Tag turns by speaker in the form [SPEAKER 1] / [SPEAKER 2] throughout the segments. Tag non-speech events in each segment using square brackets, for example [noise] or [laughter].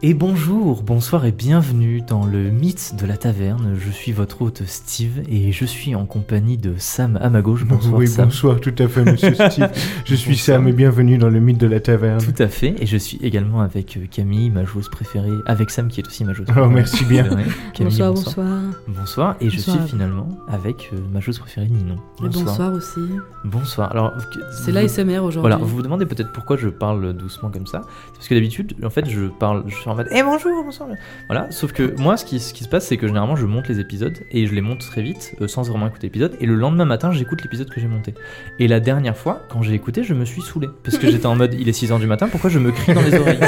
[SPEAKER 1] Et bonjour, bonsoir et bienvenue dans le mythe de la taverne. Je suis votre hôte Steve et je suis en compagnie de Sam à ma gauche. Bonsoir
[SPEAKER 2] oui,
[SPEAKER 1] Sam.
[SPEAKER 2] bonsoir, tout à fait,
[SPEAKER 1] [laughs]
[SPEAKER 2] monsieur Steve. Je suis
[SPEAKER 1] Bonsoir.
[SPEAKER 2] Sam et bienvenue dans le mythe de la taverne.
[SPEAKER 1] Tout à fait, et je suis également avec euh, Camille, ma joueuse préférée, avec Sam qui est aussi ma joueuse
[SPEAKER 2] [laughs] Oh,
[SPEAKER 1] préférée.
[SPEAKER 2] merci bien.
[SPEAKER 1] [laughs] De rien. Camille,
[SPEAKER 3] bonsoir,
[SPEAKER 1] bonsoir,
[SPEAKER 3] bonsoir.
[SPEAKER 1] Bonsoir, et je
[SPEAKER 3] Bonsoir.
[SPEAKER 1] suis finalement avec euh, ma joueuse préférée Ninon.
[SPEAKER 3] Et bonsoir aussi.
[SPEAKER 1] Bonsoir. Alors, que-
[SPEAKER 3] C'est
[SPEAKER 1] vous-
[SPEAKER 3] l'ASMR aujourd'hui.
[SPEAKER 1] Voilà, vous vous demandez peut-être pourquoi je parle doucement comme ça. C'est parce que d'habitude, en fait, je parle, je suis en mode Eh bonjour, bonsoir. Voilà, sauf que moi, ce qui, ce qui se passe, c'est que généralement, je monte les épisodes et je les monte très vite euh, sans vraiment écouter l'épisode. Et le lendemain matin, j'écoute l'épisode que j'ai monté. Et la dernière fois, quand j'ai écouté, je me suis saoulé parce que j'étais en mode Il est 6 h du matin, pourquoi je me crie dans les oreilles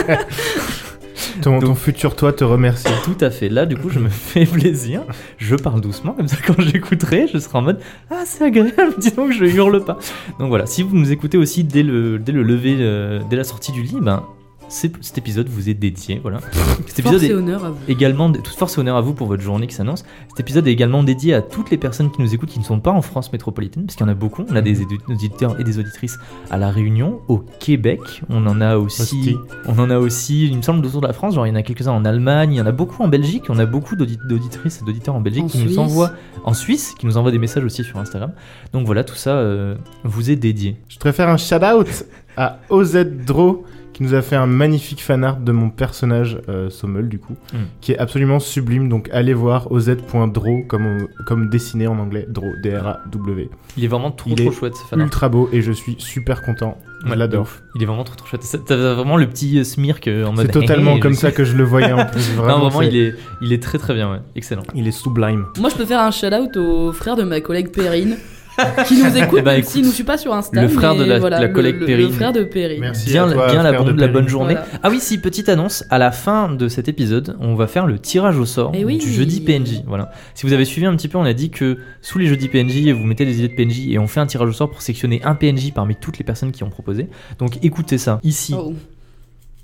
[SPEAKER 2] Ton,
[SPEAKER 1] Donc-
[SPEAKER 2] ton futur toi te remercie.
[SPEAKER 1] Tout à fait. Là, du coup, je me fais plaisir. Je parle doucement, comme ça, [laughs] quand j'écouterai, je serai en mode Ah, c'est agréable, [laughs] dis donc, je hurle pas. Donc voilà, si vous nous écoutez aussi dès le, dès le lever, euh, dès la sortie du lit, ben, c'est- cet épisode vous est dédié. Voilà. Cet épisode
[SPEAKER 3] Force
[SPEAKER 1] est
[SPEAKER 3] et honneur à vous.
[SPEAKER 1] également, toute force et honneur à vous pour votre journée qui s'annonce. Cet épisode est également dédié à toutes les personnes qui nous écoutent qui ne sont pas en France métropolitaine, parce qu'il y en a beaucoup. On a des édu- auditeurs et des auditrices à La Réunion, au Québec. On en a aussi,
[SPEAKER 2] Hostie.
[SPEAKER 1] on en a aussi, il me semble, autour de la France. Genre, il y en a quelques-uns en Allemagne, il y en a beaucoup en Belgique. On a beaucoup d'audi- d'auditrices et d'auditeurs en Belgique
[SPEAKER 3] En
[SPEAKER 1] qui
[SPEAKER 3] Suisse.
[SPEAKER 1] nous envoient, en Suisse, qui nous envoient des messages aussi sur Instagram. Donc voilà, tout ça euh, vous est dédié.
[SPEAKER 2] Je voudrais faire un shout-out à OZ Draw qui nous a fait un magnifique fanart de mon personnage euh, Sommel, du coup,
[SPEAKER 1] Mm.
[SPEAKER 2] qui est absolument sublime. Donc allez voir oz.draw comme, on- comme dessiné en anglais, draw, D-R-A-W.
[SPEAKER 1] Il est vraiment trop
[SPEAKER 2] Il
[SPEAKER 1] trop
[SPEAKER 2] est
[SPEAKER 1] chouette. ce fanart.
[SPEAKER 2] Ultra beau et je suis super content.
[SPEAKER 1] Ouais,
[SPEAKER 2] je l'adore.
[SPEAKER 1] de ouf. Il est vraiment trop trop chouette. Ça- T'as vraiment le petit euh, smirk euh, en mode.
[SPEAKER 2] C'est totalement
[SPEAKER 1] Hey, je
[SPEAKER 2] comme
[SPEAKER 1] suis
[SPEAKER 2] ça que je le voyais en plus.
[SPEAKER 1] [laughs]
[SPEAKER 2] Vraiment,
[SPEAKER 1] non, vraiment,
[SPEAKER 2] c'est-
[SPEAKER 1] il est, il est très très bien, ouais. excellent.
[SPEAKER 2] il est sublime.
[SPEAKER 3] Moi, je peux faire un shout-out au frère de ma collègue
[SPEAKER 1] [laughs]
[SPEAKER 3] Perrine qui nous écoute,
[SPEAKER 1] Eh ben,
[SPEAKER 3] même
[SPEAKER 1] écoute,
[SPEAKER 3] s'il nous suit pas sur Insta.
[SPEAKER 1] le frère de
[SPEAKER 3] mais
[SPEAKER 1] la-
[SPEAKER 3] voilà,
[SPEAKER 1] la
[SPEAKER 3] le-
[SPEAKER 1] collègue
[SPEAKER 3] le-
[SPEAKER 1] Perrine.
[SPEAKER 3] Le frère de Perrine.
[SPEAKER 2] Merci.
[SPEAKER 1] Bien,
[SPEAKER 2] à toi,
[SPEAKER 1] bien la,
[SPEAKER 2] frère
[SPEAKER 1] bonne,
[SPEAKER 2] de
[SPEAKER 1] la
[SPEAKER 2] Perrine.
[SPEAKER 1] bonne journée.
[SPEAKER 3] Voilà.
[SPEAKER 1] Ah oui, si, petite annonce, à la fin de cet épisode, on va faire le tirage au sort
[SPEAKER 3] Eh oui.
[SPEAKER 1] du jeudi PNJ. Voilà. Si vous avez suivi un petit peu, on a dit que sous les jeudis PNJ, vous mettez des idées de PNJ et on fait un tirage au sort pour sectionner un PNJ parmi toutes les personnes qui ont proposé. Donc écoutez ça. Ici,
[SPEAKER 3] Oh.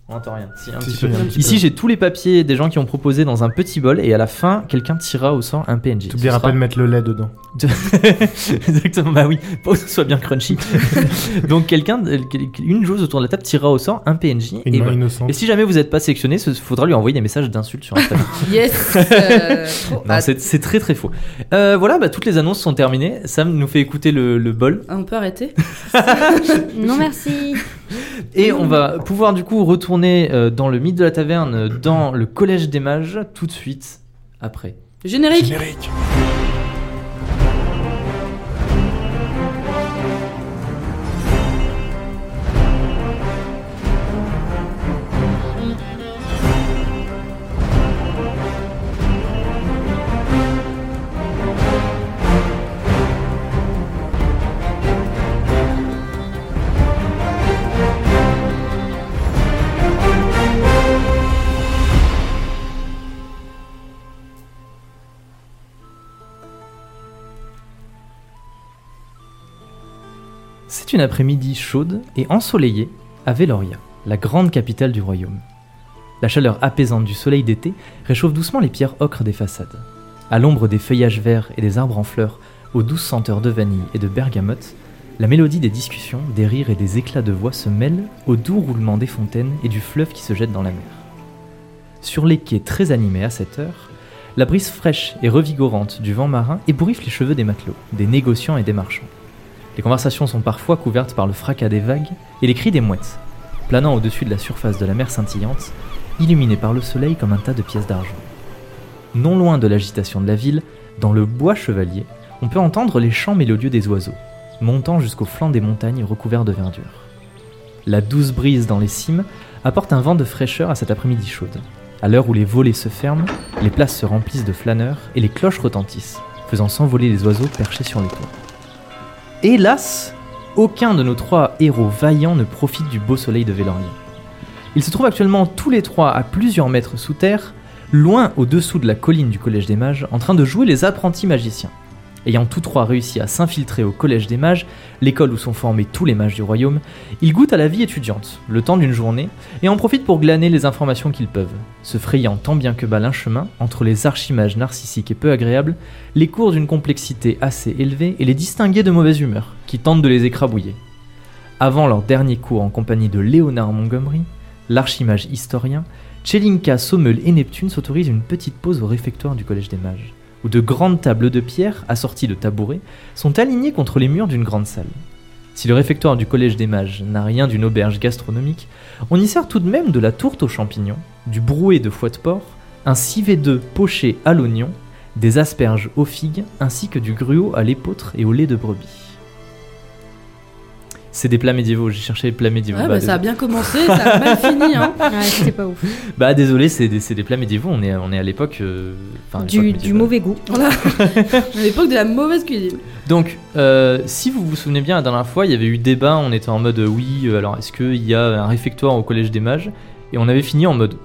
[SPEAKER 1] on entend rien. Si, un
[SPEAKER 2] Si,
[SPEAKER 1] petit
[SPEAKER 2] si,
[SPEAKER 1] peu.
[SPEAKER 2] un petit
[SPEAKER 1] Ici,
[SPEAKER 2] peu.
[SPEAKER 1] j'ai tous les papiers des gens qui ont proposé dans un petit bol et à la fin, quelqu'un tirera au sort un PNJ. Ce
[SPEAKER 2] T'oublieras
[SPEAKER 1] sera-
[SPEAKER 2] pas de mettre le lait dedans.
[SPEAKER 1] [laughs] Exactement, bah oui, pour que ce soit bien crunchy. Donc quelqu'un, euh, une joueuse autour de la table tirera au sort un PNJ.
[SPEAKER 2] Une
[SPEAKER 1] et,
[SPEAKER 2] main
[SPEAKER 1] voilà.
[SPEAKER 2] innocente.
[SPEAKER 1] Et si jamais vous n'êtes pas sélectionné, il faudra lui envoyer des messages d'insultes sur Instagram.
[SPEAKER 3] Yes.
[SPEAKER 1] [laughs]
[SPEAKER 3] euh, trop
[SPEAKER 1] non,
[SPEAKER 3] hâte.
[SPEAKER 1] c'est c'est très très faux. Euh, voilà, bah, toutes les annonces sont terminées. Sam nous fait écouter le, le bol.
[SPEAKER 3] Ah, On
[SPEAKER 1] [laughs]
[SPEAKER 3] peut arrêter
[SPEAKER 4] Non merci.
[SPEAKER 1] Et on va pouvoir du coup retourner euh, dans le mythe de la taverne, euh, dans le collège des mages, tout de suite après.
[SPEAKER 3] Générique.
[SPEAKER 1] C'est une après-midi chaude et ensoleillée à Veloria, la grande capitale du royaume. La chaleur apaisante du soleil d'été réchauffe doucement les pierres ocres des façades. À l'ombre des feuillages verts et des arbres en fleurs, aux douces senteurs de vanille et de bergamote, la mélodie des discussions, des rires et des éclats de voix se mêle au doux roulement des fontaines et du fleuve qui se jette dans la mer. Sur les quais très animés à cette heure, la brise fraîche et revigorante du vent marin ébouriffe les cheveux des matelots, des négociants et des marchands. Les conversations sont parfois couvertes par le fracas des vagues et les cris des mouettes, planant au-dessus de la surface de la mer scintillante, illuminée par le soleil comme un tas de pièces d'argent. Non loin de l'agitation de la ville, dans le bois chevalier, on peut entendre les chants mélodieux des oiseaux, montant jusqu'au flanc des montagnes recouvertes de verdure. La douce brise dans les cimes apporte un vent de fraîcheur à cette après-midi chaude. À l'heure où les volets se ferment, les places se remplissent de flâneurs et les cloches retentissent, faisant s'envoler les oiseaux perchés sur les toits. Hélas, aucun de nos trois héros vaillants ne profite du beau soleil de Vélorien. Ils se trouvent actuellement tous les trois à plusieurs mètres sous terre, loin au-dessous de la colline du Collège des Mages, en train de jouer les apprentis magiciens. Ayant tous trois réussi à s'infiltrer au Collège des Mages, l'école où sont formés tous les mages du royaume, ils goûtent à la vie étudiante, le temps d'une journée, et en profitent pour glaner les informations qu'ils peuvent, se frayant tant bien que mal un chemin entre les archimages narcissiques et peu agréables les cours d'une complexité assez élevée et les distinguer de mauvaise humeur, qui tentent de les écrabouiller. Avant leur dernier cours en compagnie de Léonard Montgomery, l'archimage historien, Tchelinka, Sommel et Neptune s'autorisent une petite pause au réfectoire du Collège des Mages, où de grandes tables de pierre, assorties de tabourets, sont alignées contre les murs d'une grande salle. Si le réfectoire du Collège des Mages n'a rien d'une auberge gastronomique, on y sert tout de même de la tourte aux champignons, du brouet de foie de porc, un civet d'œufs poché à l'oignon, des asperges aux figues, ainsi que du gruau à l'épeautre et au lait de brebis. C'est des plats médiévaux, j'ai cherché les plats médiévaux.
[SPEAKER 3] Ouais,
[SPEAKER 1] bah,
[SPEAKER 3] bah, ça a bien commencé, ça a mal fini,
[SPEAKER 1] [laughs]
[SPEAKER 3] hein.
[SPEAKER 4] Ouais, c'était pas ouf.
[SPEAKER 1] Bah désolé, c'est des, c'est des plats médiévaux, on est, on est à l'époque... euh, enfin, à
[SPEAKER 4] Du,
[SPEAKER 1] l'époque
[SPEAKER 4] du
[SPEAKER 1] médiévale.
[SPEAKER 4] mauvais goût.
[SPEAKER 3] Voilà. À l'époque de la mauvaise cuisine.
[SPEAKER 1] Donc, euh, si vous vous souvenez bien, la dernière fois, il y avait eu débat, on était en mode euh, oui, euh, alors est-ce qu'il y a un réfectoire au Collège des Mages Et on avait fini en mode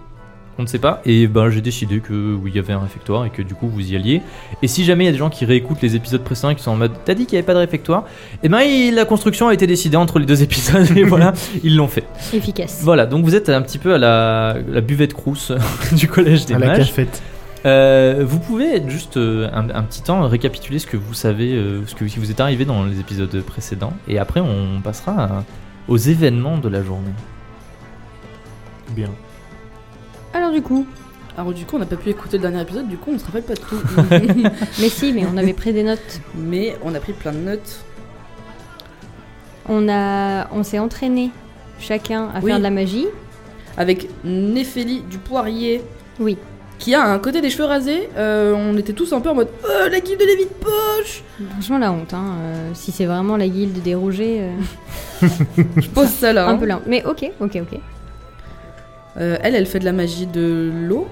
[SPEAKER 1] on ne sait pas, et ben j'ai décidé que oui, il y avait un réfectoire et que du coup vous y alliez. Et si jamais il y a des gens qui réécoutent les épisodes précédents et qui sont en mode t'as dit qu'il n'y avait pas de réfectoire, et ben il- la construction a été décidée entre les deux épisodes et
[SPEAKER 4] [laughs]
[SPEAKER 1] voilà, ils l'ont fait.
[SPEAKER 4] Efficace.
[SPEAKER 1] Voilà, donc vous êtes un petit peu à la, la buvette crousse [laughs] du Collège des
[SPEAKER 2] à la
[SPEAKER 1] Mages.
[SPEAKER 2] cafette.
[SPEAKER 1] Euh, vous pouvez juste euh, un, un petit temps récapituler ce que vous savez, euh, ce que ce qui vous est arrivé dans les épisodes précédents, et après on passera à- aux événements de la journée.
[SPEAKER 2] Bien.
[SPEAKER 4] Alors du coup,
[SPEAKER 3] Alors du coup, on n'a pas pu écouter le dernier épisode, du coup, on se rappelle pas de tout.
[SPEAKER 1] [laughs]
[SPEAKER 4] mais si, mais on avait pris des notes.
[SPEAKER 3] Mais on a pris plein de notes.
[SPEAKER 4] On a, on s'est entraîné chacun à
[SPEAKER 3] Oui.
[SPEAKER 4] faire de la magie.
[SPEAKER 3] Avec Néphélie du Poirier,
[SPEAKER 4] Oui.
[SPEAKER 3] qui a un côté des cheveux rasés. euh, on était tous un peu en mode Euh, la guilde de la vie de poche
[SPEAKER 4] Franchement, la honte. Hein. euh, si c'est vraiment la guilde des Rougets, euh,
[SPEAKER 3] Je pose ça là.
[SPEAKER 4] un
[SPEAKER 3] hein.
[SPEAKER 4] peu lent. Mais ok, ok, ok.
[SPEAKER 3] Euh, elle, elle fait de la magie de l'eau.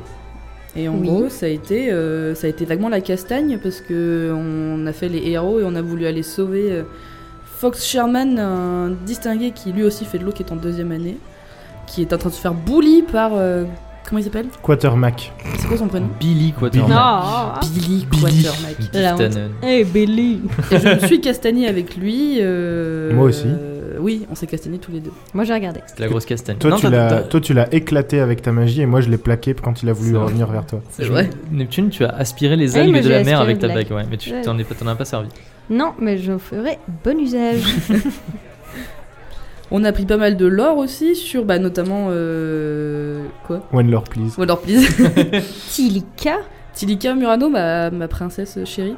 [SPEAKER 3] Et en
[SPEAKER 4] Oui.
[SPEAKER 3] gros, ça a, été, euh, ça a été vaguement la castagne parce que on a fait les héros et on a voulu aller sauver euh, Fox Sherman, un distingué qui lui aussi fait de l'eau, qui est en deuxième année, qui est en train de se faire bully par. euh, comment il s'appelle
[SPEAKER 2] Quatermac.
[SPEAKER 3] C'est quoi son prénom
[SPEAKER 1] Billy Quatermack.
[SPEAKER 4] Non.
[SPEAKER 3] Ah. Billy
[SPEAKER 1] Billy.
[SPEAKER 3] Quatermack.
[SPEAKER 4] La honte.
[SPEAKER 1] Difton.
[SPEAKER 4] Hey Billy.
[SPEAKER 3] Et je me suis castagné avec lui. euh,
[SPEAKER 2] Moi aussi.
[SPEAKER 3] euh, oui, on s'est castagnés tous les deux.
[SPEAKER 4] Moi j'ai regardé.
[SPEAKER 1] C'est la grosse castagne.
[SPEAKER 2] Toi,
[SPEAKER 1] Non,
[SPEAKER 2] tu
[SPEAKER 1] t'as-
[SPEAKER 2] l'as,
[SPEAKER 1] t'as-
[SPEAKER 2] toi, tu l'as éclaté avec ta magie et moi, je l'ai plaqué quand il a
[SPEAKER 1] C'est
[SPEAKER 2] voulu
[SPEAKER 1] vrai.
[SPEAKER 2] revenir vers toi.
[SPEAKER 3] C'est vrai.
[SPEAKER 1] Neptune, tu as aspiré les
[SPEAKER 4] Oui,
[SPEAKER 1] algues
[SPEAKER 4] moi,
[SPEAKER 1] de la
[SPEAKER 4] j'ai
[SPEAKER 1] mer
[SPEAKER 4] aspiré
[SPEAKER 1] avec ta
[SPEAKER 4] de
[SPEAKER 1] bague,
[SPEAKER 4] l'algue.
[SPEAKER 1] ouais, mais tu
[SPEAKER 4] Ouais.
[SPEAKER 1] t'en es pas- t'en as pas servi.
[SPEAKER 4] Non, mais j'en ferai bon usage.
[SPEAKER 3] On a pris pas mal de lore aussi sur, bah, notamment. euh, quoi
[SPEAKER 2] One Lord, please.
[SPEAKER 3] Ou alors, please.
[SPEAKER 4] Tilika.
[SPEAKER 3] Tilika Murano, ma, ma princesse chérie,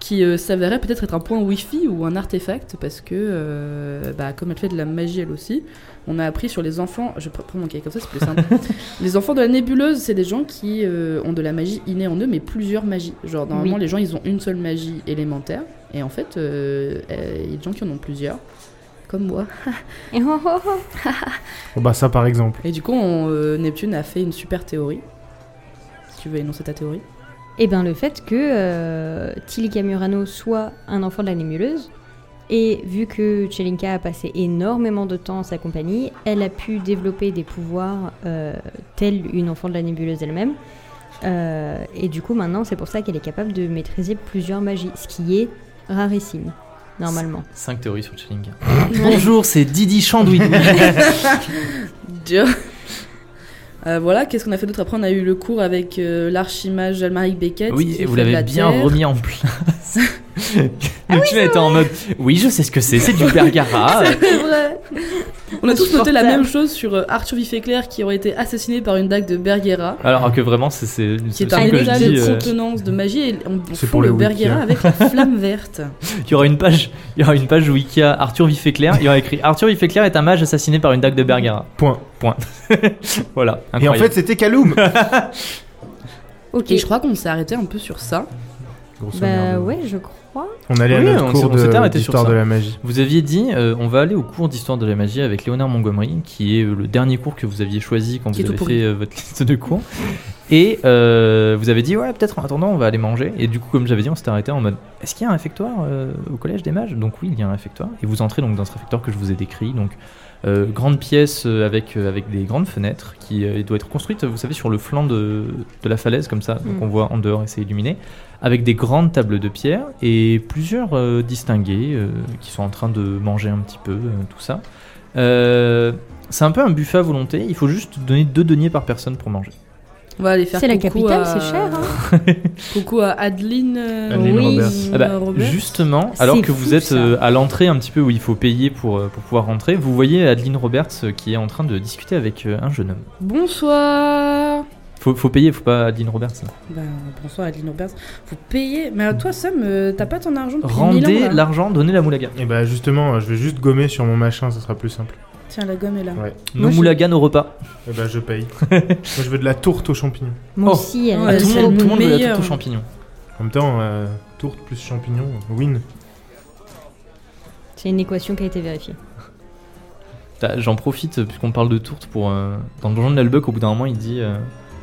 [SPEAKER 3] qui euh, s'avérait peut-être être un point wifi ou un artefact, parce que, euh, bah, comme elle fait de la magie elle aussi, on a appris sur les enfants. Je pr- prends mon cahier comme ça, c'est plus simple. les enfants de la nébuleuse, c'est des gens qui euh, ont de la magie innée en eux, mais plusieurs magies. Genre, normalement,
[SPEAKER 4] Oui.
[SPEAKER 3] les gens, ils ont une seule magie élémentaire, et en fait, euh, euh, il y a des gens qui en ont plusieurs. Comme moi.
[SPEAKER 4] Et oh, oh, oh.
[SPEAKER 2] Oh, bah, ça, par exemple.
[SPEAKER 3] Et du coup, on, euh, Neptune a fait une super théorie. Si tu veux énoncer ta théorie.
[SPEAKER 4] Eh bien, le fait que euh, Tilika Murano soit un enfant de la nébuleuse, et vu que Chelinka a passé énormément de temps en sa compagnie, elle a pu développer des pouvoirs euh, tels une enfant de la nébuleuse elle-même. Euh, et du coup, maintenant, c'est pour ça qu'elle est capable de maîtriser plusieurs magies, ce qui est rarissime, normalement.
[SPEAKER 1] 5 théories sur Chilling. Bonjour, c'est Didi Chandouille.
[SPEAKER 3] Dieu. Euh, voilà, qu'est-ce qu'on a fait d'autre Après, on a eu le cours avec euh, l'archimage Almaric Beckett.
[SPEAKER 1] oui,
[SPEAKER 3] qui
[SPEAKER 1] et vous
[SPEAKER 3] fait de
[SPEAKER 1] l'avez
[SPEAKER 3] la
[SPEAKER 1] bien
[SPEAKER 3] terre.
[SPEAKER 1] remis en place. Neptune était en mode oui, je sais ce que c'est, c'est du bergara.
[SPEAKER 3] C'est vrai. On a tous noté la
[SPEAKER 4] Insupportable.
[SPEAKER 3] même chose sur euh, Arthur Viféclair qui aurait été assassiné par une dague de Bergera.
[SPEAKER 1] Alors que vraiment, c'est- c'est une
[SPEAKER 3] Qui est
[SPEAKER 1] solution
[SPEAKER 3] un
[SPEAKER 4] que
[SPEAKER 1] je
[SPEAKER 3] métal
[SPEAKER 1] dis,
[SPEAKER 3] de
[SPEAKER 1] euh,
[SPEAKER 3] contenance de magie et on on
[SPEAKER 2] C'est
[SPEAKER 3] fond
[SPEAKER 2] pour les
[SPEAKER 3] le
[SPEAKER 2] wikis,
[SPEAKER 3] Bergera
[SPEAKER 2] hein.
[SPEAKER 1] [laughs]
[SPEAKER 3] avec la flamme verte.
[SPEAKER 1] Il y aura une page, il y aura une page où Ikea, Arthur Viféclair, il y aura écrit Arthur Viféclair est un mage assassiné par une dague de Bergara.
[SPEAKER 2] Point.
[SPEAKER 1] [laughs] Voilà.
[SPEAKER 2] Et en
[SPEAKER 1] Incroyable.
[SPEAKER 2] fait,
[SPEAKER 1] [laughs]
[SPEAKER 2] c'était Kaloum.
[SPEAKER 4] [laughs] Ok.
[SPEAKER 3] Et je crois qu'on s'est arrêté un peu sur ça.
[SPEAKER 2] Grosso
[SPEAKER 4] Bah
[SPEAKER 2] modo.
[SPEAKER 4] ouais, je crois.
[SPEAKER 2] On allait
[SPEAKER 1] Oui,
[SPEAKER 2] à
[SPEAKER 1] on
[SPEAKER 2] notre cours
[SPEAKER 1] s'est- on s'était
[SPEAKER 2] de-
[SPEAKER 1] arrêté sur
[SPEAKER 2] d'histoire
[SPEAKER 1] ça.
[SPEAKER 2] de la magie.
[SPEAKER 1] vous aviez dit, euh, on va aller au cours d'histoire de la magie avec Léonard Montgomery, qui est euh, le dernier cours que vous aviez choisi quand
[SPEAKER 3] Qui est
[SPEAKER 1] vous
[SPEAKER 3] tout
[SPEAKER 1] avez
[SPEAKER 3] pourri.
[SPEAKER 1] fait euh, votre liste de cours. Et euh, vous avez dit, ouais, peut-être en attendant, on va aller manger. Et du coup, comme j'avais dit, on s'était arrêté en mode, est-ce qu'il y a un réfectoire euh, au collège des mages Donc oui, il y a un réfectoire. Et vous entrez donc dans ce réfectoire que je vous ai décrit. Donc euh, grande pièce euh, avec, euh, avec des grandes fenêtres qui euh, doit être construite, vous savez, sur le flanc de, de la falaise, comme ça, donc
[SPEAKER 4] Mm.
[SPEAKER 1] on voit en dehors et c'est illuminé, avec des grandes tables de pierre et plusieurs euh, distingués euh, qui sont en train de manger un petit peu, euh, tout ça. Euh, c'est un peu un buffet à volonté, il faut juste donner deux deniers par personne pour manger.
[SPEAKER 3] On va aller faire
[SPEAKER 4] C'est la
[SPEAKER 3] coucou
[SPEAKER 4] capitale,
[SPEAKER 3] à-
[SPEAKER 4] c'est cher.
[SPEAKER 3] [laughs]
[SPEAKER 4] hein.
[SPEAKER 3] Coucou à Adeline, euh,
[SPEAKER 2] Adeline
[SPEAKER 4] Oui.
[SPEAKER 2] Roberts.
[SPEAKER 1] Ah bah,
[SPEAKER 3] Roberts.
[SPEAKER 1] justement,
[SPEAKER 4] C'est
[SPEAKER 1] alors que
[SPEAKER 4] fou,
[SPEAKER 1] vous êtes
[SPEAKER 4] ça.
[SPEAKER 1] euh, à l'entrée un petit peu où il faut payer pour, euh, pour pouvoir rentrer, vous voyez Adeline Roberts euh, qui est en train de discuter avec euh, un jeune homme.
[SPEAKER 3] Bonsoir.
[SPEAKER 1] Faut, faut payer, faut pas Dean Roberts. là.
[SPEAKER 3] Ben, bonsoir Adeline Roberts. Vous payez. Mais euh, toi, Sam, euh, t'as pas ton argent depuis mille
[SPEAKER 1] Rendez
[SPEAKER 3] ans, là.
[SPEAKER 1] l'argent, donnez la moulaga.
[SPEAKER 2] Et bah justement, euh, je vais juste gommer sur mon machin, ça sera plus simple.
[SPEAKER 3] Tiens, la gomme est là.
[SPEAKER 2] Ouais.
[SPEAKER 1] Nos
[SPEAKER 4] Moi, je-
[SPEAKER 1] moulagas, nos repas.
[SPEAKER 2] Et bah
[SPEAKER 1] [laughs]
[SPEAKER 2] je paye. Moi je veux de la tourte aux champignons.
[SPEAKER 4] Moi
[SPEAKER 1] Oh.
[SPEAKER 4] aussi, elle
[SPEAKER 3] Ah,
[SPEAKER 1] Ah,
[SPEAKER 4] a
[SPEAKER 1] tout le
[SPEAKER 3] c'est
[SPEAKER 1] monde,
[SPEAKER 3] le
[SPEAKER 1] tout le monde veut la
[SPEAKER 3] meilleur.
[SPEAKER 1] tourte aux champignons.
[SPEAKER 2] En même temps, euh, tourte plus champignons,
[SPEAKER 1] [laughs]
[SPEAKER 2] win.
[SPEAKER 4] C'est une équation qui a été vérifiée.
[SPEAKER 1] T'as- J'en profite, euh, puisqu'on parle de tourte, pour. euh, dans le donjon de l'Albuck, au bout d'un moment, il dit euh,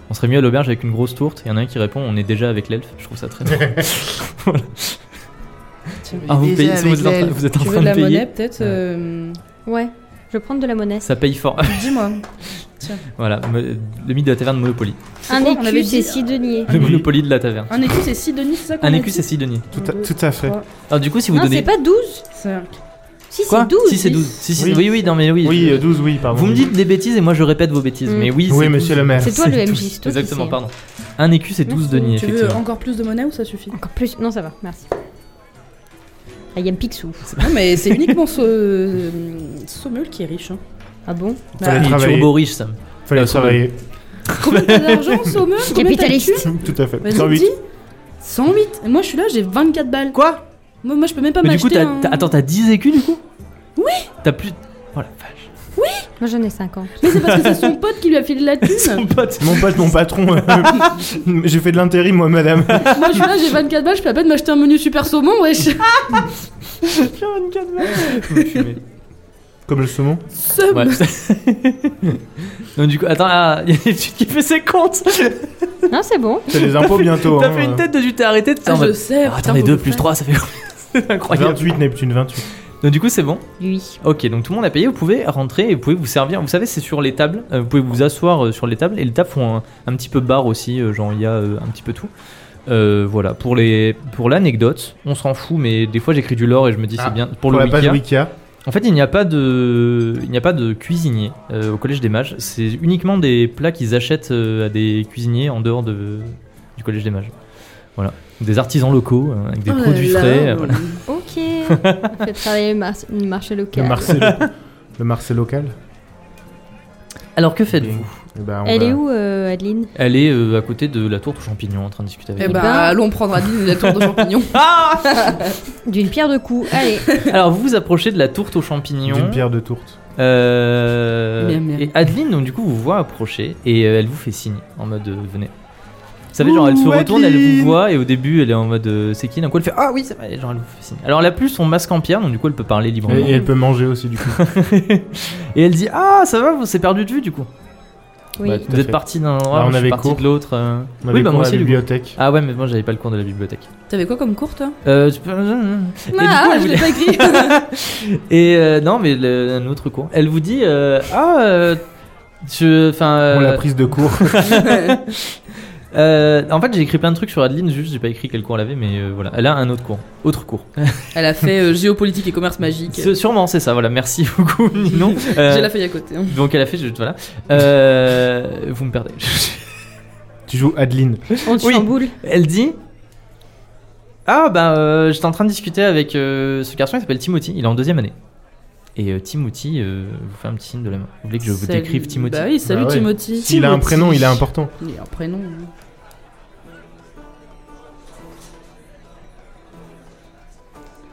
[SPEAKER 1] On serait mieux à l'auberge avec une grosse tourte. Il y en a un qui répond On est déjà avec l'elfe. Je trouve ça
[SPEAKER 3] [laughs]
[SPEAKER 1] très drôle. Voilà.
[SPEAKER 3] Tiens.
[SPEAKER 1] Ah, vous, payez, vous êtes en train, vous êtes en
[SPEAKER 3] Tu
[SPEAKER 1] train
[SPEAKER 3] veux de la
[SPEAKER 1] payer.
[SPEAKER 3] monnaie, peut-être euh,
[SPEAKER 4] Ouais, je vais prendre de la monnaie.
[SPEAKER 1] Ça paye fort. [laughs]
[SPEAKER 3] Dis-moi.
[SPEAKER 1] voilà, me- le mythe de la taverne Monopoly.
[SPEAKER 3] C'est
[SPEAKER 4] Un
[SPEAKER 3] quoi, on avait
[SPEAKER 4] écu, c'est
[SPEAKER 3] dit-
[SPEAKER 4] 6 deniers.
[SPEAKER 1] Le
[SPEAKER 2] Oui.
[SPEAKER 1] Monopoly de la taverne.
[SPEAKER 3] Un écu, c'est 6 deniers, c'est ça qu'on
[SPEAKER 1] Un
[SPEAKER 3] a
[SPEAKER 1] écu,
[SPEAKER 3] dit
[SPEAKER 1] Ah, c'est 6 deniers.
[SPEAKER 2] Tout à, tout à fait.
[SPEAKER 3] Trois.
[SPEAKER 1] Alors, du coup, si vous
[SPEAKER 4] Non, c'est
[SPEAKER 1] donnez.
[SPEAKER 4] pas 12
[SPEAKER 3] C'est-
[SPEAKER 4] Si, c'est
[SPEAKER 1] Quoi
[SPEAKER 4] 12
[SPEAKER 1] Si, c'est
[SPEAKER 4] oui.
[SPEAKER 1] 12. Si, si,
[SPEAKER 2] Oui.
[SPEAKER 1] oui. oui, non, mais oui.
[SPEAKER 2] Oui, euh, 12, oui, pardon.
[SPEAKER 1] Vous me dites des bêtises et moi je répète vos bêtises.
[SPEAKER 4] Mm.
[SPEAKER 1] Mais oui,
[SPEAKER 2] Oui,
[SPEAKER 1] c'est
[SPEAKER 2] monsieur
[SPEAKER 1] 12.
[SPEAKER 2] le maire.
[SPEAKER 4] C'est toi le
[SPEAKER 1] C'est
[SPEAKER 4] MJ
[SPEAKER 1] 12.
[SPEAKER 4] Sto qui
[SPEAKER 1] Exactement,
[SPEAKER 4] sais.
[SPEAKER 1] pardon. Un écu, c'est 12
[SPEAKER 4] Merci.
[SPEAKER 1] deniers,
[SPEAKER 3] Tu veux
[SPEAKER 1] effectivement.
[SPEAKER 3] encore plus de monnaie ou ça suffit
[SPEAKER 4] Encore plus. Non, ça va, merci. Ah, il y a Picsou.
[SPEAKER 3] Non, mais c'est uniquement ce... euh, Sommel qui est riche. hein. Bah,
[SPEAKER 4] Ah bon
[SPEAKER 2] Fallait
[SPEAKER 1] Il est
[SPEAKER 2] travailler.
[SPEAKER 1] turbo riche, Sam.
[SPEAKER 2] Fallait
[SPEAKER 1] Euh,
[SPEAKER 2] travailler. [laughs]
[SPEAKER 3] Combien t'as d'argent, Sommel Combien t'as
[SPEAKER 4] Capitaliste.
[SPEAKER 3] d'écus
[SPEAKER 2] tout à fait.
[SPEAKER 3] Vas-y,
[SPEAKER 2] 108.
[SPEAKER 3] dis 108 Et Moi, je suis là, j'ai 24 balles.
[SPEAKER 1] Quoi
[SPEAKER 3] Moi, moi, je peux même pas
[SPEAKER 1] Mais du coup,
[SPEAKER 3] m'acheter
[SPEAKER 1] t'as-
[SPEAKER 3] un...
[SPEAKER 1] t'as- attends, t'as 10 écus du coup Oui T'as plus. Oh la vache.
[SPEAKER 4] Moi j'en
[SPEAKER 1] [laughs]
[SPEAKER 4] ai 50.
[SPEAKER 3] Mais c'est parce que c'est son pote qui lui a filé de la
[SPEAKER 1] Son
[SPEAKER 3] thune.
[SPEAKER 1] pote.
[SPEAKER 2] Mon pote, mon patron.
[SPEAKER 4] [laughs]
[SPEAKER 2] euh, J'ai fait de l'intérim, moi, madame.
[SPEAKER 3] Moi, je suis là, j'ai 24 balles, je peux à peine m'acheter un menu super saumon, wesh.
[SPEAKER 2] Comme le saumon.
[SPEAKER 3] Somme.
[SPEAKER 1] Ouais. [laughs] Donc du coup, attends, là, il y a une étude qui fait ses comptes.
[SPEAKER 4] non, c'est bon.
[SPEAKER 2] C'est les impôts bientôt.
[SPEAKER 1] [laughs] T'as
[SPEAKER 2] hein.
[SPEAKER 1] fait une tête de tu t'es arrêté de
[SPEAKER 3] Ah,
[SPEAKER 1] en
[SPEAKER 3] je
[SPEAKER 1] mode,
[SPEAKER 3] sais.
[SPEAKER 1] Ah,
[SPEAKER 3] putain,
[SPEAKER 1] attendez,
[SPEAKER 3] faut
[SPEAKER 1] 2
[SPEAKER 3] le
[SPEAKER 1] plus
[SPEAKER 3] faire.
[SPEAKER 1] 3, ça fait [laughs] combien C'est incroyable.
[SPEAKER 2] 28, Neptune, 28.
[SPEAKER 1] Donc du coup, c'est bon.
[SPEAKER 4] Lui.
[SPEAKER 1] Ok, donc tout le monde a payé, vous pouvez rentrer et vous pouvez vous servir. Vous savez, c'est sur les tables, euh, vous pouvez vous asseoir euh, sur les tables et les tables font un, un petit peu bar aussi, euh, genre il y a euh, un petit peu tout. Euh, voilà, pour les pour l'anecdote, on s'en fout, mais des fois j'écris du lore et je me dis
[SPEAKER 2] Ah,
[SPEAKER 1] c'est bien pour,
[SPEAKER 2] Pour
[SPEAKER 1] le
[SPEAKER 2] la page
[SPEAKER 1] Wikia.
[SPEAKER 2] Wikia.
[SPEAKER 1] En fait, il n'y a pas de il n'y a pas de cuisinier euh, au collège des mages. C'est uniquement des plats qu'ils achètent euh, à des cuisiniers en dehors de du collège des mages. Voilà, des artisans locaux euh, avec des
[SPEAKER 3] Oh là
[SPEAKER 1] produits
[SPEAKER 3] là.
[SPEAKER 1] frais. euh, voilà. [laughs]
[SPEAKER 4] Ok. On fait travailler le mar- le marché
[SPEAKER 2] Le
[SPEAKER 4] local.
[SPEAKER 2] marché,
[SPEAKER 4] [laughs]
[SPEAKER 2] le marché local.
[SPEAKER 1] Alors que faites-vous
[SPEAKER 2] Eh ben, on
[SPEAKER 4] Elle
[SPEAKER 2] va-
[SPEAKER 4] est où, euh, Adeline
[SPEAKER 1] Elle est euh, à côté de la tourte aux champignons en train de discuter avec
[SPEAKER 3] Eh
[SPEAKER 1] elle.
[SPEAKER 3] ben,
[SPEAKER 4] ben.
[SPEAKER 3] allons prendre à 10 la tour [laughs] de champignons.
[SPEAKER 4] D'une pierre
[SPEAKER 1] [laughs]
[SPEAKER 4] de coups. Allez.
[SPEAKER 1] Alors vous vous approchez de la tourte aux champignons.
[SPEAKER 2] D'une pierre de tourte.
[SPEAKER 1] Euh,
[SPEAKER 3] Miam, miam.
[SPEAKER 1] Et Adeline, donc du coup, vous voit approcher et euh, elle vous fait signe en mode euh, venez. Vous savez, genre elle se
[SPEAKER 2] Ouh,
[SPEAKER 1] retourne, elle
[SPEAKER 2] Adeline
[SPEAKER 1] vous voit et au début elle est en mode euh, c'est qui D'un coup elle fait ah oui, c'est vrai. Et Genre elle vous fait signe. Alors elle a plus son masque en pierre, donc du coup elle peut parler
[SPEAKER 2] Et,
[SPEAKER 1] librement.
[SPEAKER 2] et elle peut manger aussi, du coup.
[SPEAKER 1] [laughs] et elle dit ah ça va, vous s'est perdu de vue du coup.
[SPEAKER 4] Oui.
[SPEAKER 2] Bah, tout à
[SPEAKER 1] Vous êtes
[SPEAKER 2] fait.
[SPEAKER 1] parti d'un endroit,
[SPEAKER 2] Bah,
[SPEAKER 1] moi,
[SPEAKER 2] on
[SPEAKER 1] je
[SPEAKER 2] avait
[SPEAKER 1] suis parti
[SPEAKER 2] cours.
[SPEAKER 1] de l'autre. euh.
[SPEAKER 2] On avait
[SPEAKER 1] Oui, bah
[SPEAKER 2] cours
[SPEAKER 1] moi
[SPEAKER 2] à
[SPEAKER 1] aussi
[SPEAKER 2] la
[SPEAKER 1] du coup.
[SPEAKER 2] bibliothèque.
[SPEAKER 1] Ah ouais, mais moi j'avais pas le cours de la bibliothèque.
[SPEAKER 3] T'avais quoi comme cours, toi
[SPEAKER 1] Euh, tu peux- Et du coup,
[SPEAKER 3] Ah,
[SPEAKER 1] elle
[SPEAKER 3] je
[SPEAKER 1] vous-
[SPEAKER 3] l'ai pas
[SPEAKER 1] [laughs]
[SPEAKER 3] écrit.
[SPEAKER 1] Et euh, non, mais le- un autre cours. Elle vous dit euh, ah euh, je enfin
[SPEAKER 2] On l'a
[SPEAKER 1] euh,
[SPEAKER 2] prise
[SPEAKER 1] [laughs]
[SPEAKER 2] de cours.
[SPEAKER 1] euh, en fait j'ai écrit plein de trucs sur Adeline juste j'ai pas écrit quel cours elle avait mais euh, voilà elle a un autre cours autre cours.
[SPEAKER 3] Elle a fait euh, géopolitique et commerce magique.
[SPEAKER 1] C'est- Sûrement c'est ça voilà merci [laughs] beaucoup Ninon. Euh,
[SPEAKER 3] [laughs] J'ai la feuille à côté. hein.
[SPEAKER 1] donc elle a fait je- voilà Euh, vous me perdez. [laughs]
[SPEAKER 2] Tu joues Adeline.
[SPEAKER 4] On te
[SPEAKER 1] Oui.
[SPEAKER 4] chamboule.
[SPEAKER 1] elle dit ah bah euh, j'étais en train de discuter avec euh, ce garçon il s'appelle Timothy il est en deuxième année. Et euh, Timothy euh, vous fait un petit signe de la main. Vous voulez que je vous
[SPEAKER 3] Salut.
[SPEAKER 1] décrive Timothy
[SPEAKER 3] Bah oui, salut
[SPEAKER 2] Bah ouais.
[SPEAKER 3] Timothy.
[SPEAKER 2] S'il a un prénom, il est important.
[SPEAKER 3] Il a un prénom. hein.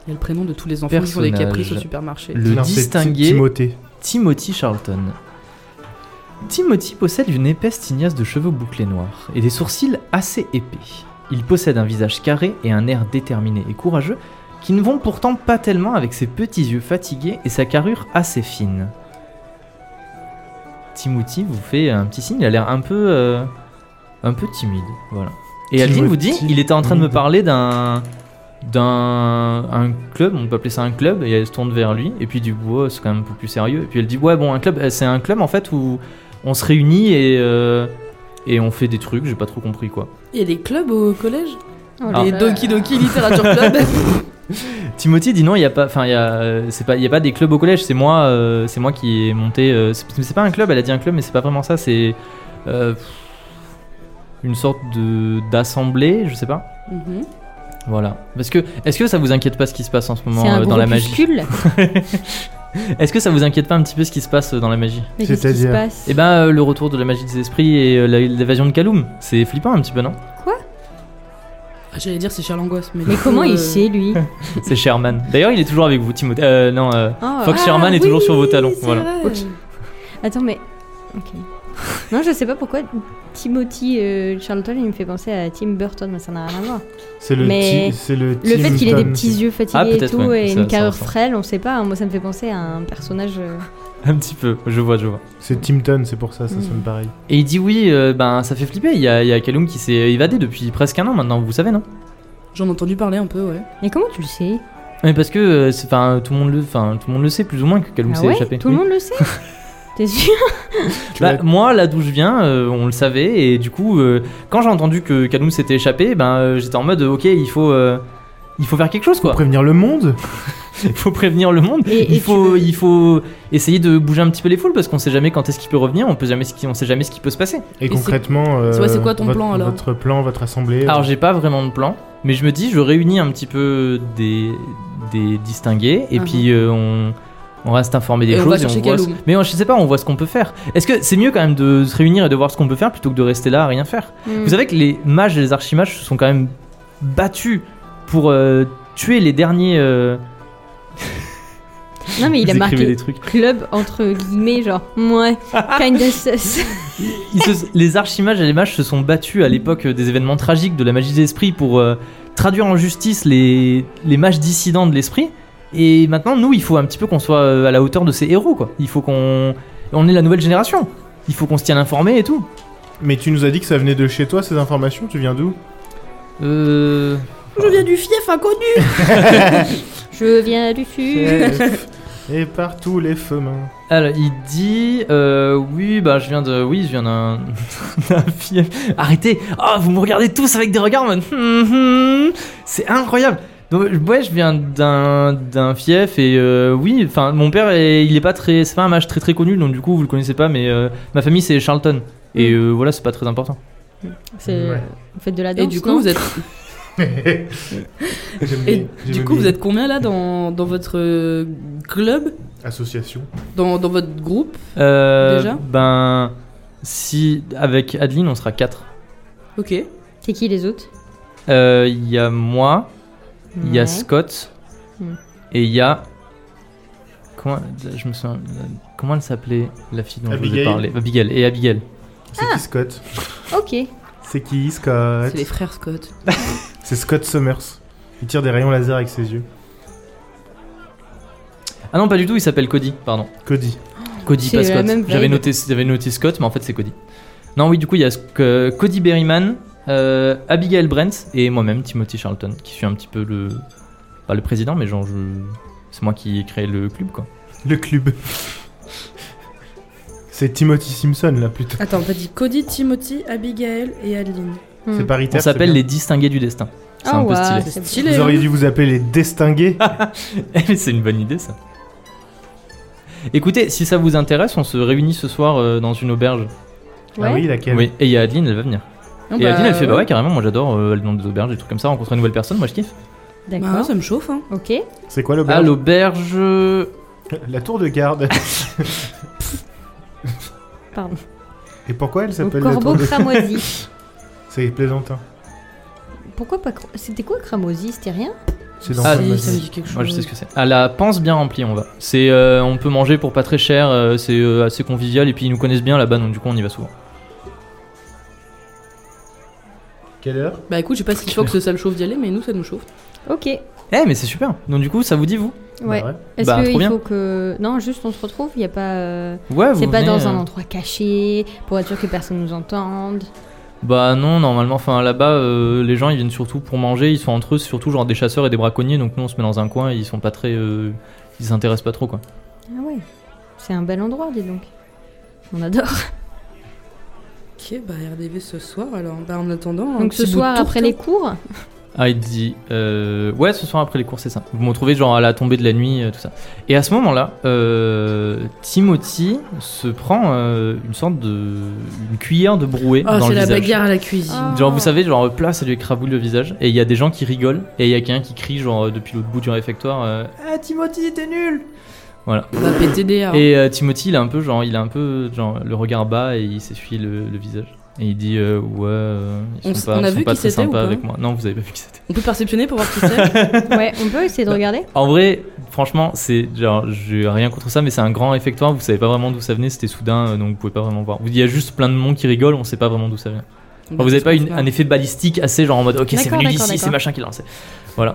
[SPEAKER 3] Il y a le prénom de tous les enfants qui font des
[SPEAKER 1] Personnage.
[SPEAKER 3] caprices au supermarché.
[SPEAKER 1] Le
[SPEAKER 2] Non, c'est
[SPEAKER 1] distinguer-
[SPEAKER 2] Timothée.
[SPEAKER 1] Timothy Charlton. Timothy possède une épaisse tignasse de cheveux bouclés noirs et des sourcils assez épais. Il possède un visage carré et un air déterminé et courageux qui ne vont pourtant pas tellement avec ses petits yeux fatigués et sa carrure assez fine. Timothy vous fait un petit signe, il a l'air un peu euh, un peu timide, voilà. Et Aldine vous dit,
[SPEAKER 2] Timothy,
[SPEAKER 1] il était en train de me
[SPEAKER 2] timide.
[SPEAKER 1] parler d'un d'un un club, on peut appeler ça un club, et elle se tourne vers lui, et puis du coup, c'est quand même un peu plus sérieux. Et puis elle dit, ouais, bon, un club, euh, c'est un club en fait où on se réunit et, euh, et on fait des trucs, j'ai pas trop compris quoi.
[SPEAKER 3] Il y a des clubs au collège
[SPEAKER 4] Oh
[SPEAKER 1] Ah.
[SPEAKER 4] là
[SPEAKER 3] Les
[SPEAKER 4] là.
[SPEAKER 3] Doki Doki Littérature Club. [laughs]
[SPEAKER 1] Timothy dit non, il y a pas, enfin, il y a, euh, c'est pas, il y a pas des clubs au collège. C'est moi, euh, c'est moi qui ai monté. euh, c'est c'est pas un club. Elle a dit un club, mais c'est pas vraiment ça. C'est euh, pff, une sorte de d'assemblée, je sais pas.
[SPEAKER 3] Mhm.
[SPEAKER 1] Voilà. Parce que, est-ce que ça vous inquiète pas ce qui se passe en ce
[SPEAKER 4] C'est
[SPEAKER 1] moment
[SPEAKER 4] un
[SPEAKER 1] euh, dans la magie
[SPEAKER 4] groupuscule.
[SPEAKER 1] [laughs] Est-ce que ça vous inquiète pas un petit peu ce qui se passe dans la magie
[SPEAKER 4] Mais qu'est-ce qui se
[SPEAKER 2] C'est-à-dire
[SPEAKER 4] passe
[SPEAKER 1] Eh ben, euh, le retour de la magie des esprits et euh, la- l'évasion de Kaloum. C'est flippant un petit peu, non
[SPEAKER 3] Ah, J'allais dire c'est cher l'angoisse. Mais,
[SPEAKER 4] Mais
[SPEAKER 3] du coup,
[SPEAKER 4] comment
[SPEAKER 3] euh,
[SPEAKER 4] il sait, lui
[SPEAKER 1] C'est Sherman. D'ailleurs, il est toujours avec vous, Timothée. Euh, non, euh, [laughs]
[SPEAKER 4] Ah,
[SPEAKER 1] Fox
[SPEAKER 4] ah,
[SPEAKER 1] Sherman est
[SPEAKER 4] oui,
[SPEAKER 1] toujours sur vos talons.
[SPEAKER 3] c'est
[SPEAKER 1] Voilà.
[SPEAKER 3] vrai.
[SPEAKER 4] Ok. Attends, mais. Ok. Non, je sais pas pourquoi Timothy euh, Charlton, il me fait penser à Tim Burton, mais ça n'a rien à voir.
[SPEAKER 2] C'est le,
[SPEAKER 4] Mais
[SPEAKER 2] ti- c'est le,
[SPEAKER 4] Le fait qu'il ait des petits yeux
[SPEAKER 1] Ah,
[SPEAKER 4] fatigués et
[SPEAKER 1] peut-être,
[SPEAKER 4] tout,
[SPEAKER 1] ouais,
[SPEAKER 4] et
[SPEAKER 1] ça-
[SPEAKER 4] une
[SPEAKER 1] ça
[SPEAKER 4] carrure
[SPEAKER 1] ressemble.
[SPEAKER 4] frêle, on sait pas. hein. Moi, ça me fait penser à un personnage. euh,
[SPEAKER 1] Un petit peu, je vois, je vois.
[SPEAKER 2] C'est Timpton, c'est pour ça, ça
[SPEAKER 4] Mm.
[SPEAKER 2] sonne pareil.
[SPEAKER 1] Et il dit oui, euh, ben ça fait flipper. Il y a, il y a Kaloum qui s'est évadé depuis presque un an maintenant, vous savez, non
[SPEAKER 3] J'en ai entendu parler un peu, ouais.
[SPEAKER 4] Mais comment tu le sais
[SPEAKER 1] Mais parce que euh, c'est- enfin, tout, le monde le- enfin, tout le monde le sait plus ou moins que Kaloum
[SPEAKER 4] Ah
[SPEAKER 1] s'est
[SPEAKER 4] ouais
[SPEAKER 1] échappé.
[SPEAKER 4] Tout le
[SPEAKER 1] Oui.
[SPEAKER 4] monde
[SPEAKER 1] [laughs]
[SPEAKER 4] le sait T'es sûr
[SPEAKER 2] Tu
[SPEAKER 1] Bah,
[SPEAKER 2] vas-
[SPEAKER 1] moi, là d'où je viens, euh, on le savait, et du coup, euh, quand j'ai entendu que Kaloum s'était échappé, ben euh, j'étais en mode, ok, il faut, euh, il faut faire quelque chose, quoi.
[SPEAKER 2] prévenir le monde
[SPEAKER 1] Il faut prévenir le monde.
[SPEAKER 4] Et- et
[SPEAKER 1] il
[SPEAKER 4] tu
[SPEAKER 1] faut,
[SPEAKER 4] veux-
[SPEAKER 1] il faut essayer de bouger un petit peu les foules parce qu'on sait jamais quand est-ce qu'il peut revenir. On peut jamais, ce qui- on sait jamais ce qui peut se passer.
[SPEAKER 2] Et,
[SPEAKER 3] Et c'est-
[SPEAKER 2] concrètement, euh,
[SPEAKER 3] c'est quoi- c'est quoi ton
[SPEAKER 2] votre,
[SPEAKER 3] plan, alors
[SPEAKER 2] Votre plan, votre assemblée. euh
[SPEAKER 1] Alors j'ai pas vraiment de plan, mais je me dis je réunis un petit peu des, des distingués et
[SPEAKER 3] Ah.
[SPEAKER 1] puis euh, on, on reste informé des
[SPEAKER 3] Et on
[SPEAKER 1] choses
[SPEAKER 3] va
[SPEAKER 1] et on
[SPEAKER 3] chercher
[SPEAKER 1] voit. ce-
[SPEAKER 3] Kaloum.
[SPEAKER 1] Mais on- je sais pas, on voit ce qu'on peut faire. Est-ce que c'est mieux quand même de se réunir et de voir ce qu'on peut faire plutôt que de rester là à rien faire
[SPEAKER 4] Hmm. Mm.
[SPEAKER 1] Vous savez que les mages et les archimages se sont quand même battus pour euh, tuer les derniers. euh,
[SPEAKER 4] Non, mais il a
[SPEAKER 1] vous écrivez
[SPEAKER 4] marqué
[SPEAKER 1] des trucs.
[SPEAKER 4] club entre guillemets, genre, ouais,
[SPEAKER 3] Ah.
[SPEAKER 4] kind of
[SPEAKER 1] [laughs]
[SPEAKER 4] sus.
[SPEAKER 1] Ils se- les archimages et les mages se sont battus à l'époque euh, des événements tragiques de la magie des esprits pour euh, traduire en justice les, les mages dissidents de l'esprit. Et maintenant, nous, il faut un petit peu qu'on soit euh, à la hauteur de ces héros, quoi. Il faut qu'on. On est la nouvelle génération. Il faut qu'on se tienne informé et tout.
[SPEAKER 2] Mais tu nous as dit que ça venait de chez toi, ces informations, tu viens
[SPEAKER 3] [laughs]
[SPEAKER 2] d'où
[SPEAKER 1] Euh.
[SPEAKER 3] Je viens du fief inconnu
[SPEAKER 4] Je viens du fût.
[SPEAKER 2] Et partout les [laughs] femins.
[SPEAKER 1] Alors, il dit. euh, oui, bah, je viens de. Oui, je viens d'un. [laughs] d'un fief. Arrêtez Ah, vous me regardez tous avec des regards en mode, hum, hum. [laughs] C'est incroyable Donc, ouais, je viens d'un, d'un fief et euh, oui, enfin, mon père, est- il est pas très. C'est pas un mage très très connu, donc du coup, vous le connaissez pas, mais euh, ma famille, c'est Charlton. Et euh, voilà, c'est pas très important.
[SPEAKER 4] C'est.
[SPEAKER 2] Ouais.
[SPEAKER 4] Vous faites de la danse.
[SPEAKER 3] Et du coup,
[SPEAKER 4] non
[SPEAKER 3] vous êtes,
[SPEAKER 2] J'aime
[SPEAKER 3] et
[SPEAKER 2] bien-
[SPEAKER 3] du
[SPEAKER 2] j'aime
[SPEAKER 3] coup,
[SPEAKER 2] bien.
[SPEAKER 3] vous êtes combien là dans, dans votre euh, club
[SPEAKER 2] Association.
[SPEAKER 3] dans, dans votre groupe
[SPEAKER 1] Euh,
[SPEAKER 3] Déjà
[SPEAKER 1] Ben. Si. Avec Adeline, on sera 4.
[SPEAKER 3] Ok.
[SPEAKER 4] C'est qui les autres
[SPEAKER 1] Euh, Il y a moi, Il y a
[SPEAKER 4] Ouais.
[SPEAKER 1] Scott
[SPEAKER 4] Hmm.
[SPEAKER 1] et il y a. Comment, je me souviens- comment elle s'appelait la fille dont je vous ai
[SPEAKER 2] Abigail.
[SPEAKER 1] parlé Abigail et Abigail.
[SPEAKER 2] C'est qui Scott
[SPEAKER 4] Ok.
[SPEAKER 2] C'est qui Scott
[SPEAKER 3] Ah C'est les frères Scott.
[SPEAKER 2] C'est Scott Summers. Il tire des rayons laser avec ses yeux.
[SPEAKER 1] Ah non, pas du tout, il s'appelle Cody, pardon.
[SPEAKER 2] Cody.
[SPEAKER 1] Cody,
[SPEAKER 4] C'est
[SPEAKER 1] pas
[SPEAKER 4] la
[SPEAKER 1] Scott.
[SPEAKER 4] même vibe.
[SPEAKER 1] J'avais noté, j'avais noté Scott, mais en fait c'est Cody. Non, oui, du coup, il y a Sc- euh, Cody Berryman, euh, Abigail Brent et moi-même, Timothy Charlton, qui suis un petit peu le. Pas le président, mais genre, je... c'est moi qui ai créé le club, quoi.
[SPEAKER 2] Le club. [laughs] C'est Timothy Simpson là plutôt.
[SPEAKER 3] Attends, t'as dit Cody, Timothy, Abigail et Adeline.
[SPEAKER 4] Hmm.
[SPEAKER 2] C'est paritaire.
[SPEAKER 1] On s'appelle
[SPEAKER 2] c'est
[SPEAKER 1] les distingués du destin. C'est
[SPEAKER 4] Ah
[SPEAKER 1] un peu
[SPEAKER 4] ouais,
[SPEAKER 1] stylé.
[SPEAKER 4] c'est
[SPEAKER 3] Stylé.
[SPEAKER 2] bien. Vous auriez dû vous appeler les Destingués.
[SPEAKER 3] Ah,
[SPEAKER 1] Eh, [laughs] mais c'est une bonne idée ça. Écoutez, si ça vous intéresse, on se réunit ce soir euh, dans une auberge.
[SPEAKER 4] Ouais.
[SPEAKER 2] Ah oui, laquelle
[SPEAKER 1] Oui, et il y a Adeline, elle va venir.
[SPEAKER 3] Non,
[SPEAKER 1] et
[SPEAKER 3] bah,
[SPEAKER 1] Adeline, elle fait bah ouais, carrément, moi j'adore euh, aller dans des auberges, des trucs comme ça, rencontrer une nouvelle personne, moi je kiffe.
[SPEAKER 3] Bah ouais,
[SPEAKER 4] D'accord.
[SPEAKER 3] ça me chauffe, hein.
[SPEAKER 4] Ok.
[SPEAKER 2] C'est quoi
[SPEAKER 1] À
[SPEAKER 2] l'auberge
[SPEAKER 1] l'auberge. euh,
[SPEAKER 2] La tour de garde.
[SPEAKER 4] Pardon.
[SPEAKER 2] Et pourquoi elle
[SPEAKER 4] Au
[SPEAKER 2] s'appelle la
[SPEAKER 4] corbeau
[SPEAKER 2] tour de
[SPEAKER 4] cramoisi.
[SPEAKER 2] C'est plaisantin.
[SPEAKER 4] Pourquoi pas cra- C'était quoi cramoisi C'était rien
[SPEAKER 2] C'est dans
[SPEAKER 1] Ah,
[SPEAKER 2] le
[SPEAKER 1] oui,
[SPEAKER 3] Si, ça me
[SPEAKER 2] magazine.
[SPEAKER 3] dit quelque chose.
[SPEAKER 1] Moi je sais ce que c'est. À la panse bien remplie, on va. C'est, euh, on peut manger pour pas très cher, euh, c'est euh, assez convivial, et puis ils nous connaissent bien là-bas, donc du coup on y va souvent.
[SPEAKER 2] Quelle heure
[SPEAKER 3] Bah écoute, je sais pas s'il faut que ça le chauffe d'y aller, mais nous ça nous chauffe.
[SPEAKER 4] Ok. Ouais.
[SPEAKER 1] Eh, mais c'est super! Donc du coup, ça vous dit vous?
[SPEAKER 2] Bah
[SPEAKER 4] Est-ce
[SPEAKER 1] Bah, trop
[SPEAKER 4] qu'il
[SPEAKER 1] bien.
[SPEAKER 4] faut que. Non, juste on se retrouve, il n'y a pas. euh,
[SPEAKER 1] Ouais, vous
[SPEAKER 4] C'est pas
[SPEAKER 1] venez,
[SPEAKER 4] dans
[SPEAKER 1] euh,
[SPEAKER 4] un endroit caché, pour être sûr que personne nous entende.
[SPEAKER 1] Bah non, normalement, enfin là-bas, euh, les gens ils viennent surtout pour manger, ils sont entre eux, c'est surtout genre des chasseurs et des braconniers, donc nous on se met dans un coin et ils sont pas très. euh, ils s'intéressent pas trop quoi.
[SPEAKER 4] Ah ouais. C'est un bel endroit, dis donc. On adore.
[SPEAKER 3] Ok, bah RDV ce soir alors. Bah en attendant. un
[SPEAKER 4] donc ce
[SPEAKER 3] petit bout de
[SPEAKER 4] soir,
[SPEAKER 3] tourte,
[SPEAKER 4] après
[SPEAKER 3] hein.
[SPEAKER 4] les cours,
[SPEAKER 1] Ah, il dit. euh, ouais, ce soir après les cours, c'est ça. Vous me retrouvez genre à la tombée de la nuit, euh, tout ça. Et à ce moment-là, euh, Timothy se prend euh, une sorte de. une cuillère de brouet
[SPEAKER 3] Oh,
[SPEAKER 1] dans
[SPEAKER 3] c'est
[SPEAKER 1] le
[SPEAKER 3] la
[SPEAKER 1] visage.
[SPEAKER 3] bagarre à la cuisine.
[SPEAKER 4] Ah.
[SPEAKER 1] Genre, vous savez, genre, plat, ça lui écrabouille le visage. Et il y a des gens qui rigolent. Et il y a quelqu'un qui crie, genre, depuis l'autre bout du réfectoire euh, Ah, Timothy, t'es nul Voilà.
[SPEAKER 3] On va péter des hein. arbres.
[SPEAKER 1] Et euh, Timothy, il a un peu genre, il a un peu genre le regard bas et il s'essuie le, le visage. Et il dit euh, ouais, euh, ils
[SPEAKER 3] On s-
[SPEAKER 1] sont pas,
[SPEAKER 3] on a
[SPEAKER 1] ils sont
[SPEAKER 3] vu
[SPEAKER 1] pas
[SPEAKER 3] qui
[SPEAKER 1] très
[SPEAKER 3] c'était ou
[SPEAKER 1] sympas
[SPEAKER 3] pas
[SPEAKER 1] avec moi. Non, vous avez pas vu qui c'était.
[SPEAKER 3] On peut perceptionner pour voir qui c'est.
[SPEAKER 4] Ouais, on peut essayer de regarder
[SPEAKER 1] En vrai, franchement, c'est genre, j'ai rien contre ça, mais c'est un grand effectoire. Vous savez pas vraiment d'où ça venait. C'était soudain, euh, donc vous pouvez pas vraiment voir. Il y a juste plein de monde qui rigole. On sait pas vraiment d'où ça vient. Enfin, [laughs] vous avez pas une- un effet ballistique assez genre en mode ok c'est
[SPEAKER 4] D'accord,
[SPEAKER 1] venu
[SPEAKER 4] d'accord,
[SPEAKER 1] d'ici c'est
[SPEAKER 4] d'accord.
[SPEAKER 1] machin qui l'a lancé voilà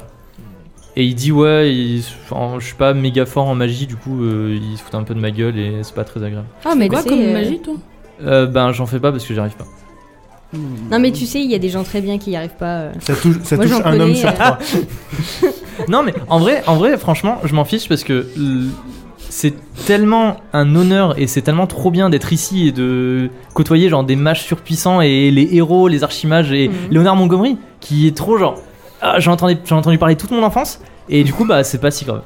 [SPEAKER 1] et il dit ouais il- en- je suis pas méga fort en magie du coup euh, il se fout un peu de ma gueule et c'est pas très agréable
[SPEAKER 4] Ah, mais
[SPEAKER 3] Quoi
[SPEAKER 4] tu sais,
[SPEAKER 3] comme
[SPEAKER 4] euh,
[SPEAKER 3] magie, toi
[SPEAKER 1] Euh, ben j'en fais pas parce que j'y arrive pas
[SPEAKER 4] Non, mais tu sais, il y a des gens très bien qui n'y arrivent pas. euh.
[SPEAKER 2] Ça touche, ça
[SPEAKER 4] Moi,
[SPEAKER 2] touche
[SPEAKER 4] j'en
[SPEAKER 2] un homme
[SPEAKER 4] connais, euh,
[SPEAKER 2] sur trois.
[SPEAKER 1] non mais en vrai en vrai franchement je m'en fiche parce que euh, c'est tellement un honneur et c'est tellement trop bien d'être ici et de côtoyer genre des mages surpuissants et les héros les archimages et
[SPEAKER 4] Mhm.
[SPEAKER 1] Léonard Montgomery qui est trop genre ah, j'en entendais- j'en ai entendu parler toute mon enfance et du coup bah c'est pas si grave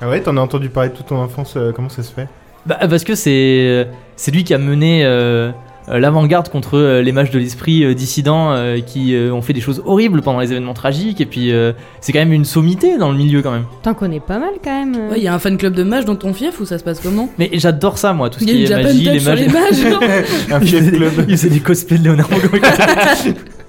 [SPEAKER 2] Ah ouais, t'en as entendu parler toute ton enfance, euh, comment ça se fait
[SPEAKER 1] Bah, parce que c'est c'est lui qui a mené euh, euh, l'avant-garde contre euh, les mages de l'esprit euh, dissidents euh, qui euh, ont fait des choses horribles pendant les événements tragiques et puis euh, c'est quand même une sommité dans le milieu quand même.
[SPEAKER 4] T'en connais pas mal quand même. euh.
[SPEAKER 3] Ouais, il y a un fan club de mages dans ton fief ou ça se passe comment
[SPEAKER 1] Mais j'adore ça moi, tout ce
[SPEAKER 3] Il y a
[SPEAKER 1] qui
[SPEAKER 3] une
[SPEAKER 1] est
[SPEAKER 3] Japan
[SPEAKER 1] magie,
[SPEAKER 3] Touch
[SPEAKER 1] les
[SPEAKER 3] sur
[SPEAKER 1] mages.
[SPEAKER 3] les mages
[SPEAKER 1] [laughs]
[SPEAKER 2] Un
[SPEAKER 1] Il
[SPEAKER 2] fief
[SPEAKER 1] faisait, des,
[SPEAKER 2] club.
[SPEAKER 1] il faisait des cosplays de
[SPEAKER 3] [laughs]
[SPEAKER 1] Léonard Montgomery.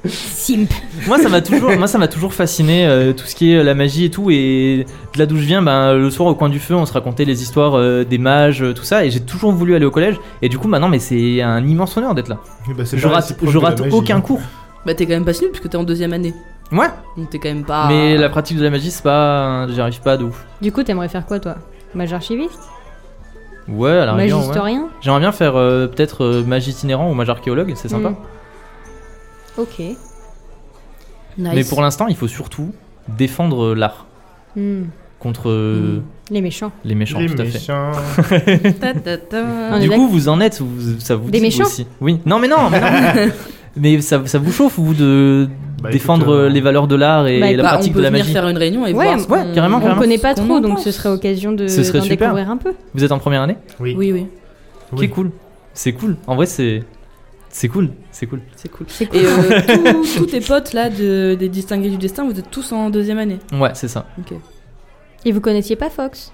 [SPEAKER 4] Simp.
[SPEAKER 1] moi ça m'a toujours, moi ça m'a toujours fasciné euh, tout ce qui est euh, la magie et tout et de là d'où je viens, ben le soir au coin du feu on se racontait les histoires euh, des mages, euh, tout ça et j'ai toujours voulu aller au collège et du coup maintenant mais c'est un immense honneur d'être là.
[SPEAKER 2] Eh ben, c'est
[SPEAKER 1] Je
[SPEAKER 2] pas
[SPEAKER 1] rate,
[SPEAKER 2] réciproque
[SPEAKER 1] je
[SPEAKER 2] de la
[SPEAKER 1] rate
[SPEAKER 2] magie,
[SPEAKER 1] aucun
[SPEAKER 2] hein.
[SPEAKER 1] cours.
[SPEAKER 3] Bah t'es quand même pas si nul puisque t'es en deuxième année.
[SPEAKER 1] Ouais.
[SPEAKER 3] Donc t'es quand même pas.
[SPEAKER 1] Mais la pratique de la magie, c'est pas. J'y arrive pas de ouf.
[SPEAKER 4] Du coup, t'aimerais faire quoi toi Mage archiviste
[SPEAKER 1] Ouais, à la
[SPEAKER 4] Mage
[SPEAKER 1] rigueur, ouais.
[SPEAKER 4] historien
[SPEAKER 1] J'aimerais bien faire euh, peut-être euh, mage itinérant ou mage archéologue, c'est sympa.
[SPEAKER 4] Hmm. Ok.
[SPEAKER 3] Nice.
[SPEAKER 1] Mais pour l'instant, il faut surtout défendre euh, l'art
[SPEAKER 4] Hmm.
[SPEAKER 1] contre euh,
[SPEAKER 3] Hmm.
[SPEAKER 4] Les méchants.
[SPEAKER 1] les méchants,
[SPEAKER 2] Les
[SPEAKER 1] tout à fait.
[SPEAKER 2] méchants.
[SPEAKER 3] [laughs] Ta, ta, ta.
[SPEAKER 4] Ah, On est
[SPEAKER 1] Du
[SPEAKER 4] d'accord.
[SPEAKER 1] coup, vous en êtes, vous- ça vous
[SPEAKER 4] Des
[SPEAKER 1] dit, vous
[SPEAKER 4] méchants
[SPEAKER 1] aussi. Oui. Non, mais non, mais, non.
[SPEAKER 4] [laughs]
[SPEAKER 1] Mais ça, ça vous chauffe, vous, de
[SPEAKER 2] Bah, écoute,
[SPEAKER 1] défendre
[SPEAKER 2] euh,
[SPEAKER 1] euh, les valeurs de l'art et
[SPEAKER 4] Bah,
[SPEAKER 1] la
[SPEAKER 4] écoute,
[SPEAKER 3] Bah,
[SPEAKER 1] pratique
[SPEAKER 3] on peut
[SPEAKER 1] de la
[SPEAKER 3] venir
[SPEAKER 1] magie.
[SPEAKER 3] faire une réunion et
[SPEAKER 4] Ouais,
[SPEAKER 3] voir. ce
[SPEAKER 1] ouais,
[SPEAKER 3] qu'on-
[SPEAKER 1] carrément,
[SPEAKER 4] On
[SPEAKER 1] carrément.
[SPEAKER 4] connaît pas
[SPEAKER 3] qu'on
[SPEAKER 4] trop,
[SPEAKER 3] en
[SPEAKER 4] donc
[SPEAKER 3] pense.
[SPEAKER 4] ce serait occasion de
[SPEAKER 1] Ce serait
[SPEAKER 4] d'en
[SPEAKER 1] super.
[SPEAKER 4] découvrir un peu.
[SPEAKER 1] Vous êtes en première année
[SPEAKER 2] Oui.
[SPEAKER 3] Oui, oui,
[SPEAKER 2] Oui.
[SPEAKER 1] Qui est cool. C'est cool. En vrai, c'est. C'est cool, c'est cool.
[SPEAKER 3] c'est cool.
[SPEAKER 4] C'est cool.
[SPEAKER 3] Et euh,
[SPEAKER 4] [laughs]
[SPEAKER 3] tous- tous tes potes là de, des distingués du destin, vous êtes tous en deuxième année.
[SPEAKER 1] Ouais, c'est ça.
[SPEAKER 3] Ok.
[SPEAKER 4] Ah. Et vous connaissiez pas Fox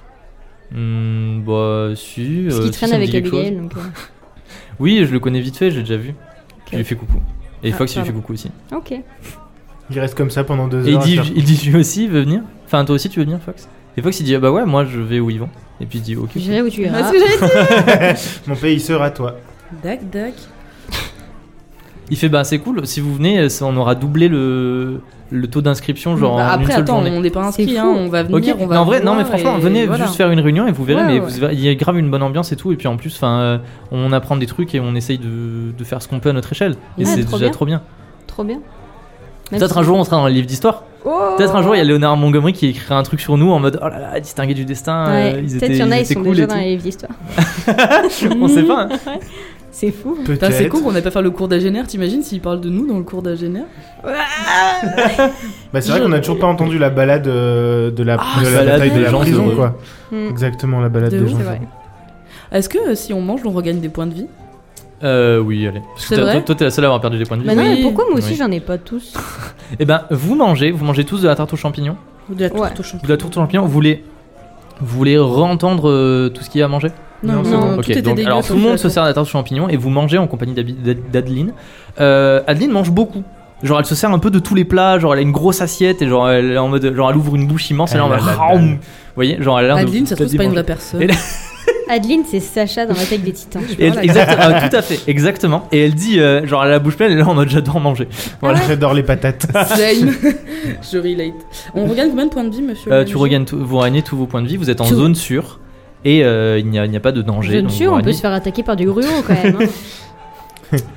[SPEAKER 1] Hmm, bah, si.
[SPEAKER 4] Parce
[SPEAKER 1] euh,
[SPEAKER 4] qu'il
[SPEAKER 1] si,
[SPEAKER 4] traîne
[SPEAKER 1] ça me
[SPEAKER 4] avec
[SPEAKER 1] dit quelque chose.
[SPEAKER 4] Abigail, donc. euh,
[SPEAKER 1] Oui, je le connais vite fait, j'ai déjà vu. Je lui fais coucou. Et
[SPEAKER 4] Ah,
[SPEAKER 1] Fox, il lui fait
[SPEAKER 4] pardon.
[SPEAKER 1] coucou aussi.
[SPEAKER 4] Ok.
[SPEAKER 1] [laughs]
[SPEAKER 2] Il reste comme ça pendant deux
[SPEAKER 1] Et il
[SPEAKER 2] heures. à
[SPEAKER 1] dit,
[SPEAKER 2] faire-
[SPEAKER 1] il dit, lui aussi, il veut venir. Enfin, toi aussi, tu veux venir, Fox Et Fox, il dit, ah bah ouais, moi, je vais où ils vont. Et puis il dit, ok.
[SPEAKER 4] J'irai où tu
[SPEAKER 3] Ah,
[SPEAKER 4] iras.
[SPEAKER 3] c'est ce que j'avais dit.
[SPEAKER 2] Mon pays sera toi.
[SPEAKER 3] Dac, dac.
[SPEAKER 1] Il fait, bah c'est cool, si vous venez, ça- on aura doublé le, le taux d'inscription, genre
[SPEAKER 3] Bah,
[SPEAKER 1] en
[SPEAKER 3] après,
[SPEAKER 1] une seule
[SPEAKER 3] attends,
[SPEAKER 1] journée.
[SPEAKER 3] on n'est pas
[SPEAKER 4] C'est
[SPEAKER 3] inscrit,
[SPEAKER 4] fou.
[SPEAKER 3] hein, on va venir.
[SPEAKER 1] Ok,
[SPEAKER 3] on va
[SPEAKER 1] mais en vrai, non, mais
[SPEAKER 3] voir
[SPEAKER 1] franchement,
[SPEAKER 3] et
[SPEAKER 1] venez
[SPEAKER 3] voilà.
[SPEAKER 1] juste faire une réunion et vous verrez,
[SPEAKER 4] Ouais,
[SPEAKER 1] mais
[SPEAKER 4] ouais.
[SPEAKER 1] vous verrez, il y a grave une bonne ambiance et tout. Et puis en plus, enfin, euh, on apprend des trucs et on essaye de, de faire ce qu'on peut à notre échelle. Et
[SPEAKER 4] Ouais,
[SPEAKER 1] c'est
[SPEAKER 4] trop
[SPEAKER 1] déjà
[SPEAKER 4] bien.
[SPEAKER 1] trop bien.
[SPEAKER 4] Trop bien. Même
[SPEAKER 1] Peut-être
[SPEAKER 4] si-
[SPEAKER 1] un jour, on sera dans les livres d'histoire.
[SPEAKER 4] Oh
[SPEAKER 1] Peut-être un jour, il y a Léonard Montgomery qui écrira un truc sur nous en mode Oh là là, distingué du destin,
[SPEAKER 4] Ouais,
[SPEAKER 1] euh, ils étaient,
[SPEAKER 4] Peut-être y en a,
[SPEAKER 1] ils
[SPEAKER 4] ils
[SPEAKER 1] étaient
[SPEAKER 4] sont
[SPEAKER 1] cool
[SPEAKER 4] déjà
[SPEAKER 1] et
[SPEAKER 4] dans les livres d'histoire.
[SPEAKER 1] tout. [laughs] On sait pas. hein.
[SPEAKER 4] C'est fou.
[SPEAKER 3] Putain, c'est con
[SPEAKER 2] Peut-être.
[SPEAKER 3] qu'on n'ait pas fait le cours d'agénaire, t'imagines s'il parle de nous dans le cours d'agénaire
[SPEAKER 2] Bah, c'est vrai qu'on a toujours pas entendu la balade euh, de la, de la
[SPEAKER 1] balade
[SPEAKER 2] taille
[SPEAKER 1] des
[SPEAKER 2] de la
[SPEAKER 1] gens
[SPEAKER 2] prison,
[SPEAKER 1] heureux.
[SPEAKER 2] quoi.
[SPEAKER 4] Hmm.
[SPEAKER 2] Exactement, la balade
[SPEAKER 3] De
[SPEAKER 2] des
[SPEAKER 3] ouf,
[SPEAKER 2] gens.
[SPEAKER 4] c'est vrai.
[SPEAKER 3] Est-ce que euh, si on mange, on regagne des points de vie
[SPEAKER 1] Euh, oui, allez. Parce que
[SPEAKER 3] C'est
[SPEAKER 1] t'as-
[SPEAKER 3] vrai
[SPEAKER 1] toi, toi, t'es la seule à avoir perdu des points de vie.
[SPEAKER 4] Bah non, mais
[SPEAKER 3] Oui.
[SPEAKER 4] pourquoi moi aussi
[SPEAKER 1] Oui.
[SPEAKER 4] j'en ai pas tous
[SPEAKER 1] Et ben, vous mangez, vous mangez tous de la tarte aux champignons.
[SPEAKER 3] Ou de la tourte
[SPEAKER 4] Ouais.
[SPEAKER 3] aux champignons
[SPEAKER 1] De la tourte aux champignons, vous voulez, vous voulez re-entendre euh, tout ce qu'il y a à manger
[SPEAKER 3] Non,
[SPEAKER 2] Non,
[SPEAKER 3] non,
[SPEAKER 2] c'est
[SPEAKER 4] bon.
[SPEAKER 3] tout
[SPEAKER 1] Ok,
[SPEAKER 3] était
[SPEAKER 1] donc
[SPEAKER 3] dégueu,
[SPEAKER 1] alors
[SPEAKER 3] sauf
[SPEAKER 1] tout le
[SPEAKER 3] la
[SPEAKER 1] monde se
[SPEAKER 3] tourte.
[SPEAKER 1] sert de la tarte aux champignons et vous mangez en compagnie d'Abi- d'Ad- d'Adeline. Euh, Adeline mange beaucoup. Genre elle se sert un peu de tous les plats, genre elle a une grosse assiette et genre elle est en mode genre elle ouvre une bouche immense et là on
[SPEAKER 2] Elle
[SPEAKER 1] va
[SPEAKER 2] a la
[SPEAKER 1] vous
[SPEAKER 2] dalle.
[SPEAKER 1] voyez genre elle a l'air de-
[SPEAKER 3] Adeline, ça se trouve, c'est pas une vraie personne.
[SPEAKER 1] Et là-
[SPEAKER 4] Adeline, c'est Sacha dans l'attaque des titans.
[SPEAKER 1] Et elle- exact- ah, tout à fait, exactement. Et elle dit, euh, genre, elle a la bouche pleine, elle est en mode j'adore manger.
[SPEAKER 4] Ah
[SPEAKER 1] Voilà.
[SPEAKER 2] J'adore les patates.
[SPEAKER 3] [laughs] Same. [laughs] Je relate. On regagne combien de points de vie, monsieur
[SPEAKER 1] Euh,
[SPEAKER 3] le
[SPEAKER 1] tu
[SPEAKER 3] manager
[SPEAKER 1] regagnes, tout- vous regagnez tous vos points de vie, vous êtes en
[SPEAKER 3] Tout.
[SPEAKER 1] zone sûre et euh, il n'y a, il n'y a pas de danger.
[SPEAKER 4] Je ne
[SPEAKER 1] donc
[SPEAKER 4] suis,
[SPEAKER 1] vous
[SPEAKER 4] on peut
[SPEAKER 1] regagnez.
[SPEAKER 4] se faire attaquer par du gruau
[SPEAKER 1] [laughs]
[SPEAKER 4] quand même. hein.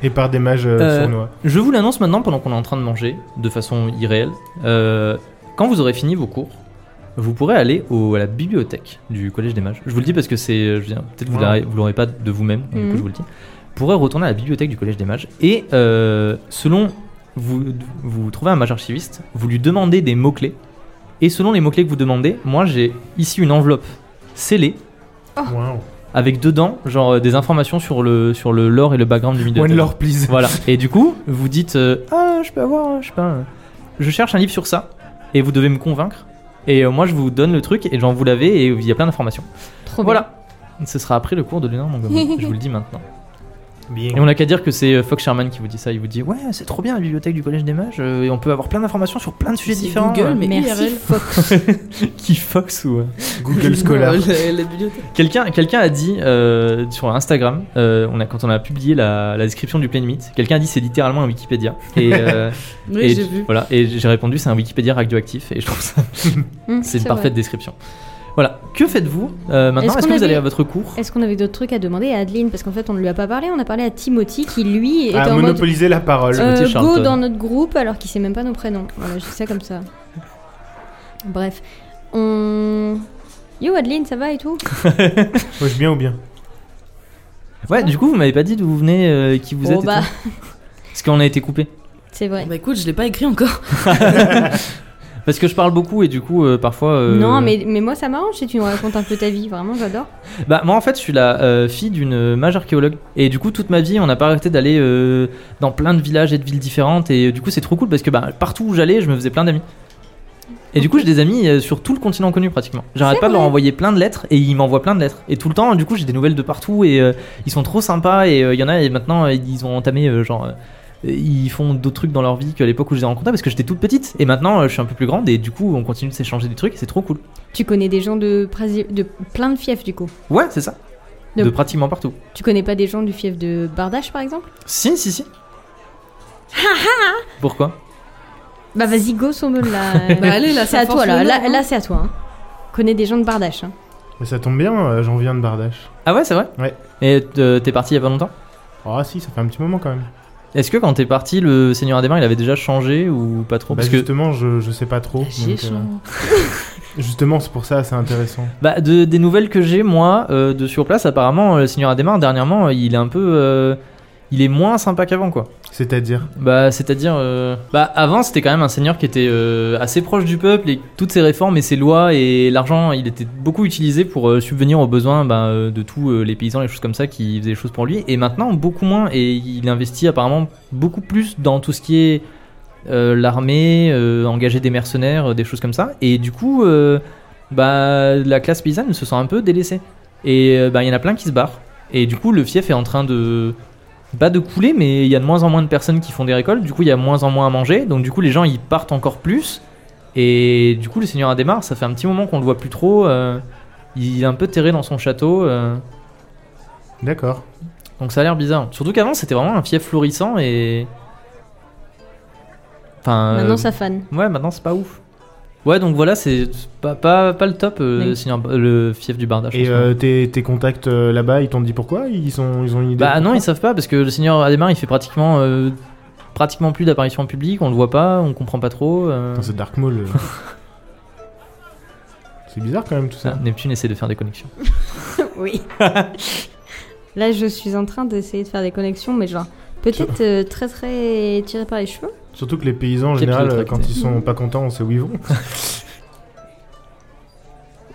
[SPEAKER 2] Et par des mages euh,
[SPEAKER 1] Euh,
[SPEAKER 2] sournois.
[SPEAKER 1] Je vous l'annonce maintenant pendant qu'on est en train de manger, de façon irréelle. Euh, quand vous aurez fini vos cours, vous pourrez aller au- à la bibliothèque du Collège des Mages. Je vous le dis parce que c'est. euh, je veux dire, Peut-être vous
[SPEAKER 2] Wow.
[SPEAKER 1] l'aurez- vous l'aurez pas de vous-même, donc du coup,
[SPEAKER 4] Mhm.
[SPEAKER 1] je vous le dis. Vous pourrez retourner à la bibliothèque du Collège des Mages et euh, selon. Vous, vous trouvez un mage archiviste, vous lui demandez des mots-clés. Et selon les mots-clés que vous demandez, moi j'ai ici une enveloppe scellée
[SPEAKER 2] Wow.
[SPEAKER 1] avec dedans genre euh, des informations sur le sur le lore et le background du Middle
[SPEAKER 2] One lore, please.
[SPEAKER 1] voilà. Et du coup, vous dites euh, Ah, je peux avoir, je sais pas. euh, Je cherche un livre sur ça. Et vous devez me convaincre Et euh, moi, je vous donne le truc et genre vous l'avez et il y a plein d'informations.
[SPEAKER 4] Trop bien.
[SPEAKER 1] Voilà. Ce sera après le cours de Léonard Montgomery. je vous le dis maintenant.
[SPEAKER 2] Bien.
[SPEAKER 1] Et on n'a qu'à dire que c'est euh, Fox Sherman qui vous dit ça. Il vous dit Ouais, c'est trop bien la bibliothèque du Collège des Mages euh, et on peut avoir plein d'informations sur plein de sujets
[SPEAKER 3] C'est
[SPEAKER 1] différents. euh,
[SPEAKER 3] Google, mais
[SPEAKER 4] Merci
[SPEAKER 3] IRL. [laughs]
[SPEAKER 4] Fox.
[SPEAKER 1] [laughs] qui Fox ou. euh,
[SPEAKER 2] Google Scholar.
[SPEAKER 3] La, la bibliothèque.
[SPEAKER 1] Quelqu'un quelqu'un a dit euh, sur Instagram, euh, on a, quand on a publié la, la description du Plain Myth, quelqu'un a dit c'est littéralement un Wikipédia. Et, euh,
[SPEAKER 3] Oui,
[SPEAKER 1] et
[SPEAKER 3] j'ai vu.
[SPEAKER 1] Voilà, et j'ai répondu c'est un Wikipédia radioactif et je trouve
[SPEAKER 4] [laughs]
[SPEAKER 1] ça
[SPEAKER 4] Hum,
[SPEAKER 1] c'est une
[SPEAKER 4] vrai.
[SPEAKER 1] parfaite description. Voilà, que faites-vous euh, maintenant
[SPEAKER 4] Est-ce
[SPEAKER 1] Est-ce que
[SPEAKER 4] qu'on
[SPEAKER 1] vous
[SPEAKER 4] avait-
[SPEAKER 1] allez à votre cours
[SPEAKER 4] Est-ce qu'on avait d'autres trucs à demander à Adeline Parce qu'en fait, on ne lui a pas parlé. On a parlé à Timothy qui, lui, est
[SPEAKER 2] À
[SPEAKER 3] Ah,
[SPEAKER 4] en mode
[SPEAKER 2] monopoliser la parole.
[SPEAKER 1] Euh, Timothy
[SPEAKER 4] euh, go
[SPEAKER 1] Charlton.
[SPEAKER 4] dans notre groupe alors qu'il sait même pas nos prénoms. Voilà, je dis ça comme ça. Bref, on. Yo Adeline, ça va et tout
[SPEAKER 2] Moi, je bien ou bien
[SPEAKER 1] Ouais, du coup, vous m'avez pas dit d'où vous venez, euh, qui vous
[SPEAKER 4] Bon,
[SPEAKER 1] êtes. et
[SPEAKER 4] bah,
[SPEAKER 1] tout. Parce qu'on a été coupé.
[SPEAKER 4] c'est vrai.
[SPEAKER 3] Bah écoute, je l'ai pas écrit encore.
[SPEAKER 1] Parce que je parle beaucoup et du coup, euh, parfois. euh,
[SPEAKER 4] Non, mais, mais moi ça m'arrange si tu nous racontes un peu ta vie. Vraiment, j'adore.
[SPEAKER 1] Bah, moi en fait, je suis la euh, fille d'une mage archéologue. Et du coup, toute ma vie, on n'a pas arrêté d'aller euh, dans plein de villages et de villes différentes. Et euh, du coup, c'est trop cool parce que bah, partout où j'allais, je me faisais plein d'amis. Et du coup, j'ai des amis euh, sur tout le continent connu pratiquement. J'arrête
[SPEAKER 4] C'est
[SPEAKER 1] pas de leur
[SPEAKER 4] vrai.
[SPEAKER 1] envoyer plein de lettres et ils m'envoient plein de lettres. Et tout le temps, du coup, j'ai des nouvelles de partout et euh, ils sont trop sympas. Et euh, il y en a, et maintenant, euh, ils ont entamé euh, genre. euh, ils font d'autres trucs dans leur vie qu'à l'époque où je les ai rencontrés parce que j'étais toute petite et maintenant euh, je suis un peu plus grande et du coup on continue de s'échanger des trucs et c'est trop cool.
[SPEAKER 4] Tu connais des gens de, Brasi- de plein de fiefs du coup.
[SPEAKER 1] Ouais, c'est ça.
[SPEAKER 4] De-
[SPEAKER 1] De pratiquement partout.
[SPEAKER 4] Tu connais pas des gens du fief de Bardache par exemple
[SPEAKER 1] Si, si, si. Pourquoi
[SPEAKER 4] Bah vas-y, go Sommel là.
[SPEAKER 3] [laughs] Bah allez, là,
[SPEAKER 4] c'est
[SPEAKER 3] ça
[SPEAKER 4] à toi
[SPEAKER 3] force
[SPEAKER 4] là.
[SPEAKER 3] le
[SPEAKER 4] Là,
[SPEAKER 3] nom,
[SPEAKER 4] là,
[SPEAKER 3] hein.
[SPEAKER 4] c'est à toi. hein. Connais des gens de Bardache. Hein.
[SPEAKER 2] Mais ça tombe bien, euh, j'en viens de Bardache.
[SPEAKER 1] Ah ouais, c'est vrai
[SPEAKER 2] Ouais.
[SPEAKER 1] Et euh, t'es parti il y a pas longtemps
[SPEAKER 2] Ah si, ça fait un petit moment quand même.
[SPEAKER 1] Est-ce que quand t'es parti, le Seigneur Adhémar, il avait déjà changé ou pas trop
[SPEAKER 2] Bah,
[SPEAKER 1] Parce que
[SPEAKER 2] justement, je, je sais pas
[SPEAKER 1] Oh,
[SPEAKER 2] trop.
[SPEAKER 3] J'ai
[SPEAKER 2] donc, euh,
[SPEAKER 4] hein.
[SPEAKER 2] justement, c'est pour ça, c'est intéressant.
[SPEAKER 1] bah, de- des nouvelles que j'ai, moi, euh, de sur place, apparemment, euh, le Seigneur Adhémar, dernièrement, euh, il est un peu... euh, il est moins sympa qu'avant, quoi.
[SPEAKER 2] C'est-à-dire
[SPEAKER 1] Bah, c'est-à-dire... euh, Bah, avant, c'était quand même un seigneur qui était euh, assez proche du peuple et toutes ses réformes et ses lois et l'argent, il était beaucoup utilisé pour euh, subvenir aux besoins bah, euh, de tous euh, les paysans, les choses comme ça, qui faisaient les choses pour lui. Et maintenant, beaucoup moins. Et il investit apparemment beaucoup plus dans tout ce qui est euh, l'armée, euh, engager des mercenaires, euh, des choses comme ça. Et du coup, euh, bah, la classe paysanne se sent un peu délaissée. Et euh, bah, il y en a plein qui se barrent. Et du coup, le fief est en train de. Pas de couler, mais il y a de moins en moins de personnes qui font des récoltes. Du coup, il y a de moins en moins à manger. Donc, du coup, les gens ils partent encore plus. Et du coup, le seigneur Adhémar, ça fait un petit moment qu'on le voit plus trop. euh, il est un peu terré dans son château. euh,
[SPEAKER 2] D'accord.
[SPEAKER 1] donc ça a l'air bizarre. Surtout qu'avant, c'était vraiment un fief florissant et. Enfin. euh,
[SPEAKER 4] Maintenant, ça fan.
[SPEAKER 1] Ouais, maintenant c'est pas ouf. Ouais, donc voilà, c'est c'est pas, pas, pas le top, euh,
[SPEAKER 4] Oui.
[SPEAKER 1] Seigneur- le fief du Barda. je
[SPEAKER 2] Et
[SPEAKER 1] pense.
[SPEAKER 2] euh, tes, tes contacts euh, là-bas, ils t'ont dit pourquoi ils ont, ils ont une idée
[SPEAKER 1] bah non, ils
[SPEAKER 2] pourquoi
[SPEAKER 1] savent pas parce que le Seigneur Adhémar il fait pratiquement, euh, pratiquement plus d'apparitions publiques, on le voit pas, on comprend pas trop. euh.
[SPEAKER 2] Attends, C'est Dark Maul. euh.
[SPEAKER 1] [laughs]
[SPEAKER 2] c'est bizarre quand même tout
[SPEAKER 1] Ah,
[SPEAKER 2] ça.
[SPEAKER 1] Neptune essaie de faire des connexions.
[SPEAKER 4] oui. [laughs] là, je suis en train d'essayer de faire des connexions, mais genre peut-être euh, très très tiré par les cheveux.
[SPEAKER 1] Euh,
[SPEAKER 2] Surtout que les paysans, en
[SPEAKER 1] Capitale
[SPEAKER 2] général, euh,
[SPEAKER 1] tractée.
[SPEAKER 2] quand ils sont pas contents, on sait où ils vont.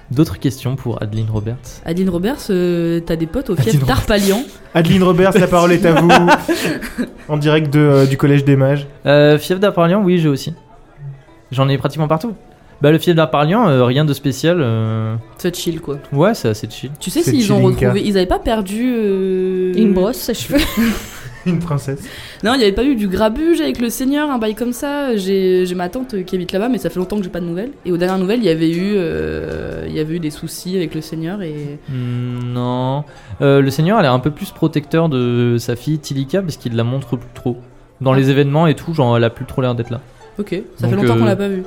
[SPEAKER 1] D'autres questions pour Adeline Roberts
[SPEAKER 3] Adeline Roberts, euh, t'as des potes au fief
[SPEAKER 1] Adeline Roberts.
[SPEAKER 3] d'Arpalian.
[SPEAKER 2] Adeline Roberts, la parole
[SPEAKER 1] [laughs]
[SPEAKER 2] est à vous. en direct de, euh, du Collège des Mages.
[SPEAKER 1] euh, Fief d'Arparlian, oui, j'ai aussi. J'en ai pratiquement partout. Bah, le fief d'Arparlian, euh, rien de spécial. euh,
[SPEAKER 3] Ça chill quoi.
[SPEAKER 1] Ouais, c'est assez chill.
[SPEAKER 3] Tu sais
[SPEAKER 2] C'est
[SPEAKER 3] s'ils ont
[SPEAKER 2] chillinka.
[SPEAKER 3] retrouvé. Ils avaient pas perdu. euh,
[SPEAKER 4] Une brosse à cheveux. [laughs]
[SPEAKER 2] Une princesse.
[SPEAKER 3] Non, il n'y avait pas eu du grabuge avec le seigneur, un bail comme ça. J'ai j'ai ma tante euh, qui habite là-bas, mais ça fait longtemps que j'ai pas de nouvelles. Et aux dernières nouvelles, il y avait eu, euh, il y avait eu des soucis avec le seigneur et
[SPEAKER 1] Hmm, Non. Euh, le seigneur a l'air un peu plus protecteur de sa fille Tilika parce qu'il la montre plus trop. Dans les événements et tout, genre elle a plus trop l'air d'être là.
[SPEAKER 3] ok, ça fait
[SPEAKER 1] Donc,
[SPEAKER 3] longtemps qu'on
[SPEAKER 1] euh,
[SPEAKER 3] l'a pas vu.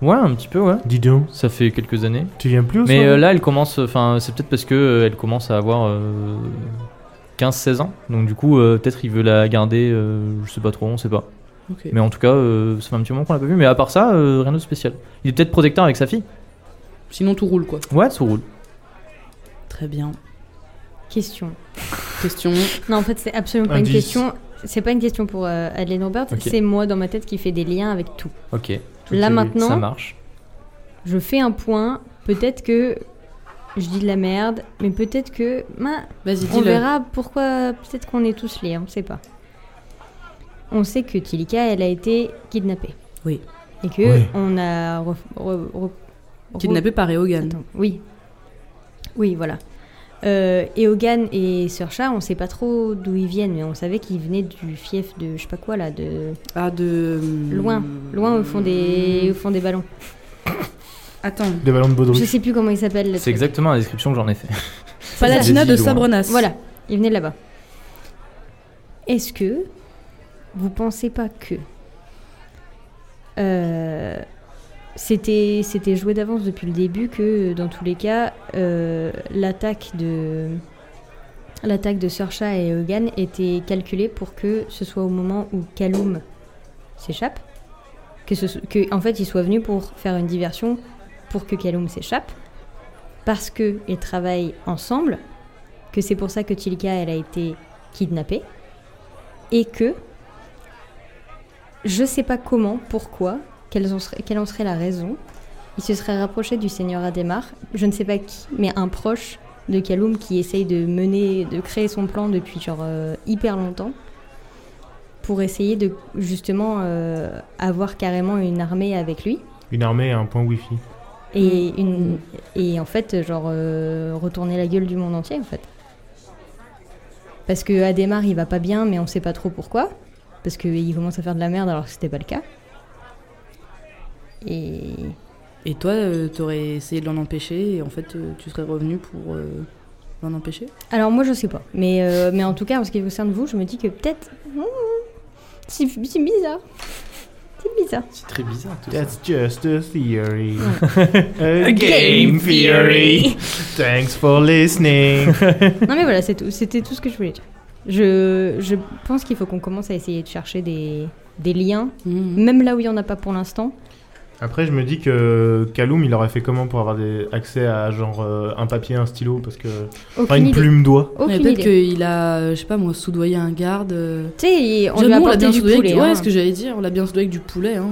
[SPEAKER 1] Ouais, un petit peu, ouais.
[SPEAKER 2] Dis donc,
[SPEAKER 1] Ça fait quelques années.
[SPEAKER 2] tu viens plus au
[SPEAKER 1] Mais
[SPEAKER 2] soir
[SPEAKER 1] euh, là, elle commence. Enfin, c'est peut-être parce que euh, elle commence à avoir euh, 15-16 ans. Donc du coup, euh, peut-être il veut la garder. euh, je sais pas trop, on sait pas.
[SPEAKER 3] Ok.
[SPEAKER 1] Mais en tout cas, euh, ça fait un petit moment qu'on l'a pas vu. Mais à part ça, euh, rien de spécial. Il est peut-être protecteur avec sa fille.
[SPEAKER 3] Sinon tout roule quoi.
[SPEAKER 1] Ouais, ça roule.
[SPEAKER 3] Très bien.
[SPEAKER 4] Question.
[SPEAKER 3] Question.
[SPEAKER 4] Non, en fait, c'est absolument pas
[SPEAKER 2] Indice.
[SPEAKER 4] une question. C'est pas une question pour euh, Adeline Roberts.
[SPEAKER 1] Ok.
[SPEAKER 4] C'est moi dans ma tête qui fait des liens avec tout.
[SPEAKER 1] Ok,
[SPEAKER 2] Tout
[SPEAKER 4] là
[SPEAKER 2] est-
[SPEAKER 1] ça
[SPEAKER 4] maintenant,
[SPEAKER 1] marche.
[SPEAKER 4] je fais un point. Peut-être que je dis de la merde, mais peut-être que ben,
[SPEAKER 3] Vas-y,
[SPEAKER 4] on
[SPEAKER 3] dis-le.
[SPEAKER 4] verra pourquoi. Peut-être qu'on est tous liés. On sait pas. On sait que Tilika, elle a été kidnappée.
[SPEAKER 3] Oui.
[SPEAKER 4] Et que
[SPEAKER 2] Oui.
[SPEAKER 4] on a ref- re- re-
[SPEAKER 3] Kidnappé par Eogan.
[SPEAKER 4] Attends, oui. Oui, voilà. Euh, Eogan et Surcha, on sait pas trop d'où ils viennent, mais on savait qu'ils venaient du fief de je sais pas quoi là, de
[SPEAKER 3] Ah, de.
[SPEAKER 4] loin, loin au fond des, au fond des ballons.
[SPEAKER 3] Attends.
[SPEAKER 2] Des ballons de
[SPEAKER 4] Je
[SPEAKER 2] baudruche.
[SPEAKER 4] sais plus comment ils s'appellent. le
[SPEAKER 1] C'est
[SPEAKER 4] truc.
[SPEAKER 1] exactement la description que j'en ai fait.
[SPEAKER 3] Palatina de
[SPEAKER 1] Des îles, loin.
[SPEAKER 3] Sabronas.
[SPEAKER 4] Voilà, ils venaient de là-bas. Est-ce que vous pensez pas que euh, c'était c'était joué d'avance depuis le début que dans tous les cas euh, l'attaque de l'attaque de Surcha et Hogan était calculée pour que ce soit au moment où Kaloum s'échappe que ce so- que en fait il soit venu pour faire une diversion pour que Kaloum s'échappe parce que ils travaillent ensemble que c'est pour ça que Tilka elle a été kidnappée et que je sais pas comment, pourquoi, quelles en seraient- quelle en serait la raison. Il se serait rapproché du seigneur Adhémar, je ne sais pas qui, mais un proche de Kaloum qui essaye de mener, de créer son plan depuis genre euh, hyper longtemps pour essayer de justement euh, avoir carrément une armée avec lui.
[SPEAKER 2] Une armée et un point wifi.
[SPEAKER 4] Et, une, et en fait, genre, euh, retourner la gueule du monde entier, en fait. Parce que Adhémar, il va pas bien, mais on sait pas trop pourquoi. Parce qu'il commence à faire de la merde alors que c'était pas le cas. Et.
[SPEAKER 3] Et toi, euh, t'aurais essayé de l'en empêcher et en fait, euh, tu serais revenu pour euh, l'en empêcher
[SPEAKER 4] Alors, moi, je sais pas. Mais, euh, mais en tout cas, en ce qui concerne vous, je me dis que peut-être. hmm, C'est c'est bizarre. C'est bizarre.
[SPEAKER 1] [laughs] C'est très bizarre tout
[SPEAKER 2] That's just a theory. a
[SPEAKER 4] game
[SPEAKER 2] game theory.
[SPEAKER 4] theory.
[SPEAKER 2] Thanks for listening.
[SPEAKER 4] non, mais voilà, c'est tout- c'était tout ce que je voulais dire. Je, je pense qu'il faut qu'on commence à essayer de chercher des, des liens, même là où il y en a pas pour l'instant.
[SPEAKER 2] [laughs] Après, je me dis que Kaloum, il aurait fait comment pour avoir des accès à genre euh, un papier, un stylo, parce que
[SPEAKER 4] Aucune
[SPEAKER 2] pas une
[SPEAKER 4] idée.
[SPEAKER 2] plume d'oie.
[SPEAKER 3] Mais
[SPEAKER 4] Aucune
[SPEAKER 3] peut-être
[SPEAKER 4] idée.
[SPEAKER 3] qu'il a, euh, je sais pas moi, soudoyé un garde. euh,
[SPEAKER 4] Tu sais, on
[SPEAKER 3] J'avoue,
[SPEAKER 4] lui a
[SPEAKER 3] l'a
[SPEAKER 4] apporté
[SPEAKER 3] bien
[SPEAKER 4] du
[SPEAKER 3] soudoyé
[SPEAKER 4] poulet.
[SPEAKER 3] avec-
[SPEAKER 4] hein.
[SPEAKER 3] Ouais, ce que j'allais dire, on l'a bien soudoyé avec du poulet. Hein.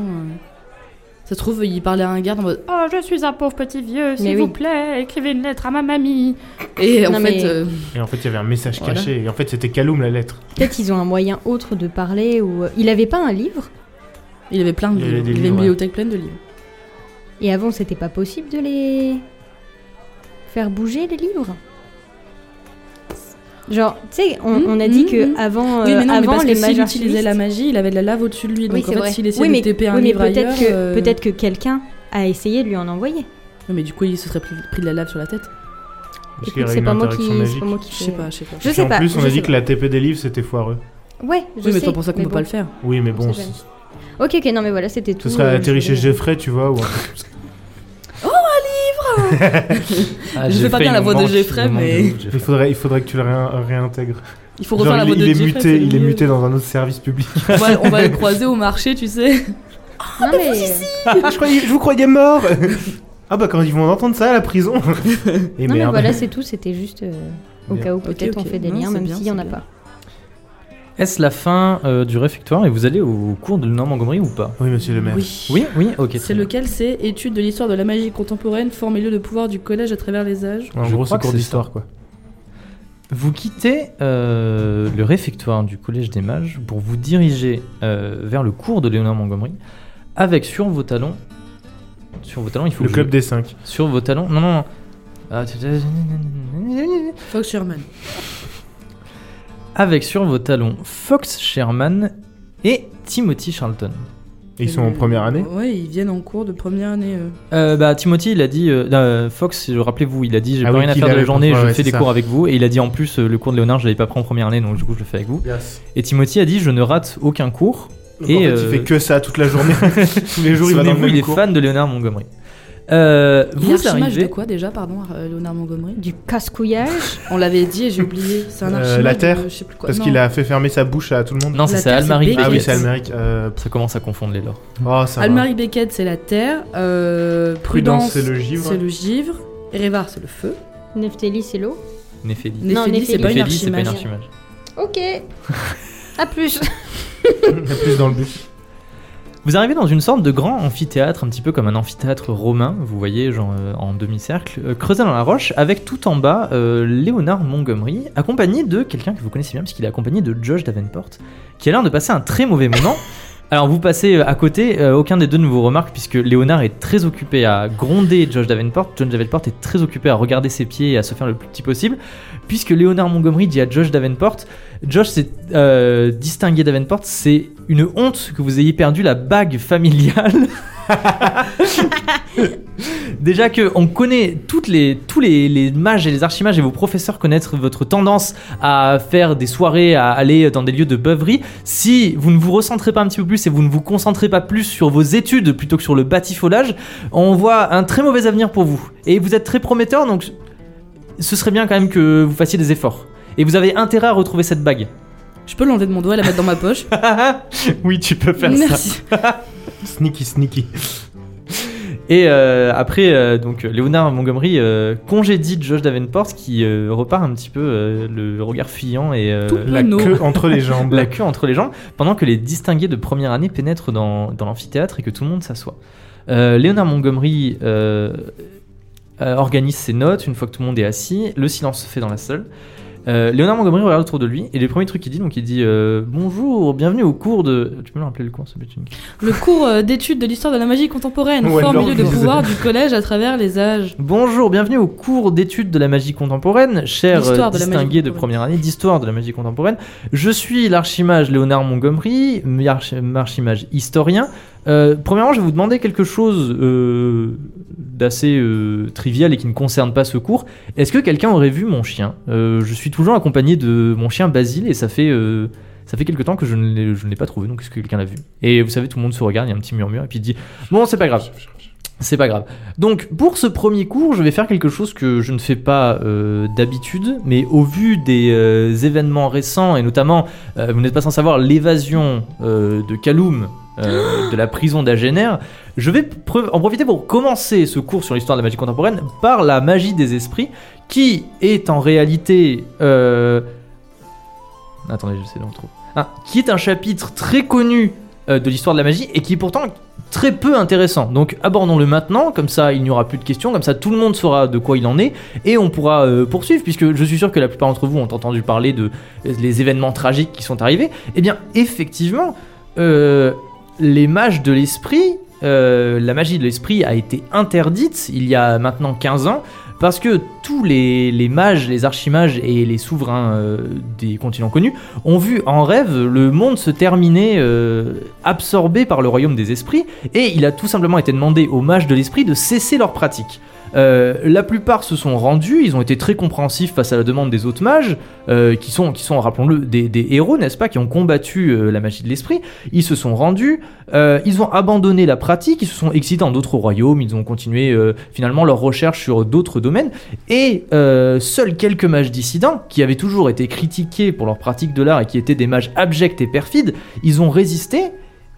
[SPEAKER 3] Ça se trouve, il parlait à un garde en mode
[SPEAKER 5] Oh, je suis un pauvre petit vieux, s'il
[SPEAKER 4] Mais
[SPEAKER 5] vous
[SPEAKER 4] oui.
[SPEAKER 5] plaît, écrivez une lettre à ma mamie.
[SPEAKER 3] Et en
[SPEAKER 4] Non,
[SPEAKER 3] fait,
[SPEAKER 4] mais-
[SPEAKER 3] euh,
[SPEAKER 2] Et en fait, il y avait un message
[SPEAKER 3] Voilà.
[SPEAKER 2] caché. Et en fait, c'était Kaloum la lettre.
[SPEAKER 4] Peut-être ils ont un moyen autre de parler ou euh, il avait pas un livre
[SPEAKER 3] il avait plein de
[SPEAKER 2] Il y avait
[SPEAKER 3] livres.
[SPEAKER 2] des
[SPEAKER 3] Il avait une
[SPEAKER 2] livres, ouais.
[SPEAKER 3] bibliothèque pleine de livres.
[SPEAKER 4] et avant c'était pas possible de les faire bouger les livres. Genre, tu sais, on,
[SPEAKER 3] Mhm,
[SPEAKER 4] on a dit
[SPEAKER 3] mhm,
[SPEAKER 4] que
[SPEAKER 3] mhm.
[SPEAKER 4] avant,
[SPEAKER 3] oui,
[SPEAKER 4] euh,
[SPEAKER 3] mais non, mais
[SPEAKER 4] avant
[SPEAKER 3] parce
[SPEAKER 4] les
[SPEAKER 3] que s'il
[SPEAKER 4] majeurs
[SPEAKER 3] utilisait la magie, il avait de la lave au-dessus de lui. Donc
[SPEAKER 4] oui,
[SPEAKER 3] en
[SPEAKER 4] c'est
[SPEAKER 3] fait,
[SPEAKER 4] vrai.
[SPEAKER 3] s'il essayait
[SPEAKER 4] oui, mais,
[SPEAKER 3] de taper un
[SPEAKER 4] oui, mais
[SPEAKER 3] livre
[SPEAKER 4] peut-être
[SPEAKER 3] ailleurs,
[SPEAKER 4] que
[SPEAKER 3] euh,
[SPEAKER 4] peut-être que quelqu'un a essayé de lui en envoyer.
[SPEAKER 3] Oui, mais du coup, il se serait pris, pris de la lave sur la tête.
[SPEAKER 2] Parce qu'il y
[SPEAKER 4] Écoute,
[SPEAKER 2] aurait
[SPEAKER 4] C'est
[SPEAKER 2] une
[SPEAKER 4] pas moi qui,
[SPEAKER 2] interaction
[SPEAKER 4] c'est
[SPEAKER 2] magique.
[SPEAKER 4] pas moi qui
[SPEAKER 3] Je sais
[SPEAKER 4] fais-
[SPEAKER 3] pas, je sais pas.
[SPEAKER 4] Je
[SPEAKER 2] Et
[SPEAKER 4] sais
[SPEAKER 2] en
[SPEAKER 4] pas.
[SPEAKER 2] plus, on
[SPEAKER 4] je
[SPEAKER 2] a
[SPEAKER 4] sais
[SPEAKER 2] dit que
[SPEAKER 4] pas.
[SPEAKER 2] la TP des livres, c'était foireux.
[SPEAKER 4] Ouais, je
[SPEAKER 3] Oui, mais
[SPEAKER 4] sais,
[SPEAKER 3] c'est pas pour ça qu'on
[SPEAKER 4] mais
[SPEAKER 3] peut
[SPEAKER 4] bon.
[SPEAKER 3] pas le faire.
[SPEAKER 2] Oui, mais
[SPEAKER 4] On
[SPEAKER 2] bon,
[SPEAKER 4] sait jamais.
[SPEAKER 2] c-
[SPEAKER 4] Ok, ok, non mais voilà, c'était tout.
[SPEAKER 2] ce serait
[SPEAKER 4] euh,
[SPEAKER 2] atterri
[SPEAKER 4] je
[SPEAKER 2] chez
[SPEAKER 4] voulais-
[SPEAKER 2] Jeffrey, tu vois.
[SPEAKER 4] [laughs]
[SPEAKER 2] ou un truc.
[SPEAKER 3] Je fais pas bien la voix de Jeffrey, mais-
[SPEAKER 2] Il faudrait, il faudrait que tu le réin- réintègres.
[SPEAKER 3] Il faut
[SPEAKER 2] Genre,
[SPEAKER 3] refaire la voix
[SPEAKER 2] il,
[SPEAKER 3] de
[SPEAKER 2] il est
[SPEAKER 3] Jeffrey,
[SPEAKER 2] muté,
[SPEAKER 3] c'est
[SPEAKER 2] il est
[SPEAKER 3] mieux.
[SPEAKER 2] muté dans un autre service public.
[SPEAKER 3] On va, on va le croiser au marché,
[SPEAKER 2] [laughs]
[SPEAKER 3] tu sais.
[SPEAKER 4] Non mais
[SPEAKER 2] je, croyais- je vous croyais mort. [laughs] ah bah quand ils vont entendre ça à la prison. [laughs] Et
[SPEAKER 4] Non, mais
[SPEAKER 2] merde.
[SPEAKER 4] voilà, c'est tout. C'était juste euh, au
[SPEAKER 2] Bien.
[SPEAKER 4] cas où
[SPEAKER 3] Ok,
[SPEAKER 4] peut-être
[SPEAKER 3] ok.
[SPEAKER 4] on fait des
[SPEAKER 3] Non,
[SPEAKER 4] liens,
[SPEAKER 3] c'est
[SPEAKER 4] même
[SPEAKER 3] bien,
[SPEAKER 4] s'il n'y en
[SPEAKER 3] c'est
[SPEAKER 4] a
[SPEAKER 3] bien.
[SPEAKER 4] pas.
[SPEAKER 1] Est-ce la fin euh, du réfectoire et vous allez au cours de Norman Montgomery ou pas
[SPEAKER 2] Oui, monsieur le maire.
[SPEAKER 3] Oui.
[SPEAKER 1] Oui, oui, ok. très
[SPEAKER 3] C'est
[SPEAKER 1] bien.
[SPEAKER 3] lequel C'est Étude de l'histoire de la magie contemporaine, forme et lieu de pouvoir du collège à travers les âges.
[SPEAKER 2] En
[SPEAKER 1] Je
[SPEAKER 2] gros,
[SPEAKER 1] crois
[SPEAKER 2] c'est
[SPEAKER 1] que
[SPEAKER 2] cours
[SPEAKER 1] c'est
[SPEAKER 2] d'histoire, quoi.
[SPEAKER 1] Vous quittez euh, le réfectoire du Collège des Mages pour vous diriger euh, vers le cours de Léonard Montgomery avec sur vos talons. Sur vos talons, il faut
[SPEAKER 2] Le
[SPEAKER 1] que
[SPEAKER 2] club
[SPEAKER 1] je-
[SPEAKER 2] des 5.
[SPEAKER 1] Sur vos talons. Non, non, non. Ah,
[SPEAKER 3] Fox Sherman.
[SPEAKER 1] Avec sur vos talons Fox Sherman et Timothy Charlton.
[SPEAKER 2] Et ils sont en première année.
[SPEAKER 3] Ouais, ils viennent en cours de première année. euh.
[SPEAKER 1] Euh, bah, Timothy, il a dit. euh, euh, Fox, je- rappelez-vous, il a dit J'ai
[SPEAKER 2] Ah
[SPEAKER 1] pas
[SPEAKER 2] oui,
[SPEAKER 1] rien à
[SPEAKER 2] qu'il
[SPEAKER 1] faire de la
[SPEAKER 2] avait-
[SPEAKER 1] journée,
[SPEAKER 2] ouais,
[SPEAKER 1] je
[SPEAKER 2] ouais,
[SPEAKER 1] fais
[SPEAKER 2] c'est
[SPEAKER 1] des
[SPEAKER 2] ça.
[SPEAKER 1] cours avec vous. Et il a dit en plus, euh, le cours de Léonard, je l'avais pas pris en première année, donc du coup, je le fais avec vous. Et Timothy a dit Je ne rate aucun cours.
[SPEAKER 2] et
[SPEAKER 1] Et,
[SPEAKER 2] en fait,
[SPEAKER 1] euh,
[SPEAKER 2] il fait que ça toute
[SPEAKER 1] [laughs]
[SPEAKER 2] la journée. Tous les jours, il va dans le
[SPEAKER 1] Souvenez-vous, il
[SPEAKER 2] même
[SPEAKER 1] est
[SPEAKER 2] cours.
[SPEAKER 1] fan de Léonard Montgomery. Euh,
[SPEAKER 3] Il
[SPEAKER 1] vous
[SPEAKER 3] est archimage de
[SPEAKER 1] arrivez.
[SPEAKER 3] quoi déjà, pardon, euh, Léonard Montgomery
[SPEAKER 4] Du
[SPEAKER 3] [laughs]
[SPEAKER 4] casse-couillage.
[SPEAKER 3] On l'avait dit et j'ai oublié. C'est un
[SPEAKER 2] Euh,
[SPEAKER 3] archimage.
[SPEAKER 2] la
[SPEAKER 3] de-
[SPEAKER 2] Terre,
[SPEAKER 3] je sais plus quoi.
[SPEAKER 2] Parce
[SPEAKER 3] Non.
[SPEAKER 2] qu'il a fait fermer sa bouche à tout le monde.
[SPEAKER 1] Non, c'est
[SPEAKER 3] La
[SPEAKER 1] ça,
[SPEAKER 3] Terre,
[SPEAKER 1] Almaric.
[SPEAKER 3] c'est
[SPEAKER 2] ah oui,
[SPEAKER 3] Beckett.
[SPEAKER 2] c'est Almeric. Euh,
[SPEAKER 1] Ça commence à confondre les lores.
[SPEAKER 2] Oh, ça
[SPEAKER 3] Almaric Beckett, c'est la terre. euh, Prudence,
[SPEAKER 2] Prudence, c'est le givre.
[SPEAKER 3] C'est le givre. Révar, c'est le feu.
[SPEAKER 4] Nefteli, c'est l'eau.
[SPEAKER 1] Néphélie.
[SPEAKER 3] Néphélie,
[SPEAKER 4] Non,
[SPEAKER 3] c'est
[SPEAKER 4] Néphélie,
[SPEAKER 3] pas une
[SPEAKER 1] Néphélie, c'est pas
[SPEAKER 3] archimage.
[SPEAKER 1] une archimage.
[SPEAKER 4] Ok. [laughs] à plus.
[SPEAKER 2] va. Il y a plus dans le bus.
[SPEAKER 1] Vous arrivez dans une sorte de grand amphithéâtre, un petit peu comme un amphithéâtre romain, vous voyez, genre euh, en demi-cercle, euh, creusé dans la roche, avec tout en bas euh, Léonard Montgomery, accompagné de quelqu'un que vous connaissez bien, puisqu'il est accompagné de Josh Davenport, qui a l'air de passer un très mauvais moment, Alors vous passez euh, à côté, euh, aucun des deux ne vous remarque puisque Léonard est très occupé à gronder Josh Davenport, John Davenport est très occupé à regarder ses pieds et à se faire le plus petit possible, puisque Léonard Montgomery dit à Josh Davenport, Josh s'est euh, distingué Davenport, c'est une honte que vous ayez perdu la bague familiale. [laughs] Déjà que on connaît toutes les, tous les, les mages et les archimages et vos professeurs connaître votre tendance à faire des soirées, à aller dans des lieux de beuverie. Si vous ne vous recentrez pas un petit peu plus et vous ne vous concentrez pas plus sur vos études plutôt que sur le batifolage, on voit un très mauvais avenir pour vous. Et vous êtes très prometteur, donc ce serait bien quand même que vous fassiez des efforts. Et vous avez intérêt à retrouver cette bague.
[SPEAKER 3] Je peux l'enlever de mon doigt et la mettre dans ma
[SPEAKER 2] [laughs]
[SPEAKER 3] poche.
[SPEAKER 1] [laughs] oui, tu peux faire ça.
[SPEAKER 3] Merci.
[SPEAKER 2] Sneaky, sneaky.
[SPEAKER 1] Et euh, après, euh, donc Léonard Montgomery euh, congédie Josh Davenport qui euh, repart un petit peu euh, le regard fuyant et euh,
[SPEAKER 3] Tout
[SPEAKER 2] La
[SPEAKER 3] Nono.
[SPEAKER 2] queue entre les
[SPEAKER 1] [laughs]
[SPEAKER 2] jambes.
[SPEAKER 1] la queue entre les jambes, pendant que les distingués de première année pénètrent dans, dans l'amphithéâtre et que tout le monde s'assoit. Euh, Léonard Montgomery euh, euh, organise ses notes une fois que tout le monde est assis, le silence se fait dans la salle. Euh, Léonard Montgomery regarde autour de lui et le premier truc qu'il dit, donc il dit euh, Bonjour, bienvenue au cours de. Tu peux me rappeler le cours, ce bêtine
[SPEAKER 3] Le cours euh, d'études de l'histoire de la magie contemporaine,
[SPEAKER 2] Ouais,
[SPEAKER 3] formule de
[SPEAKER 2] l'anglais.
[SPEAKER 3] pouvoir du collège à travers les âges.
[SPEAKER 1] Bonjour, bienvenue au cours d'études de la magie contemporaine, cher euh,
[SPEAKER 3] D'histoire de la magie
[SPEAKER 1] distingué de
[SPEAKER 3] contemporaine.
[SPEAKER 1] première année d'histoire de la magie contemporaine. Je suis l'archimage Léonard Montgomery, archi- archimage historien. Euh, premièrement, je vais vous demander quelque chose euh, d'assez euh, trivial et qui ne concerne pas ce cours. Est-ce que quelqu'un aurait vu mon chien Euh, Je suis toujours accompagné de mon chien Basile et ça fait... euh, ça fait quelque temps que je ne l'ai- je ne l'ai pas trouvé, donc est-ce que quelqu'un l'a vu Et vous savez, tout le monde se regarde, il y a un petit murmure, et puis il dit Bon, c'est pas grave. C'est pas grave. Donc pour ce premier cours, je vais faire quelque chose que je ne fais pas euh, d'habitude, mais au vu des euh, événements récents, et notamment, euh, vous n'êtes pas sans savoir l'évasion euh, de Kaloum euh, de la prison d'Agener, je vais pre- en profiter pour commencer ce cours sur l'histoire de la magie contemporaine par la magie des esprits, qui est en réalité... euh, Attendez, j'essaie de le retrouver. Ah, qui est un chapitre très connu euh, de l'histoire de la magie et qui est pourtant très peu intéressant. Donc abordons-le maintenant, comme ça il n'y aura plus de questions, comme ça tout le monde saura de quoi il en est et on pourra euh, poursuivre puisque je suis sûr que la plupart d'entre vous ont entendu parler de euh, les événements tragiques qui sont arrivés. Eh bien effectivement, euh, les mages de l'esprit, euh, la magie de l'esprit a été interdite il y a maintenant 15 ans parce que tous les, les mages, les archimages et les souverains euh, des continents connus ont vu en rêve le monde se terminer euh, absorbé par le royaume des esprits et il a tout simplement été demandé aux mages de l'esprit de cesser leur pratique. Euh, la plupart se sont rendus, ils ont été très compréhensifs face à la demande des autres mages, euh, qui sont, qui sont rappelons-le, des, des héros, n'est-ce pas, qui ont combattu euh, la magie de l'esprit. Ils se sont rendus, euh, ils ont abandonné la pratique, ils se sont excités dans d'autres royaumes, ils ont continué euh, finalement leurs recherches sur d'autres domaines, et euh, seuls quelques mages dissidents, qui avaient toujours été critiqués pour leur pratique de l'art et qui étaient des mages abjects et perfides, ils ont résisté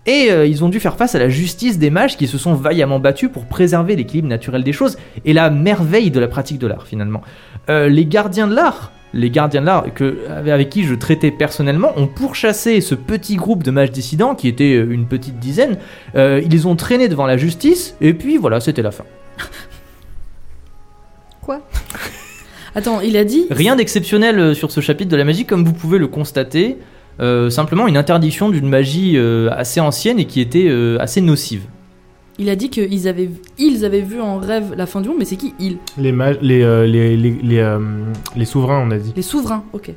[SPEAKER 1] et euh, ils ont dû faire face à la justice des mages qui se sont vaillamment battus pour préserver l'équilibre naturel des choses et la merveille de la pratique de l'art finalement. Euh, les gardiens de l'art, les gardiens de l'art que, avec qui je traitais personnellement, ont pourchassé ce petit groupe de mages dissidents qui était euh, une petite dizaine. Euh, ils les ont traînés devant la justice et puis voilà, c'était la fin.
[SPEAKER 3] Attends, il a dit.
[SPEAKER 1] Rien d'exceptionnel euh, sur ce chapitre de la magie, comme vous pouvez le constater. Euh, simplement une interdiction d'une magie euh, assez ancienne et qui était euh, assez nocive.
[SPEAKER 3] Il a dit qu'ils avaient, ils avaient vu en rêve la fin du monde, mais c'est qui ils
[SPEAKER 2] Les, mages, les, euh, les, les, les, euh, les souverains, on a dit.
[SPEAKER 3] Les souverains, ok.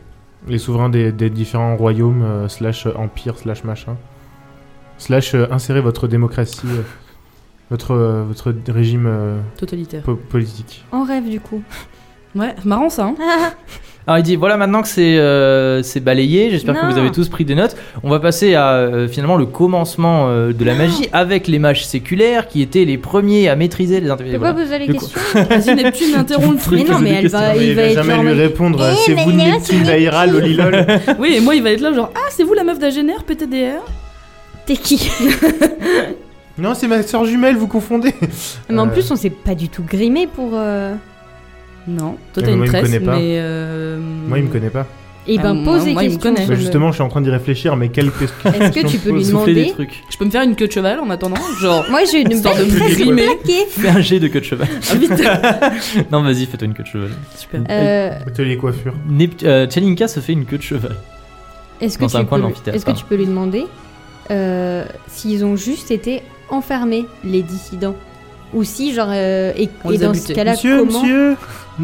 [SPEAKER 2] Les souverains des, des différents royaumes, euh, slash euh, empire, slash machin. Slash euh, insérez votre démocratie, euh, [laughs] votre, euh, votre régime euh,
[SPEAKER 3] Totalitaire.
[SPEAKER 2] po- politique.
[SPEAKER 4] En rêve, du coup. [laughs]
[SPEAKER 3] Ouais, marrant ça, hein
[SPEAKER 1] Alors il dit voilà maintenant que c'est euh, c'est balayé, j'espère que
[SPEAKER 4] Non.
[SPEAKER 1] vous avez tous pris des notes. On va passer à euh, finalement le commencement euh, de la magie avec les mages séculaires qui étaient les premiers à maîtriser les interventions.
[SPEAKER 4] Pourquoi vous avez
[SPEAKER 1] Du
[SPEAKER 4] les
[SPEAKER 1] coup-
[SPEAKER 4] questions
[SPEAKER 3] Vas-y,
[SPEAKER 2] [laughs]
[SPEAKER 3] Neptune, interromps le
[SPEAKER 1] Tu veux
[SPEAKER 4] Mais
[SPEAKER 3] truc.
[SPEAKER 1] poser
[SPEAKER 4] non, mais
[SPEAKER 1] des
[SPEAKER 4] elle va,
[SPEAKER 1] questions
[SPEAKER 4] il
[SPEAKER 2] il
[SPEAKER 4] va
[SPEAKER 2] va
[SPEAKER 4] être
[SPEAKER 2] jamais
[SPEAKER 4] genre,
[SPEAKER 2] lui
[SPEAKER 4] mais-
[SPEAKER 2] répondre,
[SPEAKER 4] Eh,
[SPEAKER 2] c'est
[SPEAKER 4] mais
[SPEAKER 2] vous
[SPEAKER 4] non,
[SPEAKER 2] Neptune
[SPEAKER 4] c'est
[SPEAKER 2] Daïra,
[SPEAKER 4] Neptune. [laughs]
[SPEAKER 2] lolilol.
[SPEAKER 3] Oui, et moi, il va être là, genre, ah, c'est vous la meuf d'Agener, PTDR
[SPEAKER 4] T'es qui [laughs]
[SPEAKER 2] Non, c'est ma soeur jumelle, vous
[SPEAKER 4] [laughs]
[SPEAKER 2] confondez.
[SPEAKER 4] Mais en
[SPEAKER 2] Euh,
[SPEAKER 4] plus, on s'est pas du tout grimé pour. euh,
[SPEAKER 3] Non,
[SPEAKER 2] Mais
[SPEAKER 3] toi t'as
[SPEAKER 2] moi,
[SPEAKER 3] une
[SPEAKER 2] il me
[SPEAKER 3] tresse,
[SPEAKER 2] connaît pas.
[SPEAKER 3] mais. euh,
[SPEAKER 2] Moi, il me connaît pas.
[SPEAKER 4] Eh ben,
[SPEAKER 3] Ah,
[SPEAKER 4] pose
[SPEAKER 3] moi,
[SPEAKER 4] des
[SPEAKER 3] moi, il me
[SPEAKER 4] questions.
[SPEAKER 3] connaît.
[SPEAKER 4] sur
[SPEAKER 2] Bah,
[SPEAKER 4] le-
[SPEAKER 2] justement, je suis en train d'y réfléchir, mais quelle question
[SPEAKER 4] Est-ce que tu peux lui
[SPEAKER 1] Souffler des
[SPEAKER 4] demander
[SPEAKER 1] trucs. [laughs]
[SPEAKER 3] Je peux me faire une queue de cheval en attendant Genre, [laughs]
[SPEAKER 4] Moi, j'ai une
[SPEAKER 3] Histoire
[SPEAKER 4] belle
[SPEAKER 3] de me
[SPEAKER 4] tresse
[SPEAKER 3] grimer.
[SPEAKER 4] plaquée.
[SPEAKER 1] Fais un jet de queue de
[SPEAKER 4] [laughs]
[SPEAKER 1] cheval.
[SPEAKER 3] ah, vite
[SPEAKER 1] non vas-y fais-toi une queue de cheval.
[SPEAKER 3] Super.
[SPEAKER 4] Euh,
[SPEAKER 2] Atelier coiffure.
[SPEAKER 1] Nept- euh, Tchelinka se fait une queue de cheval.
[SPEAKER 4] Est-ce que,
[SPEAKER 1] Dans un
[SPEAKER 4] tu
[SPEAKER 1] coin de
[SPEAKER 4] peux lui-
[SPEAKER 1] l'amphithéâtre,
[SPEAKER 4] est-ce que tu peux lui demander euh, s'ils ont juste été enfermés, les dissidents. Ou si, genre, euh, et,
[SPEAKER 3] On
[SPEAKER 4] et
[SPEAKER 3] les a
[SPEAKER 4] dans ce
[SPEAKER 3] butés.
[SPEAKER 4] cas-là,
[SPEAKER 2] Monsieur,
[SPEAKER 4] comment
[SPEAKER 2] monsieur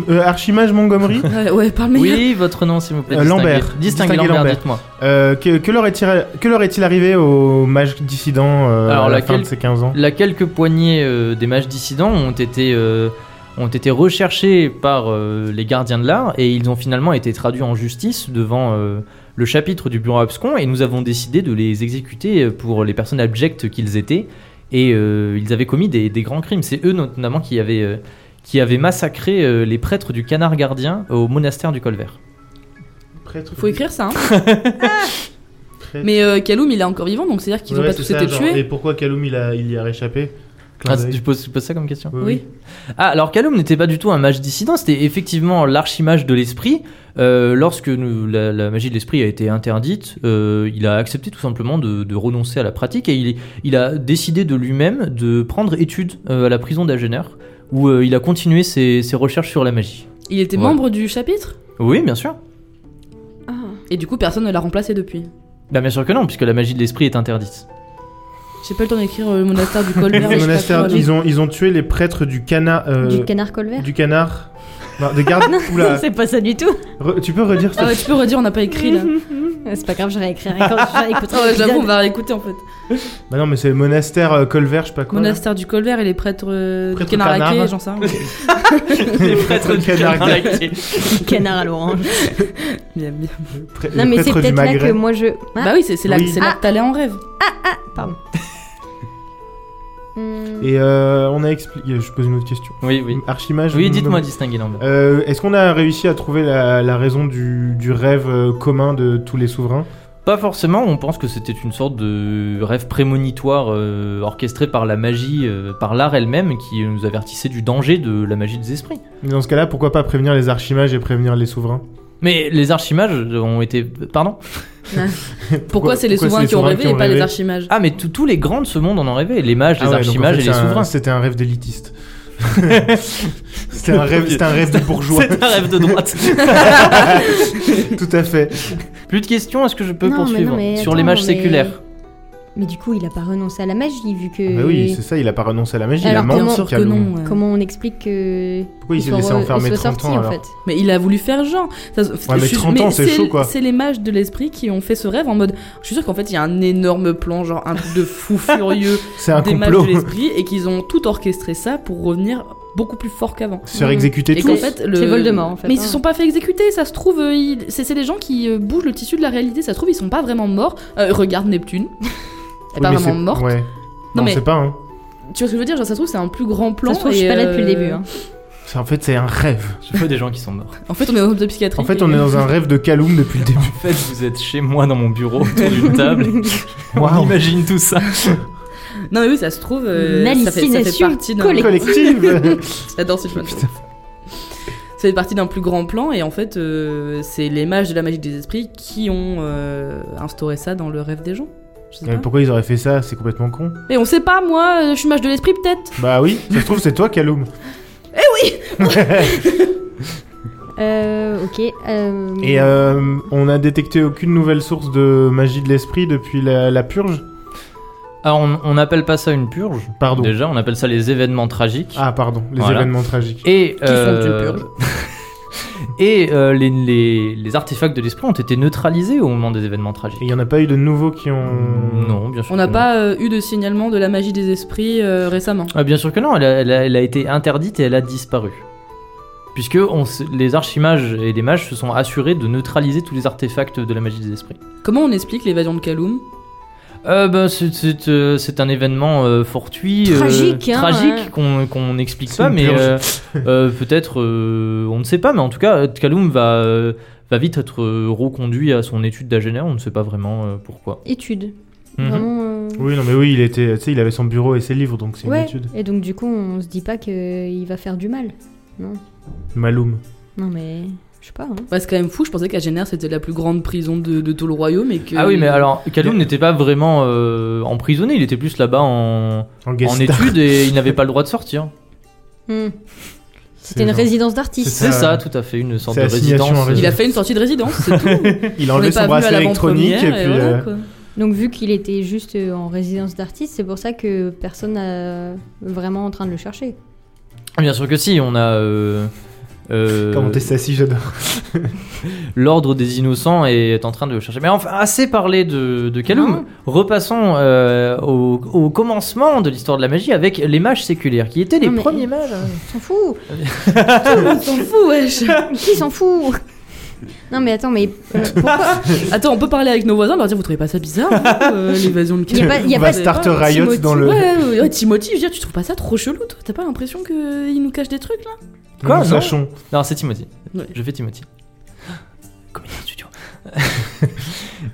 [SPEAKER 2] euh, Archimage
[SPEAKER 4] [laughs]
[SPEAKER 2] Montgomery
[SPEAKER 3] Ouais, ouais, parle meilleur.
[SPEAKER 1] Oui, votre nom, s'il vous plaît.
[SPEAKER 2] Euh,
[SPEAKER 1] distinguez.
[SPEAKER 2] Lambert.
[SPEAKER 1] Distinguez
[SPEAKER 2] Distinguez
[SPEAKER 1] Lambert,
[SPEAKER 2] Lambert.
[SPEAKER 1] dites-moi.
[SPEAKER 2] euh, que, que leur est-il que leur est-il arrivé aux mages dissidents euh,
[SPEAKER 1] Alors,
[SPEAKER 2] à la
[SPEAKER 1] laquelle-
[SPEAKER 2] fin de ses 15 ans
[SPEAKER 1] La quelques poignées euh, des mages dissidents ont été, euh, ont été recherchés par euh, les gardiens de l'art et ils ont finalement été traduits en justice devant euh, le chapitre du bureau abscon et nous avons décidé de les exécuter euh, pour les personnes abjectes qu'ils étaient et euh, ils avaient commis des, des grands crimes. C'est eux notamment qui avaient, euh, qui avaient massacré euh, les prêtres du canard gardien au monastère du Colvert.
[SPEAKER 3] Faut écrire ça. Hein. [laughs] Mais euh, Kaloum, il est encore vivant, donc c'est-à-dire qu'ils ont pas tous été
[SPEAKER 2] Et
[SPEAKER 3] tués.
[SPEAKER 2] pourquoi Kaloum il, a- il y a réchappé Clin
[SPEAKER 1] Ah,
[SPEAKER 2] d'œil.
[SPEAKER 1] tu, poses, tu poses ça comme question
[SPEAKER 2] Oui,
[SPEAKER 3] Oui.
[SPEAKER 1] Ah, alors Calum n'était pas du tout un mage dissident, c'était effectivement l'archimage de l'esprit. Euh, lorsque nous- la, la magie de l'esprit a été interdite, euh, il a accepté tout simplement de, de renoncer à la pratique et il, il a décidé de lui-même de prendre étude euh, à la prison d'Agener, où euh, il a continué ses, ses recherches sur la magie.
[SPEAKER 3] Il était
[SPEAKER 1] Voilà.
[SPEAKER 3] membre du chapitre
[SPEAKER 1] Oui, bien sûr.
[SPEAKER 4] Ah.
[SPEAKER 3] et du coup personne ne l'a remplacé depuis.
[SPEAKER 1] Bah, bien sûr que non, puisque la magie de l'esprit est interdite.
[SPEAKER 3] J'ai pas le temps d'écrire euh, le monastère du [laughs]
[SPEAKER 2] Le
[SPEAKER 3] Colbert. je sais pas euh.
[SPEAKER 2] monastère,
[SPEAKER 3] quoi, là.
[SPEAKER 2] ils ont, ils ont tué les prêtres du canard.
[SPEAKER 4] Du canard colvert
[SPEAKER 2] euh, du canard. Non, des
[SPEAKER 3] [laughs]
[SPEAKER 2] gardes. Oula.
[SPEAKER 4] [laughs] C'est pas ça du tout.
[SPEAKER 2] Re- tu peux redire ça
[SPEAKER 3] Ah ouais, tu peux redire, on n'a pas écrit [laughs] là.
[SPEAKER 4] C'est pas grave, je réécrirai quand [laughs] je réécouterai
[SPEAKER 3] Ah ouais,
[SPEAKER 4] l'épisode.
[SPEAKER 3] j'avoue, on va réécouter en fait.
[SPEAKER 2] Bah non, mais c'est le monastère euh, Colvert, je sais pas quoi. là.
[SPEAKER 3] Monastère du Colbert et les prêtres euh, du
[SPEAKER 2] Prêtres
[SPEAKER 3] canard
[SPEAKER 2] canards.
[SPEAKER 3] laqué, j'en sais [laughs] rien.
[SPEAKER 1] Les
[SPEAKER 2] prêtres du canard
[SPEAKER 1] lacté.
[SPEAKER 4] Petit canard à l'orange.
[SPEAKER 3] Bien, bien.
[SPEAKER 2] Prê- les
[SPEAKER 4] bah. Non, mais c'est
[SPEAKER 2] prêtres du
[SPEAKER 4] peut-être là
[SPEAKER 2] Maghreb.
[SPEAKER 4] que moi je. Ah,
[SPEAKER 3] Bah oui, c'est c'est là,
[SPEAKER 2] Oui.
[SPEAKER 3] c'est là que t'allais en rêve.
[SPEAKER 4] pardon. Hmm.
[SPEAKER 2] Et euh, on a expliqué. Je pose une autre question.
[SPEAKER 1] Oui, oui.
[SPEAKER 2] Archimage.
[SPEAKER 1] Oui,
[SPEAKER 2] nous-
[SPEAKER 1] dites-moi,
[SPEAKER 2] nous-
[SPEAKER 1] distinguer Lambert.
[SPEAKER 2] Euh, Est-ce qu'on a réussi à trouver la, la raison du, du rêve euh, commun de tous les souverains
[SPEAKER 1] Pas forcément, on pense que c'était une sorte de rêve prémonitoire euh, orchestré par la magie, euh, par l'art elle-même, qui nous avertissait du danger de la magie des esprits.
[SPEAKER 2] Mais Dans ce cas-là, pourquoi pas prévenir les archimages et prévenir les souverains
[SPEAKER 1] Mais les archimages ont été... Pardon
[SPEAKER 3] Pourquoi c'est les souverains qui ont rêvé et pas les archimages
[SPEAKER 1] Ah mais tout- tous les grands de ce monde en ont rêvé, les mages, les
[SPEAKER 2] Ah ouais, donc en
[SPEAKER 1] archimages
[SPEAKER 2] fait,
[SPEAKER 1] et les
[SPEAKER 2] c'est un-
[SPEAKER 1] souverains.
[SPEAKER 2] C'était un
[SPEAKER 1] [laughs]
[SPEAKER 2] rêve d'élitiste. c'était un rêve, c'était un rêve de bourgeois.
[SPEAKER 1] [laughs] C'est un rêve de droite.
[SPEAKER 2] [laughs] Tout à fait.
[SPEAKER 1] Plus de questions, est-ce que je peux
[SPEAKER 4] Non, mais
[SPEAKER 1] poursuivre
[SPEAKER 4] non, mais
[SPEAKER 1] sur
[SPEAKER 4] attends,
[SPEAKER 1] les mages
[SPEAKER 4] mais-
[SPEAKER 1] séculaires
[SPEAKER 4] Mais du coup, il a pas renoncé à la magie vu que.
[SPEAKER 2] Bah oui, c'est ça, il a pas renoncé à la magie, il a
[SPEAKER 4] Alors,
[SPEAKER 2] menti.
[SPEAKER 4] comment-
[SPEAKER 3] Sûr que
[SPEAKER 2] Calou.
[SPEAKER 3] non. ouais.
[SPEAKER 4] Comment on explique que.
[SPEAKER 2] Pourquoi il s'est
[SPEAKER 4] soit
[SPEAKER 2] laissé
[SPEAKER 4] re-
[SPEAKER 2] enfermer
[SPEAKER 4] soit
[SPEAKER 2] 30
[SPEAKER 4] sorti,
[SPEAKER 2] ans
[SPEAKER 4] en
[SPEAKER 2] alors
[SPEAKER 4] fait
[SPEAKER 3] Mais il a voulu faire genre. Ça-
[SPEAKER 2] mais
[SPEAKER 3] je suis-
[SPEAKER 2] 30 ans, c'est chaud, quoi.
[SPEAKER 3] C'est les mages de l'esprit qui ont fait ce rêve en mode. Je suis sûr qu'en fait, il y a un énorme plan, genre un truc
[SPEAKER 2] [laughs]
[SPEAKER 3] de fou furieux
[SPEAKER 2] C'est un
[SPEAKER 3] des
[SPEAKER 2] complot.
[SPEAKER 3] mages de l'esprit et qu'ils ont tout orchestré ça pour revenir beaucoup plus fort qu'avant.
[SPEAKER 2] Se faire exécuter
[SPEAKER 3] Et
[SPEAKER 2] tous.
[SPEAKER 3] qu'en fait, le...
[SPEAKER 4] C'est Voldemort, en fait,
[SPEAKER 3] Mais ils
[SPEAKER 4] hein.
[SPEAKER 3] se sont pas fait exécuter, ça se trouve, euh, ils- c'est c'est des gens qui euh, bougent le tissu de la réalité, ça se trouve, ils sont pas vraiment morts. Euh, regarde Neptune. [laughs] Elle est
[SPEAKER 2] Oui,
[SPEAKER 3] pas
[SPEAKER 2] mais
[SPEAKER 3] vraiment
[SPEAKER 2] c'est-
[SPEAKER 3] morte.
[SPEAKER 2] Ouais.
[SPEAKER 3] Non,
[SPEAKER 2] Non,
[SPEAKER 3] mais-
[SPEAKER 2] c'est pas, hein.
[SPEAKER 3] Tu vois ce que je veux dire Genre, ça se trouve, c'est un plus grand plan.
[SPEAKER 4] Ça se trouve, je
[SPEAKER 3] et,
[SPEAKER 4] suis pas là depuis le
[SPEAKER 3] euh,
[SPEAKER 4] début. hein.
[SPEAKER 2] C'est- En fait, c'est un
[SPEAKER 3] [laughs]
[SPEAKER 2] rêve.
[SPEAKER 1] Je vois des gens qui sont morts.
[SPEAKER 3] En fait, on est dans un hôpital psychiatrique.
[SPEAKER 2] En fait,
[SPEAKER 3] et- euh,
[SPEAKER 2] on est dans un rêve de Kaloum depuis le début.
[SPEAKER 1] En fait, vous êtes chez moi dans mon bureau autour d'une [laughs] table. On
[SPEAKER 2] Waouh.
[SPEAKER 1] imagine tout ça.
[SPEAKER 3] Non, mais oui, ça se trouve. euh,
[SPEAKER 4] Une
[SPEAKER 3] ça fait, ça fait
[SPEAKER 4] hallucination
[SPEAKER 3] partie d'un.
[SPEAKER 4] collective.
[SPEAKER 2] Collective
[SPEAKER 3] [laughs] J'adore cette chanson.
[SPEAKER 2] Putain.
[SPEAKER 3] Ça fait partie d'un plus grand plan, et en fait, euh, c'est les mages de la magie des esprits qui ont euh, instauré ça dans le rêve des gens. Je sais
[SPEAKER 2] Mais
[SPEAKER 3] pas.
[SPEAKER 2] pourquoi ils auraient fait ça C'est complètement con.
[SPEAKER 3] Mais on sait pas, moi, euh, je suis mage de l'esprit peut-être.
[SPEAKER 2] Bah oui, ça se trouve, c'est toi, Kaloum.
[SPEAKER 4] Euh, ok. euh,
[SPEAKER 2] Et euh, on a détecté aucune nouvelle source de magie de l'esprit depuis la, la purge
[SPEAKER 1] Alors Ah, on- on n'appelle pas ça une purge.
[SPEAKER 2] Pardon.
[SPEAKER 1] Déjà, on appelle ça les événements tragiques.
[SPEAKER 2] Ah, pardon, les
[SPEAKER 1] Voilà.
[SPEAKER 2] événements tragiques.
[SPEAKER 1] Et,
[SPEAKER 3] font
[SPEAKER 1] euh,
[SPEAKER 3] une
[SPEAKER 1] [laughs] et euh, les, les- les artefacts de l'esprit ont été neutralisés au moment des événements
[SPEAKER 2] Et il
[SPEAKER 1] tragiques.
[SPEAKER 2] y en a pas eu de nouveaux qui ont.
[SPEAKER 1] Non, bien sûr.
[SPEAKER 3] On n'a
[SPEAKER 1] que
[SPEAKER 3] pas euh, eu de signalement de la magie des esprits euh, récemment.
[SPEAKER 1] non. Ah, bien sûr que non, elle a, elle a- elle a été interdite et elle a disparu. Puisque on s- les archimages et les mages se sont assurés de neutraliser tous les artefacts de la magie des esprits.
[SPEAKER 3] Comment on explique l'évasion de Kaloum
[SPEAKER 1] Euh, bah, c'est- c'est euh, c'est un événement euh, fortuit, euh,
[SPEAKER 4] Tragique, hein,
[SPEAKER 1] tragique
[SPEAKER 4] ouais.
[SPEAKER 1] qu'on qu'on n'explique
[SPEAKER 2] C'est
[SPEAKER 1] pas,
[SPEAKER 2] une
[SPEAKER 1] mais
[SPEAKER 2] purge.
[SPEAKER 1] euh, euh, peut-être, euh, on ne sait pas, mais en tout cas, Tkaloum va, euh, va vite être euh, reconduit à son étude d'agénaire, on ne sait pas vraiment euh, pourquoi.
[SPEAKER 4] Étude.
[SPEAKER 1] Mhm.
[SPEAKER 4] Vraiment. euh,
[SPEAKER 2] Oui, non, mais oui, il était, tu sais, il avait son bureau et ses livres, donc c'est une
[SPEAKER 4] Ouais.
[SPEAKER 2] étude.
[SPEAKER 4] Et donc, du coup, on se dit pas qu'il va faire du mal.
[SPEAKER 2] Maloum.
[SPEAKER 4] Non, mais. Je sais pas. hein.
[SPEAKER 3] bah, C'est quand même fou, je pensais qu'Agener c'était la plus grande prison de, de tout le royaume et que.
[SPEAKER 1] Ah oui, mais alors, Tkaloum n'était pas vraiment euh, emprisonné, il était plus là-bas en,
[SPEAKER 2] En guest
[SPEAKER 1] en
[SPEAKER 2] star.
[SPEAKER 1] étude et il n'avait pas le droit de sortir.
[SPEAKER 4] Hmm.
[SPEAKER 2] C'est
[SPEAKER 4] C'était une
[SPEAKER 2] genre-
[SPEAKER 4] résidence d'artiste.
[SPEAKER 2] [laughs] C'est
[SPEAKER 1] C'est
[SPEAKER 2] ça.
[SPEAKER 1] ça, tout à fait, une sorte de
[SPEAKER 2] C'est assignation
[SPEAKER 1] résidence.
[SPEAKER 2] en
[SPEAKER 1] euh,
[SPEAKER 3] Il a fait une sortie de résidence, c'est tout.
[SPEAKER 2] [laughs] Il a
[SPEAKER 3] on
[SPEAKER 2] enlevé
[SPEAKER 3] n'est
[SPEAKER 2] son
[SPEAKER 3] pas venu à
[SPEAKER 2] bracelet électronique
[SPEAKER 3] l'avant-première
[SPEAKER 2] et
[SPEAKER 3] et
[SPEAKER 2] puis.
[SPEAKER 3] voilà,
[SPEAKER 2] euh,
[SPEAKER 3] quoi.
[SPEAKER 4] Donc vu qu'il était juste euh, en résidence d'artiste, c'est pour ça que personne n'a euh, vraiment en train de le chercher.
[SPEAKER 1] Bien sûr que si, on a. euh, euh,
[SPEAKER 2] Comment t'es sassy, j'adore.
[SPEAKER 1] L'ordre des innocents est en train de le chercher. Mais enfin, assez parlé de, de Kaloum.
[SPEAKER 4] Non.
[SPEAKER 1] Repassons euh, au, au commencement de l'histoire de la magie avec les mages séculaires, qui étaient les
[SPEAKER 4] Non, mais-
[SPEAKER 1] premiers
[SPEAKER 3] [laughs]
[SPEAKER 1] mages.
[SPEAKER 4] On s'en fout Tout le monde s'en fout, wesh Qui s'en fout Non mais attends, mais euh, pourquoi
[SPEAKER 3] Attends, on peut parler avec nos voisins, leur dire vous trouvez pas ça bizarre vous, euh,
[SPEAKER 4] [laughs]
[SPEAKER 3] l'évasion de
[SPEAKER 4] Il y a pas- il y a
[SPEAKER 2] On [laughs] va
[SPEAKER 4] pas
[SPEAKER 3] de-
[SPEAKER 2] starter Riot
[SPEAKER 4] Timothy,
[SPEAKER 2] dans le.
[SPEAKER 3] Ouais, ouais, ouais, Timothy, je veux dire, tu trouves pas ça trop chelou, toi T'as pas l'impression qu'il nous cache des trucs, là
[SPEAKER 1] Quoi,
[SPEAKER 2] Nous
[SPEAKER 1] non
[SPEAKER 2] sachons.
[SPEAKER 1] Non, c'est Timothy.
[SPEAKER 3] Ouais.
[SPEAKER 1] Je fais Timothy. [gasps] Comédien de studio. [laughs]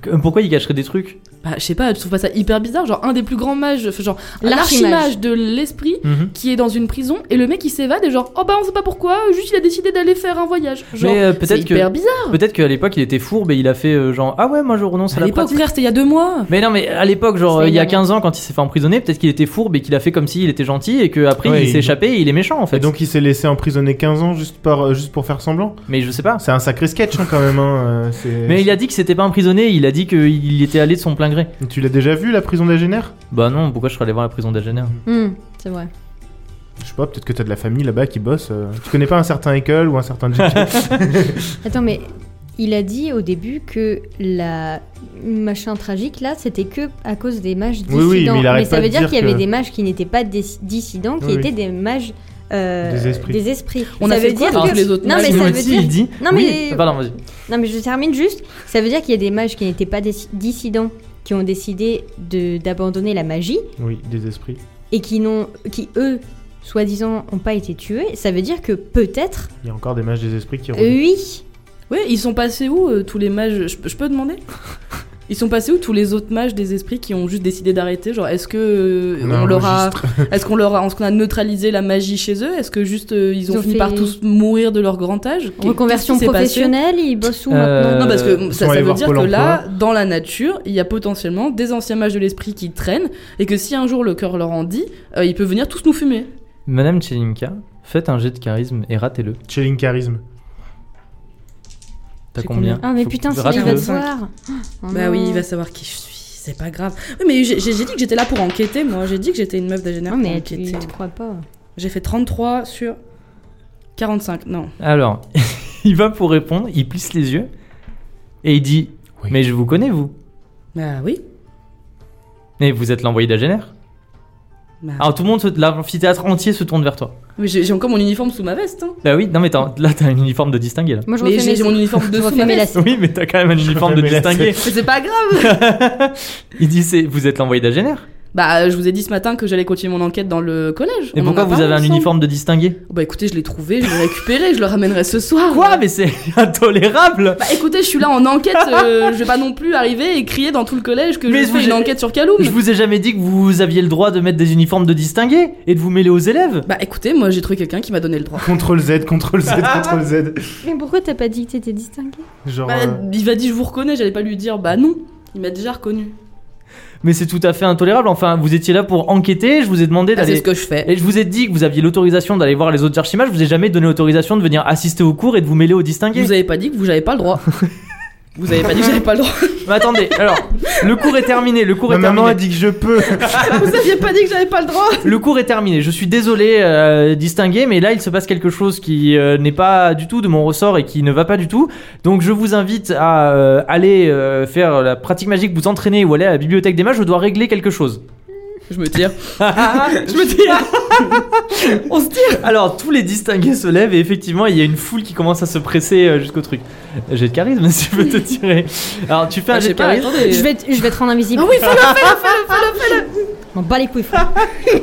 [SPEAKER 1] Que- Pourquoi il cacherait des trucs
[SPEAKER 3] Bah, je sais pas, tu trouves pas ça hyper bizarre Genre, un des plus grands mages, enfin, genre,
[SPEAKER 4] L'archimage.
[SPEAKER 3] l'archimage de l'esprit
[SPEAKER 2] Mhm.
[SPEAKER 3] qui est dans une prison et le mec il s'évade et genre oh bah on sait pas pourquoi juste il a décidé d'aller faire un voyage genre
[SPEAKER 1] Mais euh,
[SPEAKER 3] c'est
[SPEAKER 1] peut-être que
[SPEAKER 3] hyper bizarre
[SPEAKER 1] peut-être qu'à l'époque il était fourbe et il a fait euh, genre ah ouais moi je renonce à,
[SPEAKER 3] à
[SPEAKER 1] la
[SPEAKER 3] l'époque
[SPEAKER 1] pratique.
[SPEAKER 3] frère c'était il y a deux mois
[SPEAKER 1] Mais non mais à l'époque genre
[SPEAKER 4] C'est
[SPEAKER 1] euh, il y a
[SPEAKER 4] évident.
[SPEAKER 1] 15 ans quand il s'est fait emprisonner peut-être qu'il était fourbe et qu'il a fait comme s'il était gentil et que après
[SPEAKER 2] Ouais,
[SPEAKER 1] il
[SPEAKER 2] il-
[SPEAKER 1] s'est échappé et il est méchant en fait.
[SPEAKER 2] Et donc il s'est laissé emprisonner 15 ans juste, par, euh, juste pour faire semblant
[SPEAKER 1] mais je sais pas.
[SPEAKER 2] C'est un sacré sketch hein, quand même. Hein. euh, c'est-
[SPEAKER 1] Mais il a dit que c'était pas emprisonné, il a dit qu'il était allé de son plein gré.
[SPEAKER 2] Tu l'as déjà vu la prison d'Agener
[SPEAKER 1] Bah non, pourquoi je serais allé voir la prison d'Agener
[SPEAKER 4] Hmm, C'est vrai.
[SPEAKER 2] Je sais pas, peut-être que t'as de la famille là-bas qui bosse. euh. Tu connais pas un certain Ekel ou un
[SPEAKER 1] [laughs]
[SPEAKER 2] certain Jack
[SPEAKER 4] Attends, mais il a dit au début que la machin tragique là, c'était que à cause des mages dissidents.
[SPEAKER 2] Oui, oui, mais il arrête
[SPEAKER 4] ça
[SPEAKER 2] pas
[SPEAKER 4] veut
[SPEAKER 2] de
[SPEAKER 4] dire
[SPEAKER 2] dire
[SPEAKER 4] qu'il y avait
[SPEAKER 2] que-
[SPEAKER 4] des mages qui n'étaient pas des dissidents, qui
[SPEAKER 2] Oui, oui.
[SPEAKER 4] étaient des mages. euh,
[SPEAKER 2] Des esprits.
[SPEAKER 4] esprits.
[SPEAKER 3] On
[SPEAKER 4] ça
[SPEAKER 3] a
[SPEAKER 4] veut
[SPEAKER 3] fait quoi
[SPEAKER 4] dire
[SPEAKER 3] dans
[SPEAKER 4] que
[SPEAKER 3] tous les autres
[SPEAKER 4] Non
[SPEAKER 3] mages
[SPEAKER 4] mais ça veut
[SPEAKER 1] Timothy,
[SPEAKER 4] dire.
[SPEAKER 1] il dit.
[SPEAKER 4] Non,
[SPEAKER 1] Oui,
[SPEAKER 4] mais-
[SPEAKER 1] Pardon, vas-y.
[SPEAKER 4] Non mais je termine juste. Ça veut dire qu'il y a des mages qui n'étaient pas des dissidents, qui ont décidé de d'abandonner la magie
[SPEAKER 2] Oui, des esprits.
[SPEAKER 4] et qui n'ont, qui eux, soi-disant, n'ont pas été tués. Ça veut dire que peut-être,
[SPEAKER 2] Il y a encore des mages des esprits qui roulent.
[SPEAKER 4] oui,
[SPEAKER 3] ouais ils sont passés où euh, tous les mages je peux- je
[SPEAKER 2] [laughs]
[SPEAKER 3] peux demander ils sont passés où tous les autres mages des esprits qui ont juste décidé d'arrêter genre est-ce que euh,
[SPEAKER 2] On a
[SPEAKER 3] on,
[SPEAKER 2] un
[SPEAKER 3] leur a
[SPEAKER 2] registre.
[SPEAKER 3] [laughs] est-ce qu'on leur a est-ce qu'on a neutralisé la magie chez eux est-ce que juste euh, ils ont,
[SPEAKER 4] Ils ont
[SPEAKER 3] fini
[SPEAKER 4] fait-
[SPEAKER 3] par tous mourir de leur grand âge Qu'est-
[SPEAKER 4] reconversion
[SPEAKER 3] qu'est-ce qui s'est passé
[SPEAKER 4] professionnelle, ils bossent où
[SPEAKER 1] Euh,
[SPEAKER 4] maintenant
[SPEAKER 3] Non, parce
[SPEAKER 1] Euh,
[SPEAKER 2] sont
[SPEAKER 3] que ça, ça
[SPEAKER 2] allés
[SPEAKER 3] veut
[SPEAKER 2] voir
[SPEAKER 3] dire
[SPEAKER 2] Pôle
[SPEAKER 3] que
[SPEAKER 2] emploi.
[SPEAKER 3] là, dans la nature, il y a potentiellement des anciens mages de l'esprit qui traînent et que si un jour le cœur leur en dit, euh, il peut venir tous nous fumer.
[SPEAKER 1] Madame Chelinka, faites un jet de charisme et ratez-le.
[SPEAKER 2] Chilling charisme.
[SPEAKER 1] T'as
[SPEAKER 3] J'ai
[SPEAKER 1] combien,
[SPEAKER 4] Ah mais putain, c'est
[SPEAKER 1] Rate-le.
[SPEAKER 4] les va te voir. Oh
[SPEAKER 3] Bah
[SPEAKER 4] non.
[SPEAKER 3] oui, il va savoir qui je suis, c'est pas grave. Oui, mais j'ai j'ai- j'ai dit que j'étais là pour enquêter, moi. J'ai dit que j'étais une meuf d'Agener
[SPEAKER 4] Non
[SPEAKER 3] pour
[SPEAKER 4] Oh, mais tu
[SPEAKER 3] enquêter.
[SPEAKER 4] ne crois pas.
[SPEAKER 3] J'ai fait 33 sur 45, non.
[SPEAKER 1] Alors, [laughs] il va pour répondre, il plisse les yeux et il dit
[SPEAKER 2] Oui.
[SPEAKER 1] Mais je vous connais, vous.
[SPEAKER 3] Bah oui.
[SPEAKER 1] Mais vous êtes l'envoyé d'Agener.
[SPEAKER 3] Bah,
[SPEAKER 1] Alors tout le monde, se- l'amphithéâtre entier se tourne vers toi.
[SPEAKER 3] Mais j'ai j'ai encore mon uniforme sous ma veste. hein.
[SPEAKER 1] Bah oui, non mais t'as- là t'as un uniforme de distingué là. [laughs]
[SPEAKER 4] Moi je
[SPEAKER 3] Mais
[SPEAKER 4] refais
[SPEAKER 3] j'ai j'ai mon
[SPEAKER 4] mes...
[SPEAKER 3] uniforme
[SPEAKER 4] je
[SPEAKER 3] de sous
[SPEAKER 4] refais
[SPEAKER 3] ma
[SPEAKER 4] mes
[SPEAKER 3] veste. [laughs]
[SPEAKER 4] lacets.
[SPEAKER 1] Oui, mais t'as quand même un
[SPEAKER 2] Je
[SPEAKER 1] uniforme de
[SPEAKER 2] remets la
[SPEAKER 1] distingué.
[SPEAKER 3] Mais c'est pas grave.
[SPEAKER 1] il dit c'est, Vous êtes l'envoyé d'Agener.
[SPEAKER 3] Bah, je vous ai dit ce matin que j'allais continuer mon enquête dans le collège.
[SPEAKER 1] Et
[SPEAKER 3] On en
[SPEAKER 1] pourquoi
[SPEAKER 3] a
[SPEAKER 1] vous
[SPEAKER 3] parlé
[SPEAKER 1] avez un
[SPEAKER 3] ensemble.
[SPEAKER 1] uniforme de distingué
[SPEAKER 3] Bah écoutez, je l'ai trouvé, je l'ai récupéré, je le ramènerai ce soir.
[SPEAKER 1] Quoi Mais c'est [laughs] intolérable
[SPEAKER 3] Bah écoutez, je suis là en enquête, euh, je vais pas non plus arriver et crier dans tout le collège que
[SPEAKER 1] Mais
[SPEAKER 3] je
[SPEAKER 1] vous
[SPEAKER 3] fais une
[SPEAKER 1] avez-
[SPEAKER 3] enquête sur Kaloum.
[SPEAKER 1] Je vous ai jamais dit que vous aviez le droit de mettre des uniformes de distingué et de vous mêler aux élèves.
[SPEAKER 3] Bah écoutez, moi j'ai trouvé quelqu'un qui m'a donné le droit.
[SPEAKER 2] Contrôle Z, contrôle Z, contrôle Z.
[SPEAKER 4] Mais pourquoi t'as pas dit que t'étais distingué
[SPEAKER 2] Genre.
[SPEAKER 3] Bah,
[SPEAKER 2] euh,
[SPEAKER 3] il m'a dit je vous reconnais, j'allais pas lui dire bah non. Il m'a déjà reconnu. Bah,
[SPEAKER 1] Mais c'est tout à fait intolérable. Enfin, vous étiez là pour enquêter. Je vous ai demandé
[SPEAKER 3] Ah, c'est
[SPEAKER 1] d'aller.
[SPEAKER 3] ce que je fais.
[SPEAKER 1] Et je vous ai dit que vous aviez l'autorisation d'aller voir les autres archimages. Je vous ai jamais donné l'autorisation de venir assister au cours et de vous mêler aux distingués.
[SPEAKER 3] Vous avez pas dit que vous avez pas
[SPEAKER 1] [laughs]
[SPEAKER 3] le droit. vous avez pas dit que j'avais pas le droit.
[SPEAKER 1] Mais attendez. Alors, le cours est terminé. Le cours
[SPEAKER 2] Ma
[SPEAKER 1] est
[SPEAKER 2] maman
[SPEAKER 1] terminé.
[SPEAKER 2] a dit que je peux.
[SPEAKER 3] vous aviez pas dit que j'avais pas le droit.
[SPEAKER 1] Le cours est terminé. Je suis désolé, euh, distingué, mais là il se passe quelque chose qui euh, n'est pas du tout de mon ressort et qui ne va pas du tout. Donc je vous invite à euh, aller euh, faire la pratique magique, vous entraîner ou aller à la bibliothèque des mages. Je dois régler quelque chose. [coughs]
[SPEAKER 3] Je me [laughs] tire. je me tire. On se tire.
[SPEAKER 1] Alors tous les distingués se lèvent et effectivement il y a une foule qui commence à se presser euh, jusqu'au truc. J'ai de charisme [laughs] si tu veux te tirer. Alors tu fais un
[SPEAKER 3] Ah, je
[SPEAKER 1] jet
[SPEAKER 3] sais
[SPEAKER 1] de
[SPEAKER 3] pas,
[SPEAKER 1] charisme.
[SPEAKER 3] attendez.
[SPEAKER 4] Je vais te, je vais te rendre invisible.
[SPEAKER 3] Ah oui, fais-le,
[SPEAKER 4] M'en bats les couilles.
[SPEAKER 1] Ah,
[SPEAKER 4] fou.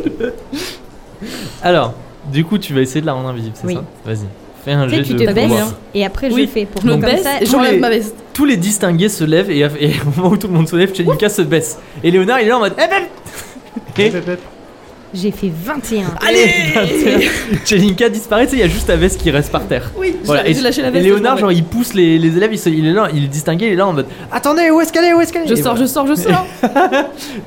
[SPEAKER 1] Alors du coup tu vas essayer de la rendre invisible, c'est
[SPEAKER 4] Oui.
[SPEAKER 1] ça Vas-y. Fais un
[SPEAKER 4] Tu
[SPEAKER 1] jet
[SPEAKER 4] sais,
[SPEAKER 1] de
[SPEAKER 4] tu te hein.
[SPEAKER 1] combat.
[SPEAKER 4] baisses et après
[SPEAKER 3] Oui,
[SPEAKER 4] je fais pour
[SPEAKER 3] Je me
[SPEAKER 4] que comme
[SPEAKER 3] baisse
[SPEAKER 4] ça.
[SPEAKER 1] tous
[SPEAKER 3] et
[SPEAKER 1] les-
[SPEAKER 3] j'enlève ma veste.
[SPEAKER 1] Tous les distingués se lèvent et, et au moment où tout le monde se lève, Chelinka se baisse. Et Léonard il est là en mode Eh ben Et-
[SPEAKER 4] J'ai fait 21.
[SPEAKER 3] Eh
[SPEAKER 1] Allez eh ben, Chelinka disparaît, tu sais, il y a juste la veste qui reste par terre.
[SPEAKER 3] Oui, eh je-
[SPEAKER 1] Voilà,
[SPEAKER 3] j'ai lâché la
[SPEAKER 1] Et
[SPEAKER 3] veste.
[SPEAKER 1] Léonard,
[SPEAKER 3] je
[SPEAKER 1] genre, il pousse les, les élèves, il, se- il est là, il est distingué, il est là en mode Attendez, où est-ce qu'elle est Où est-ce qu'elle est
[SPEAKER 3] Je
[SPEAKER 1] Et
[SPEAKER 3] sors,
[SPEAKER 1] voilà.
[SPEAKER 3] je sors, je sors.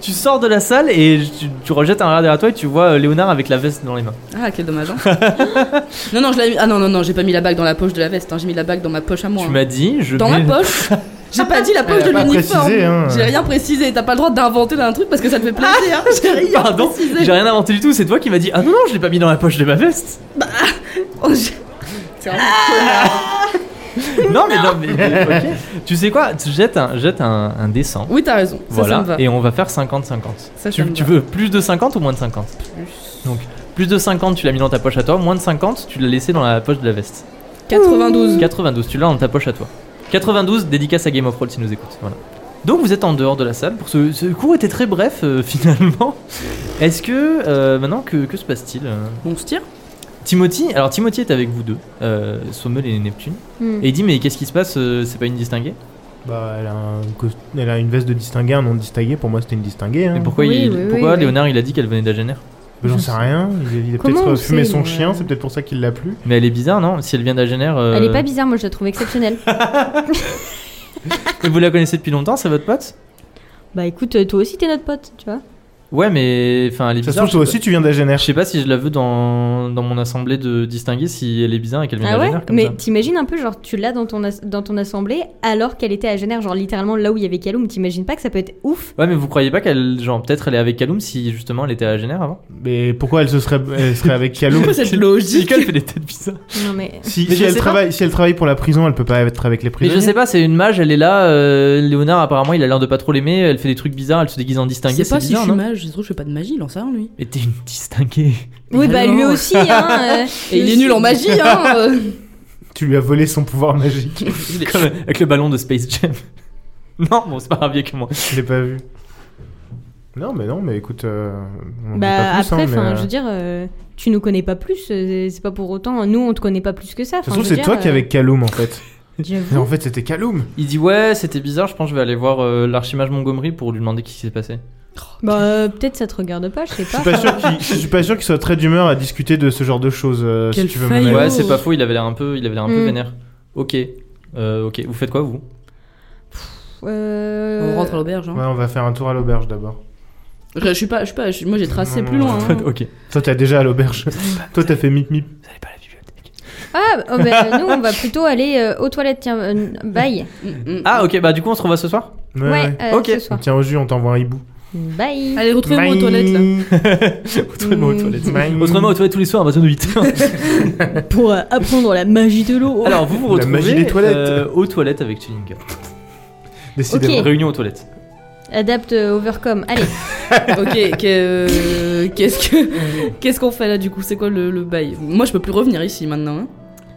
[SPEAKER 1] Tu sors de la salle et tu, tu rejettes un regard derrière toi et tu vois euh, Léonard avec la veste dans les mains.
[SPEAKER 3] [laughs] Ah, quel dommage. hein. [laughs] non, non, je l'ai mis- Ah non, non, non, j'ai pas mis la bague dans la poche de la veste. hein. J'ai mis la bague dans ma poche à moi.
[SPEAKER 1] Tu
[SPEAKER 3] hein.
[SPEAKER 1] m'as dit, je [laughs]
[SPEAKER 3] Dans
[SPEAKER 1] mets-
[SPEAKER 3] ma poche [laughs] J'ai pas dit la poche de
[SPEAKER 2] Elle a pas
[SPEAKER 3] l'uniforme.
[SPEAKER 2] précisé, hein.
[SPEAKER 3] J'ai rien précisé. T'as pas le droit d'inventer là un truc parce que ça te fait plaisir. Ah, [laughs] J'ai rien
[SPEAKER 1] Pardon,
[SPEAKER 3] précisé.
[SPEAKER 1] j'ai rien inventé du tout, c'est toi qui m'as dit Ah non, non, je l'ai pas mis dans la poche de ma
[SPEAKER 3] [laughs]
[SPEAKER 1] veste
[SPEAKER 3] Oh, j'ai- C'est un-
[SPEAKER 1] Non, mais non, mais. [laughs] mais- ok. Tu sais quoi Jette un, jette un, un dessin.
[SPEAKER 3] Oui, t'as raison. Ça,
[SPEAKER 1] voilà,
[SPEAKER 3] ça me va.
[SPEAKER 1] et on va faire 50-50.
[SPEAKER 3] Ça, ça
[SPEAKER 1] Tu,
[SPEAKER 3] me
[SPEAKER 1] tu
[SPEAKER 3] va.
[SPEAKER 1] veux plus de 50 ou moins de 50
[SPEAKER 3] Plus.
[SPEAKER 1] Donc, plus de 50, tu l'as mis dans ta poche à toi, moins de 50, tu l'as laissé dans la poche de la veste.
[SPEAKER 3] 92.
[SPEAKER 1] 92, tu l'as dans ta poche à toi. 92, dédicace à Game of Roll si nous écoute. Voilà. Donc vous êtes en dehors de la salle. Pour ce, ce cours était très bref euh, [laughs] finalement. Est-ce que euh, maintenant que, que se passe-t-il euh
[SPEAKER 3] On se tire
[SPEAKER 1] Timothy, alors Timothy est avec vous deux, euh, Sommel et Neptune,
[SPEAKER 3] Mm.
[SPEAKER 4] Hmm.
[SPEAKER 1] et il dit mais qu'est-ce qui se passe euh, C'est pas une distinguée
[SPEAKER 2] Bah, elle a, un cos- elle a une veste de distingué, un nom de distingué. Pour moi, c'était une distinguée. Hein.
[SPEAKER 1] Mais pourquoi,
[SPEAKER 4] Oui,
[SPEAKER 1] il,
[SPEAKER 4] oui, oui,
[SPEAKER 1] pourquoi
[SPEAKER 4] oui.
[SPEAKER 1] Léonard il a dit qu'elle venait d'Agener
[SPEAKER 2] Mais J'en sais rien. Il, il a
[SPEAKER 4] Comment
[SPEAKER 2] peut-être
[SPEAKER 4] on
[SPEAKER 2] fumé
[SPEAKER 4] sait,
[SPEAKER 2] son
[SPEAKER 4] mais,
[SPEAKER 2] chien.
[SPEAKER 4] euh,
[SPEAKER 2] C'est peut-être pour ça qu'il l'a plu.
[SPEAKER 1] Mais elle est bizarre non Si elle vient d'Agener. euh,
[SPEAKER 4] Elle est pas bizarre, moi je la
[SPEAKER 1] [laughs]
[SPEAKER 4] trouve exceptionnelle.
[SPEAKER 1] mais vous la connaissez depuis longtemps, c'est votre pote
[SPEAKER 4] bah écoute, euh, toi aussi t'es notre pote, tu vois.
[SPEAKER 1] Ouais mais enfin elle est
[SPEAKER 2] Ça se
[SPEAKER 1] bizarre.
[SPEAKER 2] trouve, toi
[SPEAKER 1] je sais
[SPEAKER 2] aussi, tu viens d'Agener.
[SPEAKER 1] pas- Je sais pas si je la veux dans, dans mon assemblée de distinguée si elle est bizarre et qu'elle vient
[SPEAKER 4] Ah ouais
[SPEAKER 1] d'Agener comme ça.
[SPEAKER 4] Mais t'imagines un peu, genre tu l'as dans ton, as- dans ton assemblée alors qu'elle était à Genève, genre littéralement là où il y avait Kaloum. T'imagines pas que ça peut être ouf
[SPEAKER 1] Ouais, mais vous croyez pas qu'elle, genre, peut-être elle est avec Kaloum si justement elle était à Génère avant
[SPEAKER 2] Mais pourquoi elle se serait, elle serait avec
[SPEAKER 1] [laughs]
[SPEAKER 2] Kaloum
[SPEAKER 3] Pourquoi cette
[SPEAKER 1] Si
[SPEAKER 3] logique
[SPEAKER 1] elle fait des têtes bizarres.
[SPEAKER 4] Non mais.
[SPEAKER 2] si,
[SPEAKER 1] Mais
[SPEAKER 2] si
[SPEAKER 1] je
[SPEAKER 2] elle
[SPEAKER 1] sais pas.
[SPEAKER 2] travaille, si elle travaille pour la prison, elle peut pas être avec les
[SPEAKER 1] Mais
[SPEAKER 2] prisonniers.
[SPEAKER 1] je sais pas, c'est une mage, elle est là. euh, Léonard, apparemment, il a l'air de pas trop l'aimer. Elle fait des trucs bizarres, elle se déguise en distinguée.
[SPEAKER 3] C'est
[SPEAKER 1] C'est
[SPEAKER 3] pas si je
[SPEAKER 1] bizarre,
[SPEAKER 3] suis
[SPEAKER 1] non
[SPEAKER 3] mage, je trouve je fais pas de magie, il en sait rien lui.
[SPEAKER 1] Mais t'es une [laughs] distinguée.
[SPEAKER 4] Oui, bah lui
[SPEAKER 3] alors
[SPEAKER 1] [laughs]
[SPEAKER 4] aussi, hein. euh,
[SPEAKER 3] Et il
[SPEAKER 4] lui
[SPEAKER 3] est nul
[SPEAKER 4] aussi.
[SPEAKER 3] en magie, hein
[SPEAKER 4] [laughs]
[SPEAKER 3] euh.
[SPEAKER 2] Tu lui as volé son pouvoir magique.
[SPEAKER 1] Comme avec le ballon de Space Jam. [laughs] Non, bon, c'est pas grave, il y a que moi.
[SPEAKER 2] Je l'ai pas vu. Non, mais non, mais écoute. euh, on dit
[SPEAKER 4] Bah
[SPEAKER 2] pas plus,
[SPEAKER 4] après,
[SPEAKER 2] hein, mais,
[SPEAKER 4] enfin,
[SPEAKER 2] euh,
[SPEAKER 4] je veux dire, euh, tu nous connais pas plus, euh, c'est pas pour autant. Nous, on te connaît pas plus que
[SPEAKER 2] Ça
[SPEAKER 4] ça.
[SPEAKER 2] se
[SPEAKER 4] enfin,
[SPEAKER 2] trouve,
[SPEAKER 4] je veux
[SPEAKER 2] c'est toi
[SPEAKER 4] dire,
[SPEAKER 2] qui es
[SPEAKER 4] euh,
[SPEAKER 2] avec Kaloum en fait. Mais
[SPEAKER 4] J'avoue.
[SPEAKER 2] en fait, c'était Kaloum.
[SPEAKER 1] Il dit Ouais, c'était bizarre, je pense que je vais aller voir euh, l'archimage Montgomery pour lui demander ce qui s'est passé.
[SPEAKER 4] Bah euh, peut-être ça te regarde pas, je sais
[SPEAKER 2] Je
[SPEAKER 4] pas.
[SPEAKER 2] suis pas sûr qu'il- je suis pas sûr qu'il soit très d'humeur à discuter de ce genre de choses. euh, si
[SPEAKER 3] Quelle
[SPEAKER 2] tu veux
[SPEAKER 3] faille,
[SPEAKER 2] mon avis.
[SPEAKER 1] Ouais,
[SPEAKER 3] oh.
[SPEAKER 1] c'est pas faux, il avait l'air un peu, il avait l'air un peu
[SPEAKER 4] Hmm.
[SPEAKER 1] vénère. Ok. Euh, ok, vous faites quoi vous
[SPEAKER 4] Euh,
[SPEAKER 3] On rentre à l'auberge, hein.
[SPEAKER 2] Ouais, on va faire un tour à l'auberge d'abord.
[SPEAKER 3] Je suis pas, je suis pas, je- moi j'ai tracé
[SPEAKER 2] Non,
[SPEAKER 3] plus
[SPEAKER 2] non,
[SPEAKER 3] loin. hein.
[SPEAKER 1] [laughs] Ok.
[SPEAKER 2] Toi, t'es déjà à
[SPEAKER 4] [laughs]
[SPEAKER 2] l'auberge. Toi, t'as fait mip mip.
[SPEAKER 1] Vous allez pas à la bibliothèque.
[SPEAKER 4] Ah, oh, bah, nous, on va plutôt aller euh, aux toilettes. Tiens, euh, bye.
[SPEAKER 3] Mm, mm.
[SPEAKER 1] Ah, ok, bah du coup, on se revoit ce soir
[SPEAKER 4] Ouais,
[SPEAKER 2] Ouais, ouais.
[SPEAKER 4] euh,
[SPEAKER 1] Ok.
[SPEAKER 4] ce soir.
[SPEAKER 2] Tiens au jus, on t'envoie un hibou.
[SPEAKER 4] Bye.
[SPEAKER 3] Allez, retrouvez-moi aux
[SPEAKER 2] Bye.
[SPEAKER 3] toilettes [laughs] là.
[SPEAKER 2] [laughs]
[SPEAKER 1] Autrement aux
[SPEAKER 4] Hmm.
[SPEAKER 1] toilettes.
[SPEAKER 2] Bye.
[SPEAKER 1] Autrement aux toilettes tous les soirs à partir de 8 [laughs]
[SPEAKER 4] Pour euh, apprendre la magie de l'eau.
[SPEAKER 1] Alors vous vous
[SPEAKER 2] La
[SPEAKER 1] retrouvez
[SPEAKER 2] magie des toilettes.
[SPEAKER 1] euh, aux toilettes avec Chillinga.
[SPEAKER 2] Décidément.
[SPEAKER 4] Ok.
[SPEAKER 1] Réunion aux toilettes.
[SPEAKER 4] Adapte, euh, overcome. Allez.
[SPEAKER 3] Ok, que- euh, qu'est-ce [laughs] que qu'est-ce qu'on fait là du coup C'est quoi le, le bail Moi je peux plus revenir ici maintenant. hein.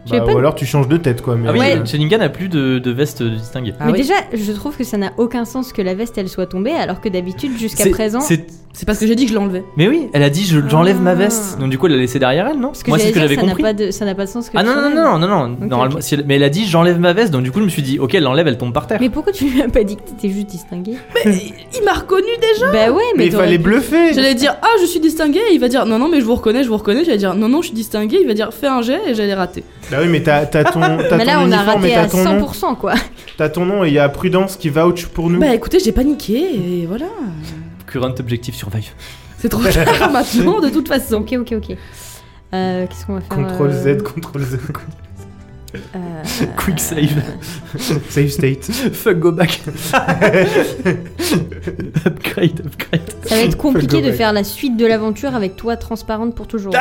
[SPEAKER 4] Tu
[SPEAKER 2] Bah,
[SPEAKER 4] veux pas
[SPEAKER 2] ou
[SPEAKER 4] nous-
[SPEAKER 2] alors tu changes de tête quoi. Mais
[SPEAKER 1] Ah oui,
[SPEAKER 4] Ouais.
[SPEAKER 1] euh, Chillinga n'a plus de, de veste distinguée.
[SPEAKER 3] Ah
[SPEAKER 4] Mais
[SPEAKER 3] oui.
[SPEAKER 4] déjà, je trouve que ça n'a aucun sens que la veste elle soit tombée, alors que d'habitude jusqu'à
[SPEAKER 1] C'est-
[SPEAKER 4] présent.
[SPEAKER 1] c'est-
[SPEAKER 3] C'est parce que j'ai dit que je l'enlevais.
[SPEAKER 1] Mais oui, elle a dit je- j'enlève ma
[SPEAKER 4] Ah.
[SPEAKER 1] veste. Donc du coup elle l'a laissée derrière elle, non
[SPEAKER 4] Parce
[SPEAKER 1] Moi c'est ce
[SPEAKER 4] j'allais
[SPEAKER 1] que
[SPEAKER 4] dire,
[SPEAKER 1] j'avais
[SPEAKER 4] ça n'a
[SPEAKER 1] compris.
[SPEAKER 4] pas de- ça n'a pas de sens que
[SPEAKER 1] Ah
[SPEAKER 4] tu
[SPEAKER 1] non non
[SPEAKER 4] l'enlèves.
[SPEAKER 1] non non non non.
[SPEAKER 4] Ok,
[SPEAKER 1] normalement,
[SPEAKER 4] ok.
[SPEAKER 1] si elle- mais elle a dit j'enlève ma veste. Donc du coup je me suis dit ok elle l'enlève, elle tombe par terre.
[SPEAKER 4] Mais pourquoi tu lui as pas dit que t'étais juste distingué
[SPEAKER 3] Il m'a reconnu déjà.
[SPEAKER 4] Bah ouais, mais,
[SPEAKER 2] Mais il
[SPEAKER 4] t'aurais-
[SPEAKER 2] fallait bluffer.
[SPEAKER 3] J'allais dire ah je suis distingué. Il va dire non non mais je vous reconnais, je vous reconnais. J'allais dire non non je suis distingué. Il va dire fais un jet et j'allais rater.
[SPEAKER 2] Bah oui, mais t'as t'as ton, t'as ton
[SPEAKER 4] Mais là, on a
[SPEAKER 2] uniforme et
[SPEAKER 4] raté
[SPEAKER 2] t'as
[SPEAKER 4] à
[SPEAKER 2] ton nom.
[SPEAKER 4] 100%, [laughs] quoi.
[SPEAKER 2] T'as ton nom et il y a Prudence qui vouch pour nous.
[SPEAKER 3] Bah écoutez j'ai paniqué et voilà.
[SPEAKER 1] Current objectif survive.
[SPEAKER 3] C'est
[SPEAKER 4] [laughs]
[SPEAKER 3] trop tard maintenant de toute façon.
[SPEAKER 4] ok, ok, ok. Euh, Qu'est-ce qu'on va faire
[SPEAKER 2] Contrôle
[SPEAKER 4] euh,
[SPEAKER 2] Z, contrôle Z,
[SPEAKER 4] euh,
[SPEAKER 1] [laughs] Quick save.
[SPEAKER 2] save state.
[SPEAKER 1] Fuck go
[SPEAKER 3] [laughs]
[SPEAKER 1] back. upgrade upgrade.
[SPEAKER 4] Ça va être compliqué
[SPEAKER 2] Faut le
[SPEAKER 4] de
[SPEAKER 2] go
[SPEAKER 4] faire la suite de l'aventure avec toi transparente pour toujours.
[SPEAKER 3] [laughs]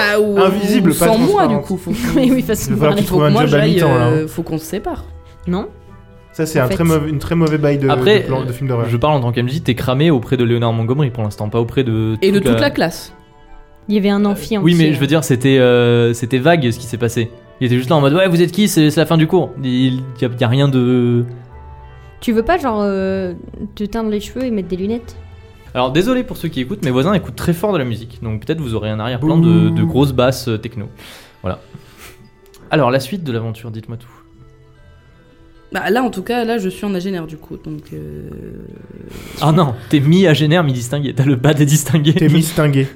[SPEAKER 3] Ah, ou-
[SPEAKER 2] Invisible,
[SPEAKER 3] ou
[SPEAKER 2] pas
[SPEAKER 3] sans moi
[SPEAKER 2] transparent.
[SPEAKER 3] du coup. [laughs] Faut,
[SPEAKER 4] [laughs] mais
[SPEAKER 3] faut,
[SPEAKER 4] oui, façon
[SPEAKER 2] Il
[SPEAKER 4] de
[SPEAKER 2] va falloir
[SPEAKER 4] parler.
[SPEAKER 2] qu'il trouve
[SPEAKER 3] que
[SPEAKER 2] un
[SPEAKER 3] moi
[SPEAKER 2] job à
[SPEAKER 3] j'aille.
[SPEAKER 2] mi-temps là.
[SPEAKER 3] euh,
[SPEAKER 2] hein.
[SPEAKER 3] faut qu'on se sépare.
[SPEAKER 4] Non
[SPEAKER 2] Ça c'est
[SPEAKER 4] en
[SPEAKER 2] un
[SPEAKER 4] fait.
[SPEAKER 2] très mauvais, une très mauvais bail de,
[SPEAKER 1] Après,
[SPEAKER 2] de plan- de film d'horreur.
[SPEAKER 1] Je parle en tant qu'MJ, t'es cramé auprès de Léonard Montgomery pour l'instant, pas auprès de.
[SPEAKER 3] Et de
[SPEAKER 2] euh,
[SPEAKER 3] toute la hein. classe.
[SPEAKER 4] Il y avait un amphi en
[SPEAKER 1] Euh, Oui, mais
[SPEAKER 4] petit,
[SPEAKER 1] je veux dire, c'était euh, c'était vague ce qui s'est passé. Il était juste là en mode ouais, vous êtes qui C'est c'est la fin du cours. Il y a, y a rien de.
[SPEAKER 4] euh. Tu veux pas, genre, euh, te teindre les cheveux et mettre des lunettes
[SPEAKER 1] Alors désolé pour ceux qui écoutent, mes voisins écoutent très fort de la musique, donc peut-être vous aurez un arrière-plan de, de grosses basses euh, techno. Voilà. Alors la suite de l'aventure, dites-moi tout.
[SPEAKER 3] Bah là en tout cas là je suis en agénaire du coup donc. euh,
[SPEAKER 1] Ah non, t'es mis à génère, mi distingué. T'as le bas des distingués.
[SPEAKER 2] T'es mistingué.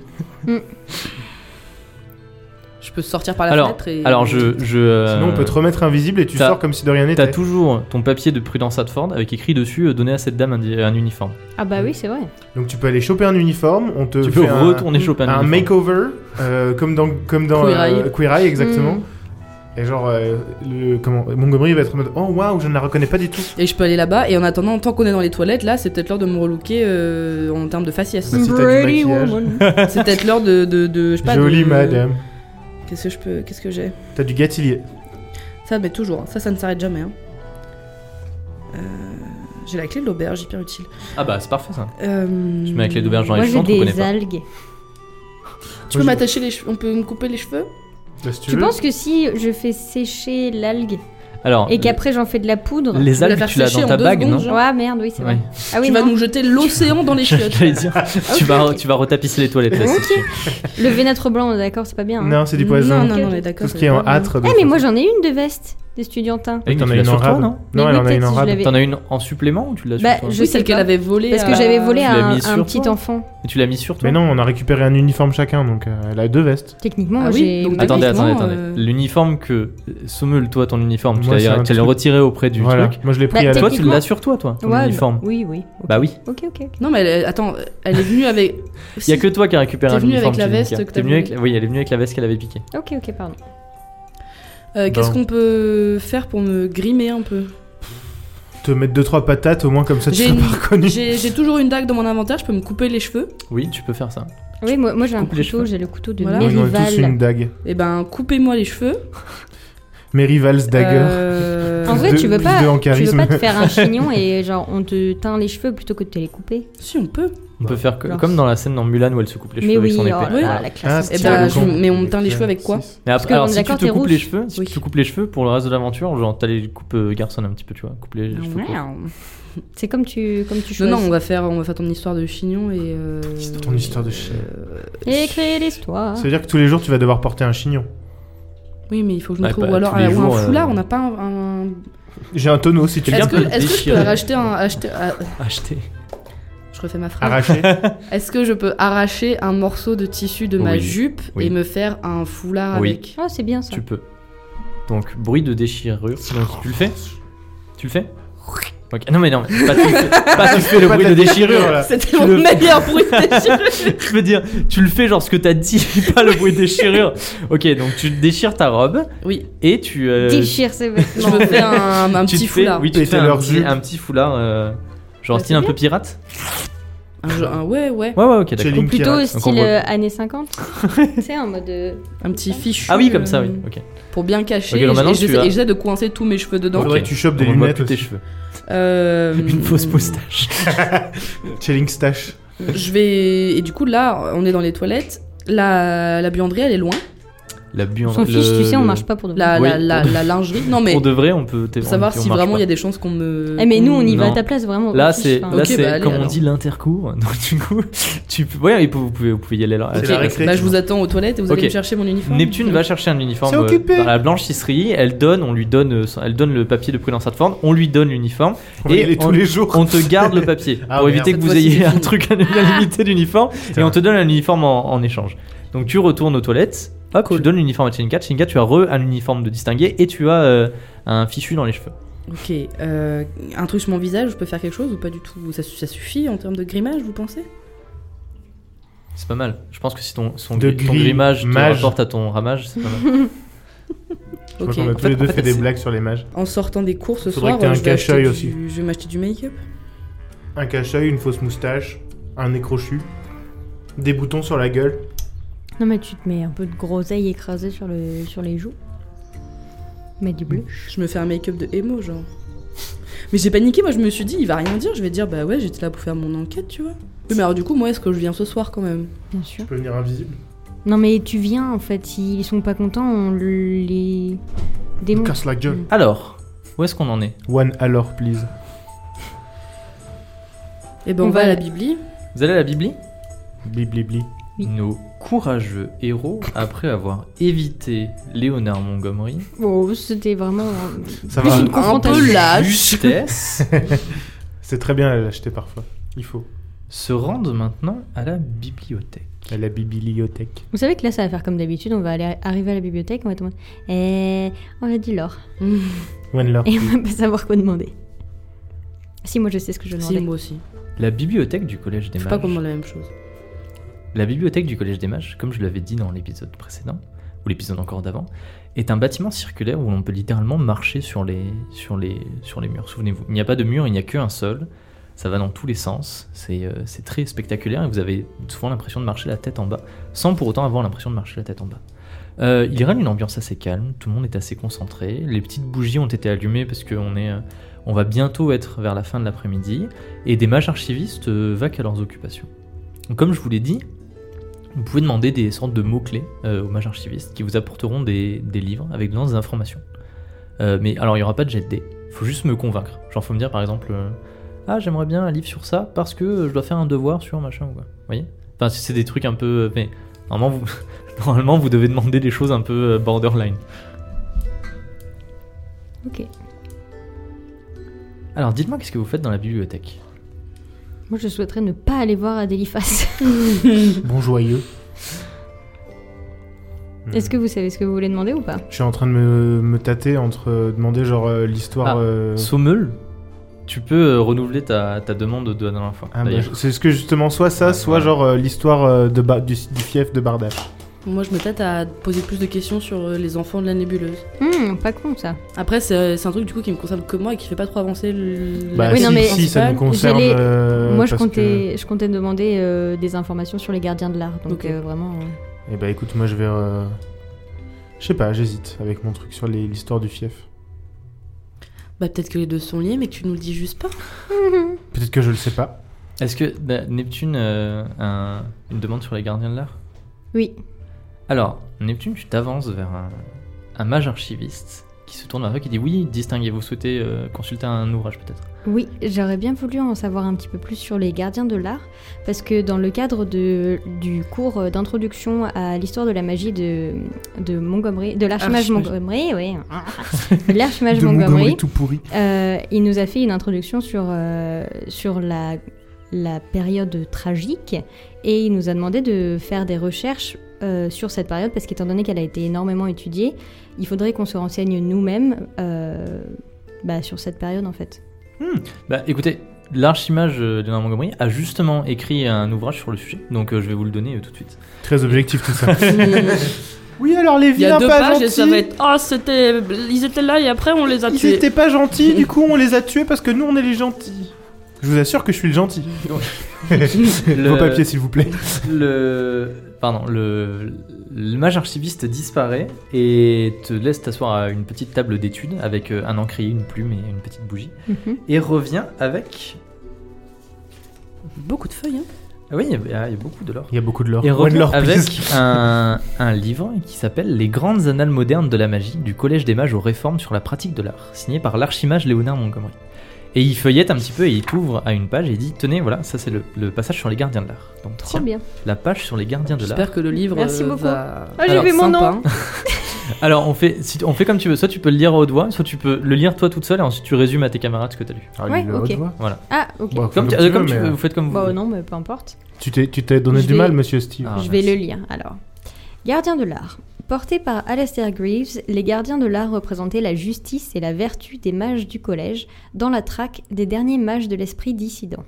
[SPEAKER 3] Je peux sortir par la
[SPEAKER 1] Alors,
[SPEAKER 3] fenêtre et.
[SPEAKER 1] alors je je. [laughs] euh,
[SPEAKER 2] Sinon on peut te remettre invisible et tu
[SPEAKER 1] t'as-
[SPEAKER 2] sors comme si de rien
[SPEAKER 1] T'as
[SPEAKER 2] n'était.
[SPEAKER 1] toujours ton papier de Prudence Adford avec écrit dessus euh, donner à cette dame un, di- un uniforme.
[SPEAKER 4] Ah bah oui, c'est vrai.
[SPEAKER 2] Donc tu peux aller choper un uniforme, on te
[SPEAKER 1] tu
[SPEAKER 2] fait
[SPEAKER 1] peux
[SPEAKER 2] un,
[SPEAKER 1] retourner choper un,
[SPEAKER 2] un
[SPEAKER 1] uniforme.
[SPEAKER 2] makeover euh, comme dans comme dans
[SPEAKER 3] Queer Eye.
[SPEAKER 2] euh, Queer Eye, exactement.
[SPEAKER 4] Mm.
[SPEAKER 2] Et genre, euh, le, comment, Montgomery va être en mode Oh waouh, je ne la reconnais pas du tout.
[SPEAKER 3] Et je peux aller là-bas, et en attendant, tant qu'on est dans les toilettes, là, c'est peut-être l'heure de me relooker euh, en termes de faciès.
[SPEAKER 2] [laughs] Bah, si t'as du
[SPEAKER 4] Pretty
[SPEAKER 2] maquillage.
[SPEAKER 4] woman.
[SPEAKER 3] c'est peut-être l'heure de, de, de- je sais pas,
[SPEAKER 2] Jolie
[SPEAKER 3] de-
[SPEAKER 2] madame.
[SPEAKER 3] Qu'est-ce que je peux, qu'est-ce que j'ai
[SPEAKER 2] T'as du gâtillier.
[SPEAKER 3] Ça, mais toujours, hein. ça, ça ne s'arrête jamais. hein. Euh, J'ai la clé de l'auberge, hyper utile.
[SPEAKER 1] Ah bah c'est parfait ça.
[SPEAKER 3] Euh,
[SPEAKER 1] Tu mets la clé d'auberge dans
[SPEAKER 4] Moi
[SPEAKER 1] les
[SPEAKER 4] j'ai
[SPEAKER 1] champs, on connais
[SPEAKER 4] des
[SPEAKER 1] pas.
[SPEAKER 4] algues.
[SPEAKER 3] Euh, Tu peux m'attacher les cheveux On peut me couper les cheveux
[SPEAKER 2] Bah, si tu
[SPEAKER 4] Tu
[SPEAKER 2] veux.
[SPEAKER 4] penses que si je fais sécher l'algue
[SPEAKER 1] Alors,
[SPEAKER 4] et qu'après j'en fais de la poudre.
[SPEAKER 1] Ah, euh, les
[SPEAKER 3] la
[SPEAKER 1] algues,
[SPEAKER 3] faire
[SPEAKER 1] tu l'as
[SPEAKER 3] sécher
[SPEAKER 1] dans
[SPEAKER 3] en
[SPEAKER 1] ta
[SPEAKER 3] deux
[SPEAKER 1] bague,
[SPEAKER 3] secondes,
[SPEAKER 1] non
[SPEAKER 3] genre.
[SPEAKER 4] Ouais, merde, oui, c'est vrai.
[SPEAKER 1] [laughs] Ouais.
[SPEAKER 4] Ah oui,
[SPEAKER 3] Tu vas
[SPEAKER 4] non.
[SPEAKER 3] nous jeter
[SPEAKER 1] [laughs]
[SPEAKER 3] l'océan dans les chiottes.
[SPEAKER 1] J'allais dire, tu, vas, tu vas retapisser les toilettes là. si tu veux.
[SPEAKER 4] Le vénâtre blanc, on est d'accord, c'est pas bien. hein.
[SPEAKER 2] Non, c'est du poison.
[SPEAKER 3] Non, non, non, on est d'accord.
[SPEAKER 2] Tout ce qui est en âtre. de
[SPEAKER 4] Eh, mais
[SPEAKER 2] toute
[SPEAKER 4] moi
[SPEAKER 2] façon.
[SPEAKER 4] j'en ai une de veste des estudiantins.
[SPEAKER 1] Et
[SPEAKER 2] Oui,
[SPEAKER 1] que
[SPEAKER 2] t'en
[SPEAKER 1] tu
[SPEAKER 2] as
[SPEAKER 1] l'as
[SPEAKER 2] une en
[SPEAKER 1] sur toi,
[SPEAKER 2] rade.
[SPEAKER 1] non
[SPEAKER 2] Non,
[SPEAKER 4] Mais
[SPEAKER 2] elle
[SPEAKER 4] oui,
[SPEAKER 2] en a
[SPEAKER 4] peut-être
[SPEAKER 2] une en
[SPEAKER 4] si je
[SPEAKER 2] rade.
[SPEAKER 4] l'avais-
[SPEAKER 1] T'en as une en supplément ou tu l'as
[SPEAKER 4] Bah,
[SPEAKER 1] sur toi
[SPEAKER 4] je
[SPEAKER 3] Oui,
[SPEAKER 4] sais
[SPEAKER 3] celle qu'elle
[SPEAKER 4] pas.
[SPEAKER 3] avait volée.
[SPEAKER 4] Parce que
[SPEAKER 3] à-
[SPEAKER 4] j'avais volé
[SPEAKER 1] euh, tu
[SPEAKER 4] à
[SPEAKER 1] l'as
[SPEAKER 4] un,
[SPEAKER 1] mise
[SPEAKER 4] un
[SPEAKER 1] sur
[SPEAKER 4] petit
[SPEAKER 1] toi
[SPEAKER 4] enfant.
[SPEAKER 1] Et tu l'as mise sur toi
[SPEAKER 2] Mais non, on a récupéré un uniforme chacun, donc euh, elle a deux vestes.
[SPEAKER 4] Techniquement,
[SPEAKER 3] Ah oui,
[SPEAKER 4] j'ai.
[SPEAKER 3] donc
[SPEAKER 4] oui,
[SPEAKER 1] Attendez,
[SPEAKER 3] Honnêtement,
[SPEAKER 1] attendez, attendez.
[SPEAKER 3] euh,
[SPEAKER 1] L'uniforme que euh, Sommel, toi, ton uniforme, tu
[SPEAKER 2] Moi, c'est
[SPEAKER 1] l'as
[SPEAKER 2] un
[SPEAKER 1] tu l'as
[SPEAKER 2] truc.
[SPEAKER 1] retiré auprès du
[SPEAKER 2] voilà.
[SPEAKER 1] truc.
[SPEAKER 2] Moi je l'ai pris
[SPEAKER 4] Bah,
[SPEAKER 2] à la.
[SPEAKER 1] Toi, tu
[SPEAKER 4] Techniquement-
[SPEAKER 1] l'as sur toi, toi, ton
[SPEAKER 4] Ouais,
[SPEAKER 1] uniforme.
[SPEAKER 4] Oui, oui. ok.
[SPEAKER 1] Bah oui.
[SPEAKER 4] Ok, ok, ok.
[SPEAKER 3] Non, mais elle- attends, elle est venue avec.
[SPEAKER 1] Il [laughs] y a que toi qui as récupéré
[SPEAKER 3] T'es
[SPEAKER 1] un
[SPEAKER 3] venue
[SPEAKER 1] uniforme.
[SPEAKER 3] avec la
[SPEAKER 1] Jelinek.
[SPEAKER 3] veste que
[SPEAKER 1] T'es
[SPEAKER 3] t'as
[SPEAKER 1] venue avec-
[SPEAKER 3] volée.
[SPEAKER 1] Oui, elle est venue avec la veste qu'elle avait piquée.
[SPEAKER 4] Ok, ok, pardon.
[SPEAKER 3] Euh, Qu'est-ce
[SPEAKER 2] Bon.
[SPEAKER 3] qu'on peut faire pour me grimer un peu
[SPEAKER 2] Te mettre deux trois patates au moins comme ça tu
[SPEAKER 3] J'ai
[SPEAKER 2] seras
[SPEAKER 3] une-
[SPEAKER 2] pas reconnu.
[SPEAKER 3] J'ai j'ai toujours une dague dans mon inventaire, je peux me couper les cheveux.
[SPEAKER 1] Oui, tu peux faire ça.
[SPEAKER 4] Oui, moi, moi, j'ai un
[SPEAKER 1] coupes les
[SPEAKER 4] couteau,
[SPEAKER 1] cheveux.
[SPEAKER 4] j'ai le couteau de
[SPEAKER 3] Voilà.
[SPEAKER 2] Oui, on a tous une
[SPEAKER 4] Merival.
[SPEAKER 2] dague.
[SPEAKER 3] Et ben, coupez-moi les cheveux.
[SPEAKER 2] Merival's dagger.
[SPEAKER 3] Euh,
[SPEAKER 4] [laughs] En vrai,
[SPEAKER 2] Deux-
[SPEAKER 4] tu veux
[SPEAKER 2] plus
[SPEAKER 4] pas,
[SPEAKER 2] deux en
[SPEAKER 4] tu veux pas
[SPEAKER 2] charisme.
[SPEAKER 4] te
[SPEAKER 1] [laughs]
[SPEAKER 4] faire un chignon et genre on te teint les cheveux plutôt que de te les couper.
[SPEAKER 3] Si on peut.
[SPEAKER 1] On peut faire que-
[SPEAKER 4] genre-
[SPEAKER 1] comme dans la scène dans Mulan où elle se coupe les cheveux
[SPEAKER 4] Mais
[SPEAKER 1] avec
[SPEAKER 4] oui,
[SPEAKER 1] son
[SPEAKER 4] oh
[SPEAKER 1] épée. Ah,
[SPEAKER 4] là là, la classe.
[SPEAKER 3] Eh
[SPEAKER 2] Ah, c'est
[SPEAKER 3] ben,
[SPEAKER 2] le
[SPEAKER 3] je-
[SPEAKER 2] con.
[SPEAKER 3] mais on me teint les cheveux avec quoi
[SPEAKER 2] Six.
[SPEAKER 1] Mais
[SPEAKER 4] Parce
[SPEAKER 1] après,
[SPEAKER 4] que
[SPEAKER 1] alors,
[SPEAKER 4] on est
[SPEAKER 1] si tu
[SPEAKER 4] d'accord,
[SPEAKER 1] te
[SPEAKER 4] t'es
[SPEAKER 1] coupes
[SPEAKER 4] rouge.
[SPEAKER 1] les cheveux, si
[SPEAKER 3] Oui.
[SPEAKER 1] tu te coupes les cheveux pour le reste de l'aventure, genre t'as les coupes euh, garçonnes un petit peu, tu vois, coupe
[SPEAKER 4] Ah
[SPEAKER 1] les cheveux. courts.
[SPEAKER 4] C'est comme tu, comme tu
[SPEAKER 3] Non,
[SPEAKER 4] choisis.
[SPEAKER 3] non, on va faire, on va faire ton histoire de chignon et. euh,
[SPEAKER 2] Ton histoire de chien.
[SPEAKER 3] euh,
[SPEAKER 4] Et créer l'histoire.
[SPEAKER 2] Ça veut dire que tous les jours tu vas devoir porter un chignon.
[SPEAKER 3] Oui, mais il faut que je me
[SPEAKER 1] Ouais,
[SPEAKER 3] trouve.
[SPEAKER 1] pas
[SPEAKER 3] ou alors
[SPEAKER 1] tous les
[SPEAKER 3] euh, ou
[SPEAKER 1] jours,
[SPEAKER 3] un
[SPEAKER 1] euh,
[SPEAKER 3] foulard, on n'a pas un. un-
[SPEAKER 2] J'ai un tonneau si tu
[SPEAKER 1] viens
[SPEAKER 3] Est-ce
[SPEAKER 2] veux
[SPEAKER 3] que,
[SPEAKER 1] peux le
[SPEAKER 3] est-ce que je peux
[SPEAKER 1] déchirer.
[SPEAKER 3] racheter un. Acheter, ah,
[SPEAKER 1] [laughs] Acheter.
[SPEAKER 3] je refais ma phrase.
[SPEAKER 2] arracher.
[SPEAKER 3] Est-ce que je peux arracher un morceau de tissu de ma
[SPEAKER 1] Oui.
[SPEAKER 3] jupe
[SPEAKER 1] Oui.
[SPEAKER 3] et me faire un foulard
[SPEAKER 1] Oui.
[SPEAKER 3] avec
[SPEAKER 4] Oh, c'est bien ça.
[SPEAKER 1] Tu peux. Donc, bruit de déchirure. Donc, tu le fais Tu le fais Ok. Non, mais non, mais pas tu
[SPEAKER 4] [laughs]
[SPEAKER 1] fais, pas tu fais le
[SPEAKER 2] Pas
[SPEAKER 1] bruit de
[SPEAKER 2] ta
[SPEAKER 3] [laughs]
[SPEAKER 1] déchirure là.
[SPEAKER 2] là.
[SPEAKER 3] C'était
[SPEAKER 1] Tu
[SPEAKER 3] mon
[SPEAKER 1] le-
[SPEAKER 3] meilleur bruit de déchirure.
[SPEAKER 1] Je veux dire, tu le fais genre ce que t'as dit, [laughs] pas le bruit de déchirure. Ok, donc tu déchires ta robe
[SPEAKER 3] Oui,
[SPEAKER 1] et tu. euh,
[SPEAKER 4] Déchire
[SPEAKER 3] je
[SPEAKER 4] ses vêtements.
[SPEAKER 3] me fais un, un
[SPEAKER 1] tu
[SPEAKER 3] petit
[SPEAKER 1] te fais,
[SPEAKER 3] foulard.
[SPEAKER 1] Oui, tu te
[SPEAKER 2] Péter
[SPEAKER 1] fais un
[SPEAKER 2] leurs
[SPEAKER 1] petit,
[SPEAKER 2] jupes.
[SPEAKER 1] un petit foulard. euh,
[SPEAKER 4] Ah,
[SPEAKER 1] genre
[SPEAKER 3] Bah,
[SPEAKER 1] style
[SPEAKER 3] c'est
[SPEAKER 1] un peu pirate
[SPEAKER 3] Un, jeu- un- ouais, ouais.
[SPEAKER 1] Ouais, ouais, ok, d'accord.
[SPEAKER 2] Chilling
[SPEAKER 4] Plutôt
[SPEAKER 2] pirate.
[SPEAKER 1] Donc on
[SPEAKER 4] style
[SPEAKER 1] voit-
[SPEAKER 4] euh, années 50.
[SPEAKER 1] [laughs]
[SPEAKER 4] tu sais, en mode. euh,
[SPEAKER 3] Un petit fichu.
[SPEAKER 1] Ah oui, comme ça,
[SPEAKER 3] euh,
[SPEAKER 1] oui. Ok.
[SPEAKER 3] Pour bien cacher.
[SPEAKER 1] Ok, donc
[SPEAKER 3] et
[SPEAKER 1] maintenant,
[SPEAKER 3] et
[SPEAKER 1] tu
[SPEAKER 3] j'essaie
[SPEAKER 1] as-
[SPEAKER 3] et j'essaie de coincer tous mes cheveux
[SPEAKER 2] [laughs]
[SPEAKER 3] dedans.
[SPEAKER 2] Faudrait que tu chopes des
[SPEAKER 1] On voit
[SPEAKER 2] lunettes
[SPEAKER 1] plus tes
[SPEAKER 2] aussi.
[SPEAKER 1] cheveux.
[SPEAKER 3] Euh,
[SPEAKER 2] Mmh.
[SPEAKER 1] Une fausse moustache.
[SPEAKER 2] Chilling stash.
[SPEAKER 3] Je vais. Et du coup, là, on est dans les toilettes. La, la buanderie, elle est loin.
[SPEAKER 1] La buanderie.
[SPEAKER 4] Son fiche, tu sais, on marche pas pour de
[SPEAKER 3] La,
[SPEAKER 1] Oui,
[SPEAKER 3] la, la,
[SPEAKER 1] pour-
[SPEAKER 3] la lingerie. Non, mais
[SPEAKER 1] Pour de vrai, on peut.
[SPEAKER 3] pour savoir si vraiment il y a des chances qu'on me.
[SPEAKER 4] Eh, mais nous, on y va à
[SPEAKER 1] Non.
[SPEAKER 4] ta place, vraiment.
[SPEAKER 1] Là,
[SPEAKER 4] on fiche,
[SPEAKER 1] c'est,
[SPEAKER 4] enfin.
[SPEAKER 1] là,
[SPEAKER 3] Ok,
[SPEAKER 1] c'est
[SPEAKER 3] bah, allez,
[SPEAKER 1] comme on
[SPEAKER 3] alors.
[SPEAKER 1] dit l'intercours. [laughs] Donc, du coup, tu peux. Ouais, vous pouvez, vous pouvez y aller là.
[SPEAKER 2] C'est
[SPEAKER 3] Ok,
[SPEAKER 2] la récré.
[SPEAKER 3] bah, je vous attends aux toilettes et vous
[SPEAKER 1] Ok.
[SPEAKER 3] allez me chercher mon uniforme.
[SPEAKER 1] Neptune va chercher un uniforme
[SPEAKER 2] C'est
[SPEAKER 1] euh,
[SPEAKER 2] occupé.
[SPEAKER 1] dans la blanchisserie. Elle donne, on lui donne, euh, son- elle donne le papier de prudence Hartford. On lui donne l'uniforme.
[SPEAKER 2] On va y
[SPEAKER 1] Et
[SPEAKER 2] aller
[SPEAKER 1] on-
[SPEAKER 2] tous les jours.
[SPEAKER 1] On te garde le papier
[SPEAKER 2] [laughs] Ah,
[SPEAKER 1] pour
[SPEAKER 2] merde.
[SPEAKER 1] éviter que
[SPEAKER 3] Cette
[SPEAKER 1] vous
[SPEAKER 3] fois-ci,
[SPEAKER 1] ayez
[SPEAKER 3] c'est
[SPEAKER 1] un
[SPEAKER 3] fini. Ah.
[SPEAKER 1] truc à l'unanimité d'uniforme. Et
[SPEAKER 2] Putain.
[SPEAKER 1] on te donne un uniforme en, en échange. Donc tu retournes aux toilettes. Hop,
[SPEAKER 3] Cool.
[SPEAKER 1] tu donnes l'uniforme à Chinka. Chinka, tu as re un uniforme de distingué et tu as euh, un fichu dans les cheveux.
[SPEAKER 3] Ok, euh, un truc sur mon visage, je peux faire quelque chose ou pas du tout ça, ça suffit en termes de grimage, vous pensez
[SPEAKER 1] C'est pas mal. Je pense que si ton, son,
[SPEAKER 2] De
[SPEAKER 1] gri- ton
[SPEAKER 2] gris-
[SPEAKER 1] grimage te
[SPEAKER 2] mage.
[SPEAKER 1] rapporte à ton ramage, c'est pas mal.
[SPEAKER 2] Je crois
[SPEAKER 3] Ok.
[SPEAKER 2] qu'on a tous
[SPEAKER 1] fait-
[SPEAKER 2] les deux
[SPEAKER 1] en fait,
[SPEAKER 2] fait des
[SPEAKER 1] c'est-
[SPEAKER 2] blagues sur les mages.
[SPEAKER 3] En sortant des cours ce
[SPEAKER 2] Faudrait
[SPEAKER 3] soir, euh,
[SPEAKER 2] que t'aies un
[SPEAKER 3] je vais, acheter
[SPEAKER 2] cache-œil
[SPEAKER 3] du-
[SPEAKER 2] aussi.
[SPEAKER 3] je vais m'acheter du make-up.
[SPEAKER 2] Un cache-œil, une fausse moustache, un nez crochu, des boutons sur la gueule.
[SPEAKER 4] Non, mais tu te mets un peu de groseille écrasée sur, le... sur les joues. Mets du blush.
[SPEAKER 3] Je me fais un make-up de émo, genre. Mais j'ai paniqué, moi je me suis dit, il va rien dire, je vais dire, bah ouais, j'étais là pour faire mon enquête, tu vois. Oui, mais alors du coup, moi, est-ce que je viens ce soir quand même
[SPEAKER 4] Bien
[SPEAKER 2] Tu
[SPEAKER 4] sûr.
[SPEAKER 2] peux venir invisible.
[SPEAKER 4] Non, mais tu viens en fait. S'ils sont pas contents, on les
[SPEAKER 2] Il
[SPEAKER 4] démonte.
[SPEAKER 2] casse la gueule.
[SPEAKER 1] Alors, où est-ce qu'on en est
[SPEAKER 4] Mm.
[SPEAKER 2] One alors, please.
[SPEAKER 3] Eh ben, on,
[SPEAKER 4] On
[SPEAKER 3] va
[SPEAKER 4] va-
[SPEAKER 3] à la Bibli.
[SPEAKER 1] Vous allez à la Bibli
[SPEAKER 2] Bli bli bli.
[SPEAKER 4] Oui.
[SPEAKER 1] Nos courageux héros, après avoir évité Léonard Montgomery,
[SPEAKER 4] Bon, c'était vraiment.
[SPEAKER 2] Ça
[SPEAKER 4] Plus
[SPEAKER 2] va.
[SPEAKER 4] une
[SPEAKER 3] Un
[SPEAKER 4] confrontation.
[SPEAKER 3] peu lâche.
[SPEAKER 1] justesse,
[SPEAKER 2] C'est très bien à l'acheter parfois. Il faut.
[SPEAKER 1] se rendent maintenant à la bibliothèque.
[SPEAKER 2] À la bibliothèque.
[SPEAKER 4] Vous savez que là, ça va faire comme d'habitude. On va aller arriver à la bibliothèque, on va demander. Eh, on a dit l'or.
[SPEAKER 2] One love.
[SPEAKER 4] Et on va pas savoir quoi demander. Si, moi, je sais ce que
[SPEAKER 3] si,
[SPEAKER 4] je demandais.
[SPEAKER 3] moi aussi.
[SPEAKER 1] La bibliothèque du Collège des
[SPEAKER 3] Je sais
[SPEAKER 1] Mages.
[SPEAKER 3] pas qu'on demande la même chose.
[SPEAKER 1] La bibliothèque du Collège des Mages, comme je l'avais dit dans l'épisode précédent, ou l'épisode encore d'avant, est un bâtiment circulaire où l'on peut littéralement marcher sur les, sur les, sur les murs. Souvenez-vous, il n'y a pas de mur, il n'y a qu'un seul. Ça va dans tous les sens. C'est euh, c'est très spectaculaire et vous avez souvent l'impression de marcher la tête en bas, sans pour autant avoir l'impression de marcher la tête en bas. Euh, il règne une ambiance assez calme, tout le monde est assez concentré. Les petites bougies ont été allumées parce qu'on est, euh, on va bientôt être vers la fin de l'après-midi et des mages archivistes euh, vaquent à leurs occupations. Donc, comme je vous l'ai dit, vous pouvez demander des sortes de mots-clés euh, aux mages archivistes qui vous apporteront des, des livres avec dedans des informations. Euh, mais alors, il n'y aura pas de jet de dés. faut juste me convaincre. Genre, faut me dire par exemple euh, Ah, j'aimerais bien un livre sur ça parce que euh, je dois faire un devoir sur machin ou quoi. Vous voyez Enfin, si c'est des trucs un peu. euh, Mais normalement vous, [laughs] normalement, vous devez demander des choses un peu euh, borderline.
[SPEAKER 4] Ok.
[SPEAKER 1] Alors, dites-moi qu'est-ce que vous faites dans la bibliothèque
[SPEAKER 4] Moi, je souhaiterais ne pas aller voir [laughs] Adéliphas.
[SPEAKER 2] Bon joyeux. Hmm.
[SPEAKER 4] [laughs] Est-ce que vous savez ce que vous voulez demander ou pas
[SPEAKER 2] Je suis en train de me, me tâter entre euh, demander genre euh, l'histoire.
[SPEAKER 1] Ah,
[SPEAKER 2] euh,
[SPEAKER 1] Sommeul, tu peux euh, renouveler ta, ta demande de la dernière fois.
[SPEAKER 2] ah, bah,
[SPEAKER 1] d'ailleurs.
[SPEAKER 2] je- c'est ce que justement soit ça,
[SPEAKER 1] Ouais,
[SPEAKER 2] soit
[SPEAKER 1] voilà.
[SPEAKER 2] genre euh, l'histoire euh, de Ba- du, du fief de Bardache.
[SPEAKER 3] Moi, je me tâte à poser plus de questions sur euh, les enfants de la nébuleuse.
[SPEAKER 4] Hmm, Pas con ça.
[SPEAKER 3] Après, c'est c'est un truc du coup qui me concerne que moi et qui fait pas trop avancer le.
[SPEAKER 2] Bah
[SPEAKER 3] la
[SPEAKER 4] Oui,
[SPEAKER 2] si,
[SPEAKER 4] non, mais-
[SPEAKER 2] si, ça nous
[SPEAKER 3] principale.
[SPEAKER 2] concerne.
[SPEAKER 4] J'allais-
[SPEAKER 2] euh,
[SPEAKER 4] Moi, je
[SPEAKER 2] parce que-
[SPEAKER 4] comptais, je comptais demander euh, des informations sur les gardiens de l'art. Donc
[SPEAKER 3] Ok.
[SPEAKER 4] euh, vraiment. euh,
[SPEAKER 2] Eh bah écoute, moi je vais. euh, Je sais pas, j'hésite avec mon truc sur les- l'histoire du fief.
[SPEAKER 3] Bah, peut-être que les deux sont liés, mais que tu nous le
[SPEAKER 2] [laughs]
[SPEAKER 3] dis juste pas. [laughs]
[SPEAKER 2] Peut-être que je le sais pas.
[SPEAKER 1] Est-ce que bah, Neptune euh, un- une demande sur les gardiens de l'art
[SPEAKER 4] Oui.
[SPEAKER 1] Alors, Neptune, tu t'avances vers un, un mage archiviste qui se tourne vers toi qui dit Oui, distinguez, vous souhaitez euh, consulter un ouvrage peut-être
[SPEAKER 4] Oui, j'aurais bien voulu en savoir un petit peu plus sur les gardiens de l'art, parce que dans le cadre de, du cours d'introduction à l'histoire de la magie de, de Montgomery, de l'archimage
[SPEAKER 3] Archimage.
[SPEAKER 4] Montgomery, [laughs] oui, de l'archimage
[SPEAKER 2] de
[SPEAKER 4] Montgomery,
[SPEAKER 2] tout pourri.
[SPEAKER 4] euh, il nous a fait une introduction sur, euh, sur la, la période tragique, et il nous a demandé de faire des recherches euh, sur cette période, parce qu'étant donné qu'elle a été énormément étudiée, il faudrait qu'on se renseigne nous-mêmes euh, bah, sur cette période en fait.
[SPEAKER 1] Bah écoutez, l'archimage euh, de Léonard Montgomery a justement écrit un ouvrage sur le sujet, donc euh, je vais vous le donner euh, tout de suite.
[SPEAKER 2] Très objectif tout ça.
[SPEAKER 3] Il
[SPEAKER 2] [laughs] oui, alors les
[SPEAKER 3] y a
[SPEAKER 2] vilains
[SPEAKER 3] deux
[SPEAKER 2] pas
[SPEAKER 3] pages
[SPEAKER 2] gentils.
[SPEAKER 3] et ça va être.
[SPEAKER 5] Ah, c'était. Ils étaient là et après on les a
[SPEAKER 2] Ils
[SPEAKER 5] tués.
[SPEAKER 2] étaient pas gentils, du coup on les a tués parce que nous on est les gentils. Je vous assure que je suis le gentil. [laughs] Vos papiers s'il vous plaît.
[SPEAKER 1] le pardon le, le mage archiviste disparaît et te laisse t'asseoir à une petite table d'études avec euh, un encrier, une plume et une petite bougie
[SPEAKER 4] Mhm.
[SPEAKER 1] et revient avec
[SPEAKER 3] Beaucoup de feuilles, hein.
[SPEAKER 1] ah oui il y a- il y, a beaucoup de l'or
[SPEAKER 2] Il y a beaucoup de l'or.
[SPEAKER 1] et
[SPEAKER 2] One
[SPEAKER 1] revient
[SPEAKER 2] lore,
[SPEAKER 1] avec
[SPEAKER 2] please.
[SPEAKER 1] un, un livre qui s'appelle Les grandes annales modernes de la magie du collège des mages aux réformes sur la pratique de l'art signé par l'archimage Léonard Montgomery et il feuillette un petit peu et il t'ouvre à une page et il dit tenez voilà ça c'est le, le passage sur les gardiens de l'art donc
[SPEAKER 4] Trop
[SPEAKER 1] tiens
[SPEAKER 4] bien.
[SPEAKER 1] la page sur les gardiens de l'art
[SPEAKER 3] J'espère que le livre.
[SPEAKER 4] Merci
[SPEAKER 3] euh,
[SPEAKER 4] beaucoup.
[SPEAKER 3] va-
[SPEAKER 4] Ah, j'ai
[SPEAKER 3] Alors,
[SPEAKER 4] fait mon
[SPEAKER 3] sympa,
[SPEAKER 4] nom.
[SPEAKER 3] hein.
[SPEAKER 1] Alors on fait, si, on fait comme tu veux, soit tu peux le lire à haute voix, soit tu peux le lire toi toute seule et ensuite tu résumes à tes camarades ce que t'as lu.
[SPEAKER 2] Ah,
[SPEAKER 4] Ouais,
[SPEAKER 2] il le
[SPEAKER 4] ok.
[SPEAKER 2] revoit.
[SPEAKER 4] Ah, ok.
[SPEAKER 2] Bon,
[SPEAKER 1] Comme, tu,
[SPEAKER 2] tu
[SPEAKER 1] euh, comme
[SPEAKER 2] veux,
[SPEAKER 1] tu
[SPEAKER 2] mais,
[SPEAKER 1] veux,
[SPEAKER 2] euh,
[SPEAKER 1] vous faites comme vous
[SPEAKER 4] Bon,
[SPEAKER 1] voulez.
[SPEAKER 4] Bah, non, mais peu importe.
[SPEAKER 2] Tu t'es- tu t'es donné
[SPEAKER 4] Je
[SPEAKER 2] du
[SPEAKER 4] vais-
[SPEAKER 2] mal, monsieur Steve.
[SPEAKER 1] Ah,
[SPEAKER 4] Je vais le
[SPEAKER 1] mince.
[SPEAKER 4] lire alors. Gardien de l'art. Porté par Alastair Greaves, les gardiens de l'art représentaient la justice et la vertu des mages du collège dans la traque des derniers mages de l'esprit dissident.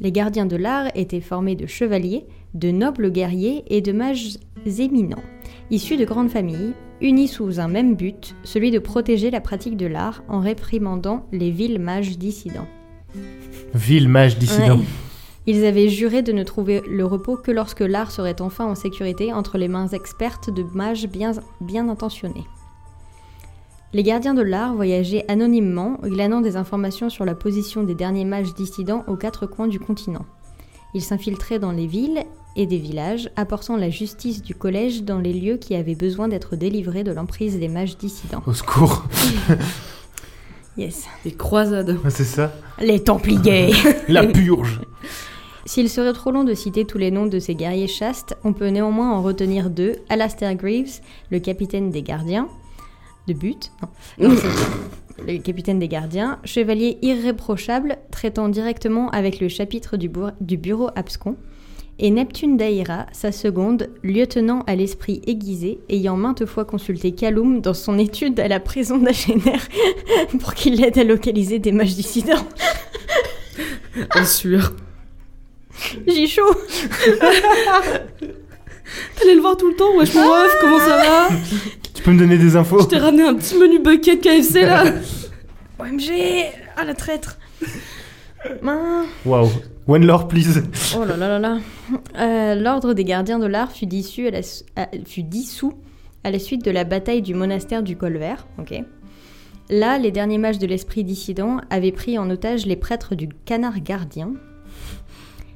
[SPEAKER 4] Les gardiens de l'art étaient formés de chevaliers, de nobles guerriers et de mages éminents, issus de grandes familles, unis sous un même but, celui de protéger la pratique de l'art en réprimandant les vils mages dissidents.
[SPEAKER 2] Ville mage dissident.
[SPEAKER 4] Ouais. Ils avaient juré de ne trouver le repos que lorsque l'art serait enfin en sécurité entre les mains expertes de mages bien, bien intentionnés. Les gardiens de l'art voyageaient anonymement, glanant des informations sur la position des derniers mages dissidents aux quatre coins du continent. Ils s'infiltraient dans les villes et des villages, apportant la justice du collège dans les lieux qui avaient besoin d'être délivrés de l'emprise des mages dissidents.
[SPEAKER 2] Au secours.
[SPEAKER 4] Yes.
[SPEAKER 3] Les [laughs] croisades.
[SPEAKER 2] C'est ça.
[SPEAKER 4] Les Templiers
[SPEAKER 2] La purge.
[SPEAKER 4] S'il serait trop long de citer tous les noms de ces guerriers chastes, on peut néanmoins en retenir deux Alastair Greaves, le capitaine des gardiens, de but, non, non, c'est- le capitaine des gardiens, chevalier irréprochable, traitant directement avec le chapitre du, bour- du bureau abscon, et Neptune Daïra, sa seconde, lieutenant à l'esprit aiguisé, ayant maintes fois consulté Kaloum dans son étude à la prison d'Agener [laughs] pour qu'il l'aide à localiser des mages dissidents. [laughs]
[SPEAKER 3] En sueur.
[SPEAKER 4] J'ai chaud
[SPEAKER 5] J'allais le voir tout le temps. Wesh, mon ref, comment ça
[SPEAKER 3] [laughs]
[SPEAKER 5] va
[SPEAKER 2] Tu peux me donner des infos
[SPEAKER 5] Je t'ai ramené un petit menu bucket KFC là.
[SPEAKER 4] OMG Ah la [laughs] traître Mince.
[SPEAKER 2] Waouh. One lore, please.
[SPEAKER 4] Oh là là là là Euh, L'ordre des gardiens de l'art fut, dissu à la su- à- fut dissous à la suite de la bataille du monastère du Col Vert. Ok. Là, les derniers mages de l'esprit dissident avaient pris en otage les prêtres du canard gardien.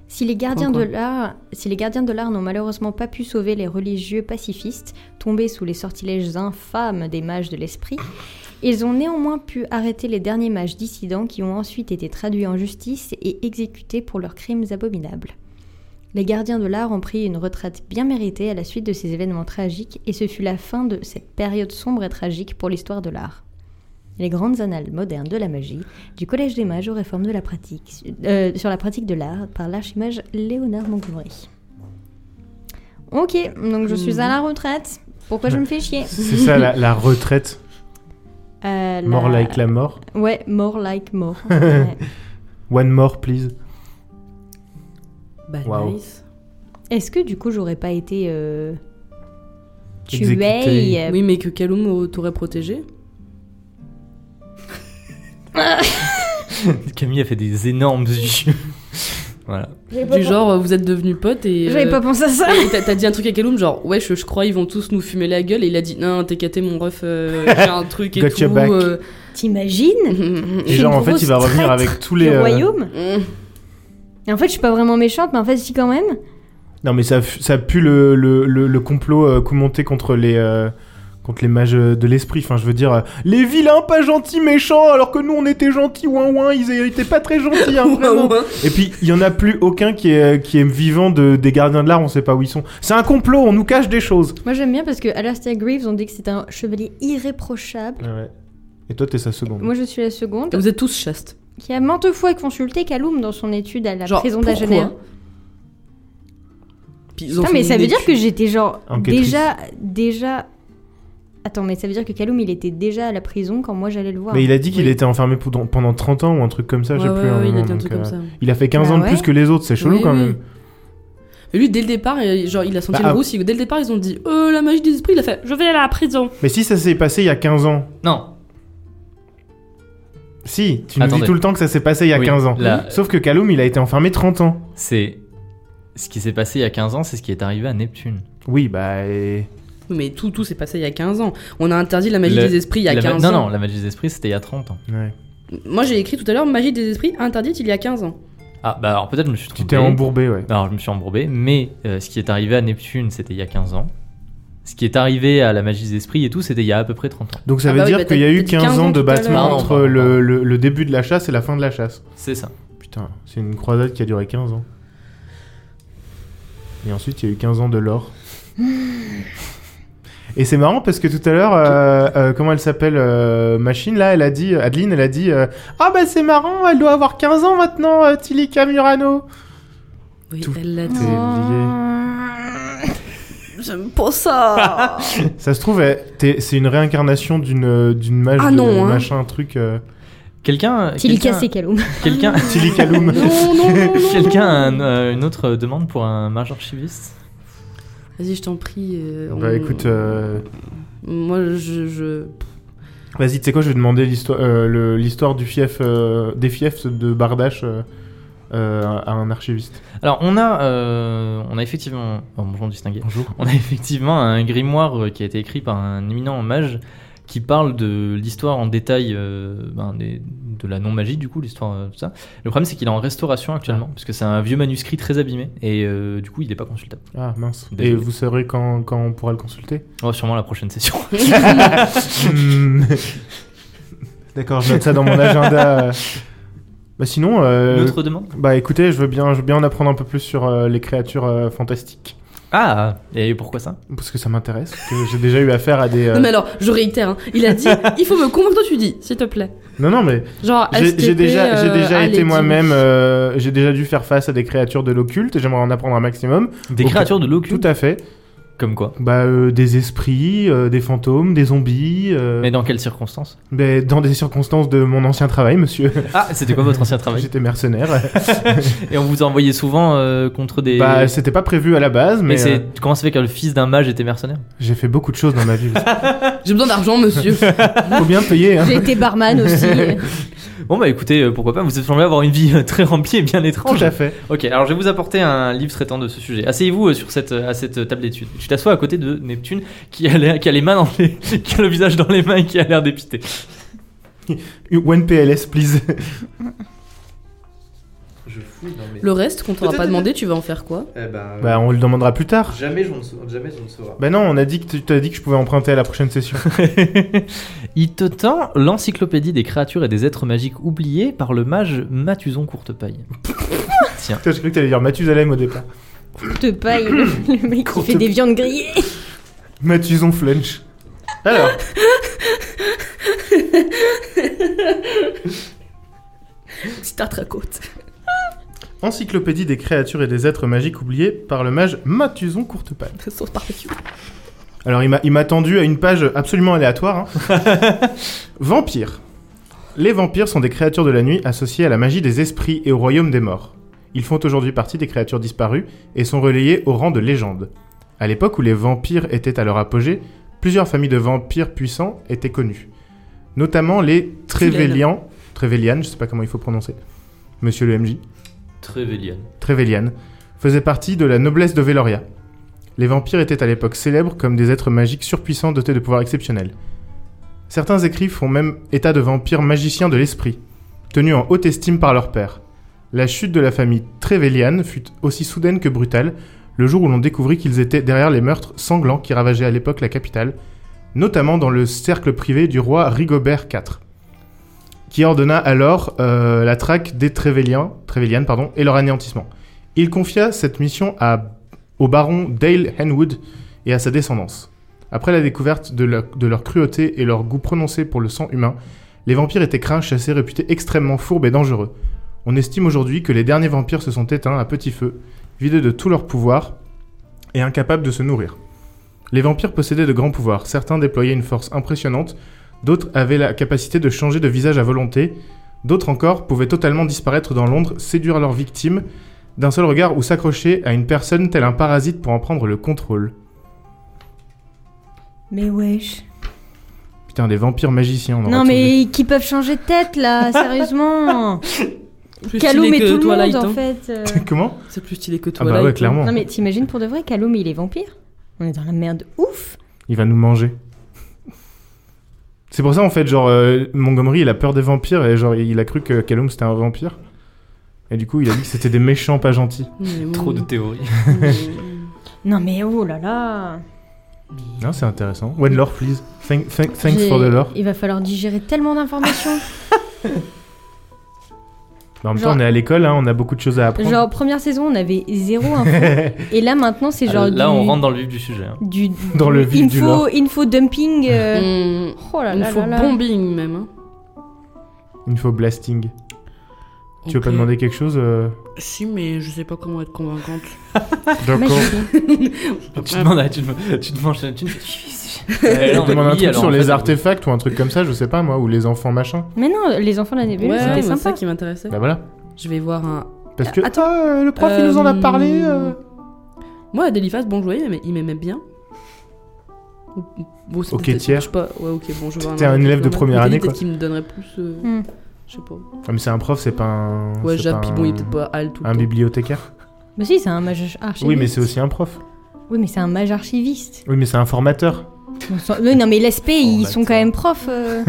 [SPEAKER 4] Si les gardiens de
[SPEAKER 3] Pourquoi
[SPEAKER 4] l'art, si les gardiens de l'art n'ont malheureusement pas pu sauver les religieux pacifistes tombés sous les sortilèges infâmes des mages de l'esprit, ils ont néanmoins pu arrêter les derniers mages dissidents qui ont ensuite été traduits en justice et exécutés pour leurs crimes abominables. Les gardiens de l'art ont pris une retraite bien méritée à la suite de ces événements tragiques et ce fut la fin de cette période sombre et tragique pour l'histoire de l'art. Les grandes annales modernes de la magie, du Collège des mages aux réformes de la pratique, euh, sur la pratique de l'art par l'archimage Léonard Montgomery. Ok, donc je suis à la retraite. Pourquoi je me
[SPEAKER 2] [laughs]
[SPEAKER 4] fais chier
[SPEAKER 2] C'est ça la, la retraite.
[SPEAKER 4] Euh, la-
[SPEAKER 2] More like la mort.
[SPEAKER 4] Ouais, more
[SPEAKER 2] [laughs]
[SPEAKER 4] like more. Ouais.
[SPEAKER 2] One more, please.
[SPEAKER 3] Bah,
[SPEAKER 2] Waouh.
[SPEAKER 3] nice.
[SPEAKER 4] Est-ce que du coup j'aurais pas été euh,
[SPEAKER 2] Exécuté.
[SPEAKER 4] tuée euh,
[SPEAKER 3] Eh Oui, mais que Kaloum euh, t'aurait protégé
[SPEAKER 1] [laughs] Camille a fait des énormes yeux. [laughs] voilà.
[SPEAKER 3] Du genre, euh, vous êtes devenus potes et. euh,
[SPEAKER 4] J'avais
[SPEAKER 3] [laughs]
[SPEAKER 4] pas pensé à ça.
[SPEAKER 3] et T'as t'as dit un truc à Kaloum, genre, ouais, je, je crois ils vont tous nous fumer la gueule. Et il a dit, non, t'es caté, mon ref,
[SPEAKER 5] [laughs]
[SPEAKER 3] euh, j'ai un truc et
[SPEAKER 2] Got
[SPEAKER 3] tout.
[SPEAKER 2] your back.
[SPEAKER 3] euh, [laughs]
[SPEAKER 4] T'imagines
[SPEAKER 2] Et
[SPEAKER 4] Une
[SPEAKER 2] genre, en fait,
[SPEAKER 4] grosse
[SPEAKER 2] il va revenir
[SPEAKER 4] traître
[SPEAKER 2] avec tous les.
[SPEAKER 4] Le
[SPEAKER 2] euh,
[SPEAKER 4] royaume
[SPEAKER 3] Mm.
[SPEAKER 4] Et en fait, je suis pas vraiment méchante, mais en fait, si quand même.
[SPEAKER 2] Non, mais ça, f- ça pue le, le, le, le complot euh, commenté contre les. euh, Contre les mages euh, de l'esprit, enfin je veux dire, euh, les vilains pas gentils méchants, alors que nous on était gentils, ouin ouin, ils étaient pas très gentils,
[SPEAKER 4] [laughs]
[SPEAKER 2] hein, vraiment. Et puis il y en a plus aucun qui est, euh, qui est vivant de, des gardiens de l'art, on sait pas où ils sont. C'est un complot, on nous cache des choses.
[SPEAKER 4] Moi, j'aime bien parce que Alastair Greaves, on dit que c'est un chevalier irréprochable.
[SPEAKER 2] Ouais. Et toi t'es sa seconde.
[SPEAKER 4] Moi, je suis la seconde,
[SPEAKER 3] Vous êtes tous chastes.
[SPEAKER 4] qui a maintes fois consulté Kaloum dans son étude à la
[SPEAKER 3] Genre,
[SPEAKER 4] prison
[SPEAKER 3] pourquoi
[SPEAKER 4] d'Agener.
[SPEAKER 3] Puis ils ont
[SPEAKER 4] Putain,
[SPEAKER 3] fait
[SPEAKER 4] mais
[SPEAKER 3] une
[SPEAKER 4] ça veut dire
[SPEAKER 3] étude.
[SPEAKER 4] que j'étais genre.
[SPEAKER 2] Enquêtrice.
[SPEAKER 4] Déjà. Déjà. Attends, mais ça veut dire que Kaloum, il était déjà à la prison quand moi j'allais le voir.
[SPEAKER 2] Mais il a dit qu'il
[SPEAKER 3] Oui.
[SPEAKER 2] était enfermé pour- pendant 30 ans ou un truc comme ça,
[SPEAKER 3] Ouais,
[SPEAKER 2] je sais
[SPEAKER 3] ouais,
[SPEAKER 2] plus. à un
[SPEAKER 3] ouais, il a
[SPEAKER 2] moment,
[SPEAKER 3] dit un
[SPEAKER 2] donc,
[SPEAKER 3] truc
[SPEAKER 2] euh,
[SPEAKER 3] comme ça.
[SPEAKER 2] Il a fait 15
[SPEAKER 4] Bah
[SPEAKER 2] ans de
[SPEAKER 4] ouais.
[SPEAKER 2] plus que les autres, c'est chelou
[SPEAKER 3] Oui,
[SPEAKER 2] quand
[SPEAKER 3] oui.
[SPEAKER 2] même.
[SPEAKER 3] Et lui, dès le départ, il- genre, il a senti
[SPEAKER 2] Bah,
[SPEAKER 3] le
[SPEAKER 2] ah.
[SPEAKER 3] rousse. il- Dès le départ, ils ont dit Euh, la magie des esprits. Il a fait
[SPEAKER 5] Je vais à la prison.
[SPEAKER 2] Mais si ça s'est passé il y a 15 ans.
[SPEAKER 1] Non.
[SPEAKER 2] Si, tu nous dis
[SPEAKER 1] Attendez.
[SPEAKER 2] tout le temps que ça s'est passé il y a
[SPEAKER 1] Oui,
[SPEAKER 2] 15 ans.
[SPEAKER 1] là-
[SPEAKER 2] Sauf que Kaloum, il a été enfermé 30 ans.
[SPEAKER 1] C'est. Ce qui s'est passé il y a 15 ans, c'est ce qui est arrivé à Neptune.
[SPEAKER 2] Oui, bah. et-
[SPEAKER 3] Oui, Mais tout, tout s'est passé il y a 15 ans. On a interdit la magie
[SPEAKER 1] Le-
[SPEAKER 3] des esprits il y a
[SPEAKER 1] La ma-
[SPEAKER 3] 15
[SPEAKER 1] non,
[SPEAKER 3] ans.
[SPEAKER 1] non, la magie des esprits, c'était il y a 30 ans.
[SPEAKER 2] ouais.
[SPEAKER 3] Moi, j'ai écrit tout à l'heure magie des esprits interdite il y a 15 ans.
[SPEAKER 1] Ah, bah alors peut-être que je me suis trompé.
[SPEAKER 2] Tu t'es embourbé, ouais.
[SPEAKER 1] Alors je me suis embourbé, mais euh, ce qui est arrivé à Neptune, c'était il y a 15 ans. Ce qui est arrivé à la magie des esprits et tout, c'était il y a à peu près 30 ans.
[SPEAKER 2] Donc ça
[SPEAKER 3] Ah
[SPEAKER 2] veut
[SPEAKER 3] bah oui,
[SPEAKER 2] dire
[SPEAKER 3] bah
[SPEAKER 2] qu'il y a
[SPEAKER 3] t'as-
[SPEAKER 2] eu
[SPEAKER 3] t'as dit
[SPEAKER 2] 15 ans
[SPEAKER 3] 15
[SPEAKER 2] de
[SPEAKER 3] tout à
[SPEAKER 2] battement
[SPEAKER 1] l'heure.
[SPEAKER 2] entre
[SPEAKER 1] Pardon,
[SPEAKER 2] le,
[SPEAKER 1] pardon.
[SPEAKER 2] le- le début de la chasse et la fin de la chasse.
[SPEAKER 1] C'est ça.
[SPEAKER 2] Putain, c'est une croisade qui a duré 15 ans. Et ensuite, il y a eu 15 ans de l'or. Et c'est marrant parce que tout à l'heure, euh, euh, comment elle s'appelle euh, Machine, là, elle a dit, Adeline, elle a dit euh, Ah bah c'est marrant, elle doit avoir 15 ans maintenant, euh, Tilika Murano.
[SPEAKER 3] Oui,
[SPEAKER 2] Tout-
[SPEAKER 3] elle l'a
[SPEAKER 2] T'es
[SPEAKER 4] Ah.
[SPEAKER 3] dit.
[SPEAKER 2] [laughs] lié.
[SPEAKER 5] J'aime
[SPEAKER 3] [laughs]
[SPEAKER 5] pas ça.
[SPEAKER 2] Ça se trouve, elle- t'es- c'est une réincarnation d'une euh, d'une mage
[SPEAKER 3] Ah
[SPEAKER 2] de
[SPEAKER 3] non, hein.
[SPEAKER 2] machin, truc. euh,
[SPEAKER 1] Quelqu'un.
[SPEAKER 4] Tilika,
[SPEAKER 1] quelqu'un-
[SPEAKER 4] c'est Kaloum.
[SPEAKER 3] [laughs]
[SPEAKER 1] Quelqu'un.
[SPEAKER 2] Tilika Loom.
[SPEAKER 3] Non, non, non, non.
[SPEAKER 1] [laughs] Quelqu'un a un- euh, une autre demande pour un mage archiviste
[SPEAKER 3] Vas-y, je t'en prie. euh,
[SPEAKER 2] [laughs] Bah
[SPEAKER 3] on-
[SPEAKER 2] écoute, euh,
[SPEAKER 3] Moi, je. je...
[SPEAKER 2] Vas-y, tu sais quoi, je vais demander l'histoire euh, le- l'histoire du fief, euh, des fiefs de Bardache euh, euh, à un archiviste.
[SPEAKER 1] Alors on a, euh, on a effectivement, oh, bonjour distingué,
[SPEAKER 2] Bonjour.
[SPEAKER 1] on a [laughs] effectivement un grimoire euh, qui a été écrit par un éminent mage qui parle de l'histoire en détail euh, ben, des- de la non-magie du coup, l'histoire euh, tout ça. Le problème c'est qu'il est en restauration actuellement, parce que c'est un vieux manuscrit très abîmé, et euh, du coup il n'est pas consultable.
[SPEAKER 2] Ah mince. Et
[SPEAKER 1] Désolé.
[SPEAKER 2] vous saurez quand, quand on pourra le [laughs] consulter
[SPEAKER 1] Oh, sûrement la prochaine session.
[SPEAKER 2] Hmm. D'accord, je note ça dans mon agenda. Bah sinon, euh,
[SPEAKER 1] Une autre demande
[SPEAKER 2] bah écoutez, je veux bien, je veux bien en apprendre un peu plus sur euh, les créatures euh, fantastiques
[SPEAKER 1] Ah, et pourquoi ça
[SPEAKER 2] parce que ça m'intéresse. parce que J'ai déjà eu affaire à des. euh,
[SPEAKER 3] Non, mais alors, je réitère. hein. Il a dit il faut me convaincre. Toi, tu dis, s'il te plaît.
[SPEAKER 2] Non non mais
[SPEAKER 3] Genre,
[SPEAKER 2] J'ai j'ai
[SPEAKER 3] STP,
[SPEAKER 2] déjà, j'ai
[SPEAKER 3] euh,
[SPEAKER 2] déjà
[SPEAKER 3] allez,
[SPEAKER 2] été
[SPEAKER 3] dis-
[SPEAKER 2] moi-même, euh, j'ai déjà dû faire face à des créatures de l'occulte. J'aimerais en apprendre un maximum.
[SPEAKER 1] Des
[SPEAKER 2] Ok.
[SPEAKER 1] créatures de
[SPEAKER 2] Tout
[SPEAKER 1] l'occulte
[SPEAKER 2] à fait.
[SPEAKER 1] Comme quoi
[SPEAKER 2] Bah, euh, des esprits, euh, des fantômes, des zombies. euh,
[SPEAKER 1] Mais dans quelles
[SPEAKER 2] [laughs]
[SPEAKER 1] circonstances
[SPEAKER 2] ben, dans des circonstances de mon ancien travail, monsieur.
[SPEAKER 1] Ah, c'était quoi votre ancien travail
[SPEAKER 2] [laughs] J'étais mercenaire.
[SPEAKER 1] Et on vous envoyait souvent euh, contre des.
[SPEAKER 2] Bah, c'était pas prévu à la base, mais,
[SPEAKER 1] mais c'est
[SPEAKER 2] euh,
[SPEAKER 1] comment ça fait que le fils d'un mage était mercenaire
[SPEAKER 2] j'ai fait beaucoup de choses dans ma vie.
[SPEAKER 3] J'ai besoin
[SPEAKER 2] [laughs]
[SPEAKER 3] d'argent, monsieur.
[SPEAKER 2] Faut bien payer. Hein.
[SPEAKER 4] [laughs] J'ai été barman
[SPEAKER 2] [laughs]
[SPEAKER 4] aussi. euh,
[SPEAKER 1] Bon bah écoutez, euh, pourquoi pas, vous semblez avoir une vie euh, très remplie et bien
[SPEAKER 2] Tout
[SPEAKER 1] étrange.
[SPEAKER 2] à fait.
[SPEAKER 1] Ok, alors je vais vous apporter un livre traitant de ce sujet. Asseyez-vous euh, sur cette, euh, à cette euh, table d'études. Tu t'assois à côté de Neptune qui a, l'air- qui a les mains dans les... [laughs] qui a le visage dans les mains et qui a l'air dépité. [laughs]
[SPEAKER 2] One PLS, please.
[SPEAKER 1] Je fous dans mes...
[SPEAKER 3] Le reste qu'on t'aura pas demandé, tu vas en faire quoi
[SPEAKER 2] bah, on le demandera plus tard.
[SPEAKER 1] Ah Jamais je ne saura.
[SPEAKER 2] Bah non, on a dit que tu t'as dit que je pouvais emprunter à la
[SPEAKER 1] [laughs]
[SPEAKER 2] prochaine session.
[SPEAKER 1] Il te tend l'encyclopédie des créatures et des êtres magiques oubliés par le mage Mathuson Courtepaille.
[SPEAKER 2] Putain, J'ai cru que t'allais dire Mathusalem au départ.
[SPEAKER 4] Courte paille, le, le mec qui
[SPEAKER 2] Courte
[SPEAKER 4] fait des viandes grillées.
[SPEAKER 2] Mathison Flunch. Alors.
[SPEAKER 3] Petite tarte à côte. [laughs]
[SPEAKER 2] Encyclopédie des créatures et des êtres magiques oubliés par le mage Mathuson Courtepaille.
[SPEAKER 3] Sauce barbecue.
[SPEAKER 2] Alors il m'a- il m'a tendu à une page absolument aléatoire. hein. Vampires. Les vampires sont des créatures de la nuit associées à la magie des esprits et au royaume des morts. Ils font aujourd'hui partie des créatures disparues et sont relayés au rang de légende. À l'époque où les vampires étaient à leur apogée, plusieurs familles de vampires puissants étaient connues. Notamment les Trévélians, Trévélian, je sais pas comment il faut prononcer, monsieur le MJ.
[SPEAKER 1] Trévélienne.
[SPEAKER 2] Trévéliane, faisait partie de la noblesse de Veloria. Les vampires étaient à l'époque célèbres comme des êtres magiques surpuissants dotés de pouvoirs exceptionnels. Certains écrits font même état de vampires magiciens de l'esprit, tenus en haute estime par leur père. La chute de la famille Trévéliane fut aussi soudaine que brutale le jour où l'on découvrit qu'ils étaient derrière les meurtres sanglants qui ravageaient à l'époque la capitale, notamment dans le cercle privé du roi Rigobert IV, qui ordonna alors euh, la traque des Trévéliens, Trévélianes pardon, et leur anéantissement. Il confia cette mission à- au baron Dale Henwood et à sa descendance. Après la découverte de, leur- de leur cruauté et leur goût prononcé pour le sang humain, les vampires étaient craints, chassés, réputés extrêmement fourbes et dangereux. On estime aujourd'hui que les derniers vampires se sont éteints à petit feu, vidés de tout leur pouvoir et incapables de se nourrir. Les vampires possédaient de grands pouvoirs, certains déployaient une force impressionnante, d'autres avaient la capacité de changer de visage à volonté, d'autres encore pouvaient totalement disparaître dans l'ombre, séduire leurs victimes d'un seul regard ou s'accrocher à une personne tel un parasite pour en prendre le contrôle.
[SPEAKER 4] Mais wesh.
[SPEAKER 2] Putain, des vampires magiciens. on en
[SPEAKER 4] Non
[SPEAKER 2] retrouve.
[SPEAKER 4] mais qui peuvent changer de
[SPEAKER 2] [laughs]
[SPEAKER 4] tête là, sérieusement.
[SPEAKER 3] Plus
[SPEAKER 4] Caloum
[SPEAKER 3] stylé
[SPEAKER 4] et
[SPEAKER 3] que
[SPEAKER 4] tout le
[SPEAKER 3] Twilight,
[SPEAKER 4] monde en
[SPEAKER 3] hein.
[SPEAKER 2] [laughs]
[SPEAKER 4] fait. euh.
[SPEAKER 2] Comment
[SPEAKER 3] C'est plus stylé que hein.
[SPEAKER 2] Ah
[SPEAKER 3] toi.
[SPEAKER 2] bah ouais, clairement.
[SPEAKER 4] Non mais t'imagines pour de vrai, Caloum il est vampire On est dans la merde ouf.
[SPEAKER 2] Il va nous manger. C'est pour ça en fait, genre euh, Montgomery, il a peur des vampires et genre il a cru que Callum c'était un vampire. Et du coup, il a dit que c'était des méchants pas gentils.
[SPEAKER 1] Trop de théories.
[SPEAKER 4] Non mais oh là là.
[SPEAKER 2] Non, c'est intéressant. One lore, please. Thank- thank- thanks
[SPEAKER 4] J'ai-
[SPEAKER 2] for the lore.
[SPEAKER 4] Il va falloir digérer
[SPEAKER 2] [laughs]
[SPEAKER 4] tellement d'informations.
[SPEAKER 2] Mais en même
[SPEAKER 4] Genre-
[SPEAKER 2] temps, on est à l'école, hein, on a beaucoup de choses à apprendre.
[SPEAKER 4] genre première saison on avait
[SPEAKER 2] [laughs]
[SPEAKER 4] zéro info et là maintenant c'est genre
[SPEAKER 1] Ah, Là,
[SPEAKER 4] du,
[SPEAKER 1] on rentre dans le vif du sujet. hein.
[SPEAKER 4] du,
[SPEAKER 2] Dans le vif
[SPEAKER 4] info,
[SPEAKER 2] du lore.
[SPEAKER 4] info dumping. euh,
[SPEAKER 3] Mm.
[SPEAKER 4] [laughs]
[SPEAKER 3] Il
[SPEAKER 4] Oh là là
[SPEAKER 3] faut
[SPEAKER 4] là là.
[SPEAKER 3] bombing même. hein.
[SPEAKER 2] Il faut blasting. Tu veux
[SPEAKER 3] Ok.
[SPEAKER 2] pas demander quelque chose euh,
[SPEAKER 3] Si, mais je sais pas comment être convaincante.
[SPEAKER 4] Ah,
[SPEAKER 2] D'accord.
[SPEAKER 1] Tu demandes, à- tu te- tu te manges, tu te fais-
[SPEAKER 2] Je
[SPEAKER 1] Alors,
[SPEAKER 2] demande
[SPEAKER 1] oui,
[SPEAKER 2] un truc
[SPEAKER 1] alors,
[SPEAKER 2] sur
[SPEAKER 1] en
[SPEAKER 2] les
[SPEAKER 1] fait,
[SPEAKER 2] artefacts ou un truc comme ça, je sais pas moi, ou les enfants machin.
[SPEAKER 4] Mais non, les enfants de la nébuleuse,
[SPEAKER 3] Ouais,
[SPEAKER 4] c'était
[SPEAKER 3] c'est ça
[SPEAKER 4] sympa.
[SPEAKER 3] qui m'intéressait.
[SPEAKER 2] Bah voilà.
[SPEAKER 3] Je vais voir un.
[SPEAKER 2] Parce que.
[SPEAKER 3] Attends,
[SPEAKER 2] Ah, euh, le prof il nous en a
[SPEAKER 3] Euh,
[SPEAKER 2] parlé. euh.
[SPEAKER 3] Moi, à Delifas, bon, je voyais, mais il m'aimait bien. Ou- ou- bon, c'est
[SPEAKER 2] Ok,
[SPEAKER 3] peut-être-
[SPEAKER 2] tiers.
[SPEAKER 3] Je sais pas. Ouais, ok, bon, je vois
[SPEAKER 2] T'es un élève de première année,
[SPEAKER 3] peut
[SPEAKER 2] quoi.
[SPEAKER 3] me donnerait plus. euh,
[SPEAKER 4] Hmm.
[SPEAKER 3] Je sais pas.
[SPEAKER 2] Ah, mais c'est un prof, c'est pas un.
[SPEAKER 3] Ouais,
[SPEAKER 2] Ah, c'est
[SPEAKER 3] Jap,
[SPEAKER 2] pas
[SPEAKER 3] puis bon, il est peut-être pas Al tout le
[SPEAKER 2] Un
[SPEAKER 3] temps.
[SPEAKER 2] bibliothécaire.
[SPEAKER 4] Bah si, c'est un mage archiviste.
[SPEAKER 2] Oui, mais c'est aussi un prof.
[SPEAKER 4] Oui, mais c'est un mage archiviste.
[SPEAKER 2] Oui, mais c'est un
[SPEAKER 3] [laughs]
[SPEAKER 2] formateur.
[SPEAKER 4] Bon sang- Oui, non, mais l'SP,
[SPEAKER 2] Oh,
[SPEAKER 4] ils
[SPEAKER 2] bah,
[SPEAKER 4] sont quand
[SPEAKER 2] tiens.
[SPEAKER 4] même profs.
[SPEAKER 2] [laughs]
[SPEAKER 4] euh.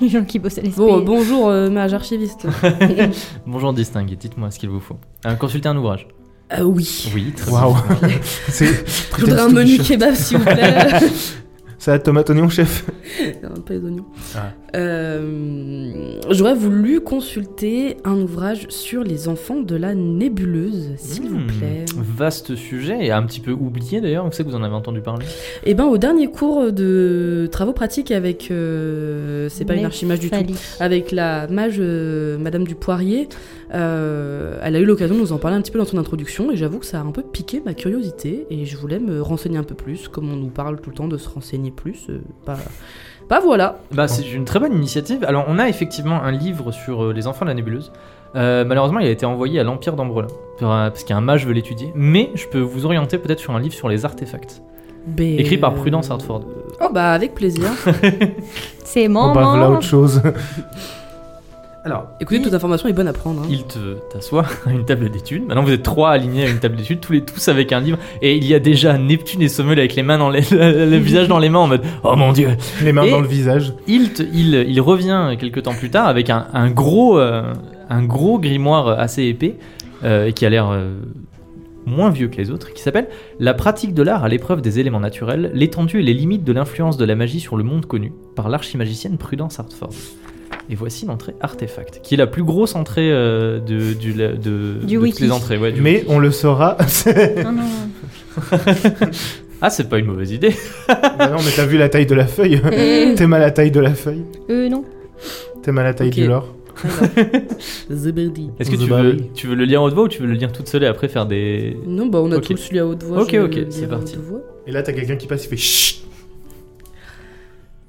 [SPEAKER 4] Les gens qui bossent à l'SP.
[SPEAKER 3] Bon, euh, bonjour, euh,
[SPEAKER 2] [laughs]
[SPEAKER 3] mage archiviste.
[SPEAKER 1] euh, Bonjour distingué, dites-moi ce qu'il vous faut. Un, consulter un ouvrage.
[SPEAKER 3] Ah oui.
[SPEAKER 1] Oui, très
[SPEAKER 2] Waouh.
[SPEAKER 1] bien.
[SPEAKER 2] [laughs] c'est.
[SPEAKER 3] Je voudrais un menu kebab, s'il
[SPEAKER 2] [laughs]
[SPEAKER 3] vous plaît.
[SPEAKER 2] Ça, tomate oignon, chef.
[SPEAKER 3] Non, pas les oignons.
[SPEAKER 2] Ah.
[SPEAKER 3] Euh, J'aurais voulu consulter un ouvrage sur les enfants de la nébuleuse, s'il vous plaît.
[SPEAKER 1] Hmm, Vaste sujet, et un petit peu oublié d'ailleurs, vous savez que vous en avez entendu parler.
[SPEAKER 3] Eh ben, au dernier cours de travaux pratiques avec. euh, C'est pas une archimage du tout.
[SPEAKER 4] Néphtali.
[SPEAKER 3] Avec la mage euh, Madame du Poirier, Euh, elle a eu l'occasion de nous en parler un petit peu dans son introduction et j'avoue que ça a un peu piqué ma curiosité et je voulais me renseigner un peu plus, comme on nous parle tout le temps de se renseigner plus. euh, bah, bah voilà.
[SPEAKER 1] Bah, c'est une très bonne initiative. Alors, on a effectivement un livre sur euh, les enfants de la nébuleuse. Euh, malheureusement, il a été envoyé à l'Empire d'Ambrelin par un- parce qu'un mage veut l'étudier. Mais je peux vous orienter peut-être sur un livre sur les artefacts.
[SPEAKER 3] Ben,
[SPEAKER 1] Écrit par
[SPEAKER 3] euh,
[SPEAKER 1] Prudence Hartford.
[SPEAKER 3] Oh bah avec plaisir.
[SPEAKER 4] C'est
[SPEAKER 2] Oh bah voilà
[SPEAKER 4] maman.
[SPEAKER 2] autre chose. [laughs]
[SPEAKER 1] Alors,
[SPEAKER 3] Écoutez, toute information est bonne à prendre. hein.
[SPEAKER 1] il te t'assoit [laughs] à une table d'études. Maintenant, vous êtes trois alignés à une table d'études, tous les tous avec un livre. Et il y a déjà Neptune et Sommel avec les mains dans les, [laughs] le, le visage dans les mains en mode Oh mon dieu
[SPEAKER 2] Les mains
[SPEAKER 1] Et-
[SPEAKER 2] dans le visage.
[SPEAKER 1] il, te- il, il revient quelques temps plus tard avec un, un gros, euh, un gros grimoire assez épais euh, et qui a l'air euh, moins vieux que les autres, qui s'appelle La pratique de l'art à l'épreuve des éléments naturels, l'étendue et les limites de l'influence de la magie sur le monde connu, par l'archimagicienne Prudence Hartford. Et voici l'entrée artefact, qui est la plus grosse entrée euh, de, du- la- de- de toutes
[SPEAKER 4] wiki.
[SPEAKER 1] les entrées. ouais, du
[SPEAKER 2] Mais
[SPEAKER 1] wiki.
[SPEAKER 2] on le saura. [laughs] C'est-
[SPEAKER 4] Non, non.
[SPEAKER 1] Ah, c'est pas une mauvaise
[SPEAKER 2] [laughs]
[SPEAKER 1] idée.
[SPEAKER 2] Bah non, mais t'as vu la taille de la
[SPEAKER 3] [laughs]
[SPEAKER 2] feuille [laughs] T'aimes à la taille de la feuille
[SPEAKER 4] Euh, non.
[SPEAKER 2] T'aimes à la taille
[SPEAKER 3] Ok.
[SPEAKER 2] du lore
[SPEAKER 1] [laughs]
[SPEAKER 3] Zebedi.
[SPEAKER 1] Est-ce que
[SPEAKER 2] The
[SPEAKER 1] tu veux,
[SPEAKER 2] Barry.
[SPEAKER 1] tu veux le lire en haute voix ou tu veux le lire toute seule et après faire des...
[SPEAKER 3] Non, bah on a
[SPEAKER 1] Ok.
[SPEAKER 3] tous lu à haute voix.
[SPEAKER 1] Ok,
[SPEAKER 3] je vais
[SPEAKER 1] ok,
[SPEAKER 3] le
[SPEAKER 1] c'est
[SPEAKER 3] dire à haute
[SPEAKER 1] parti.
[SPEAKER 3] voix.
[SPEAKER 2] Et là, t'as quelqu'un qui passe, il fait chut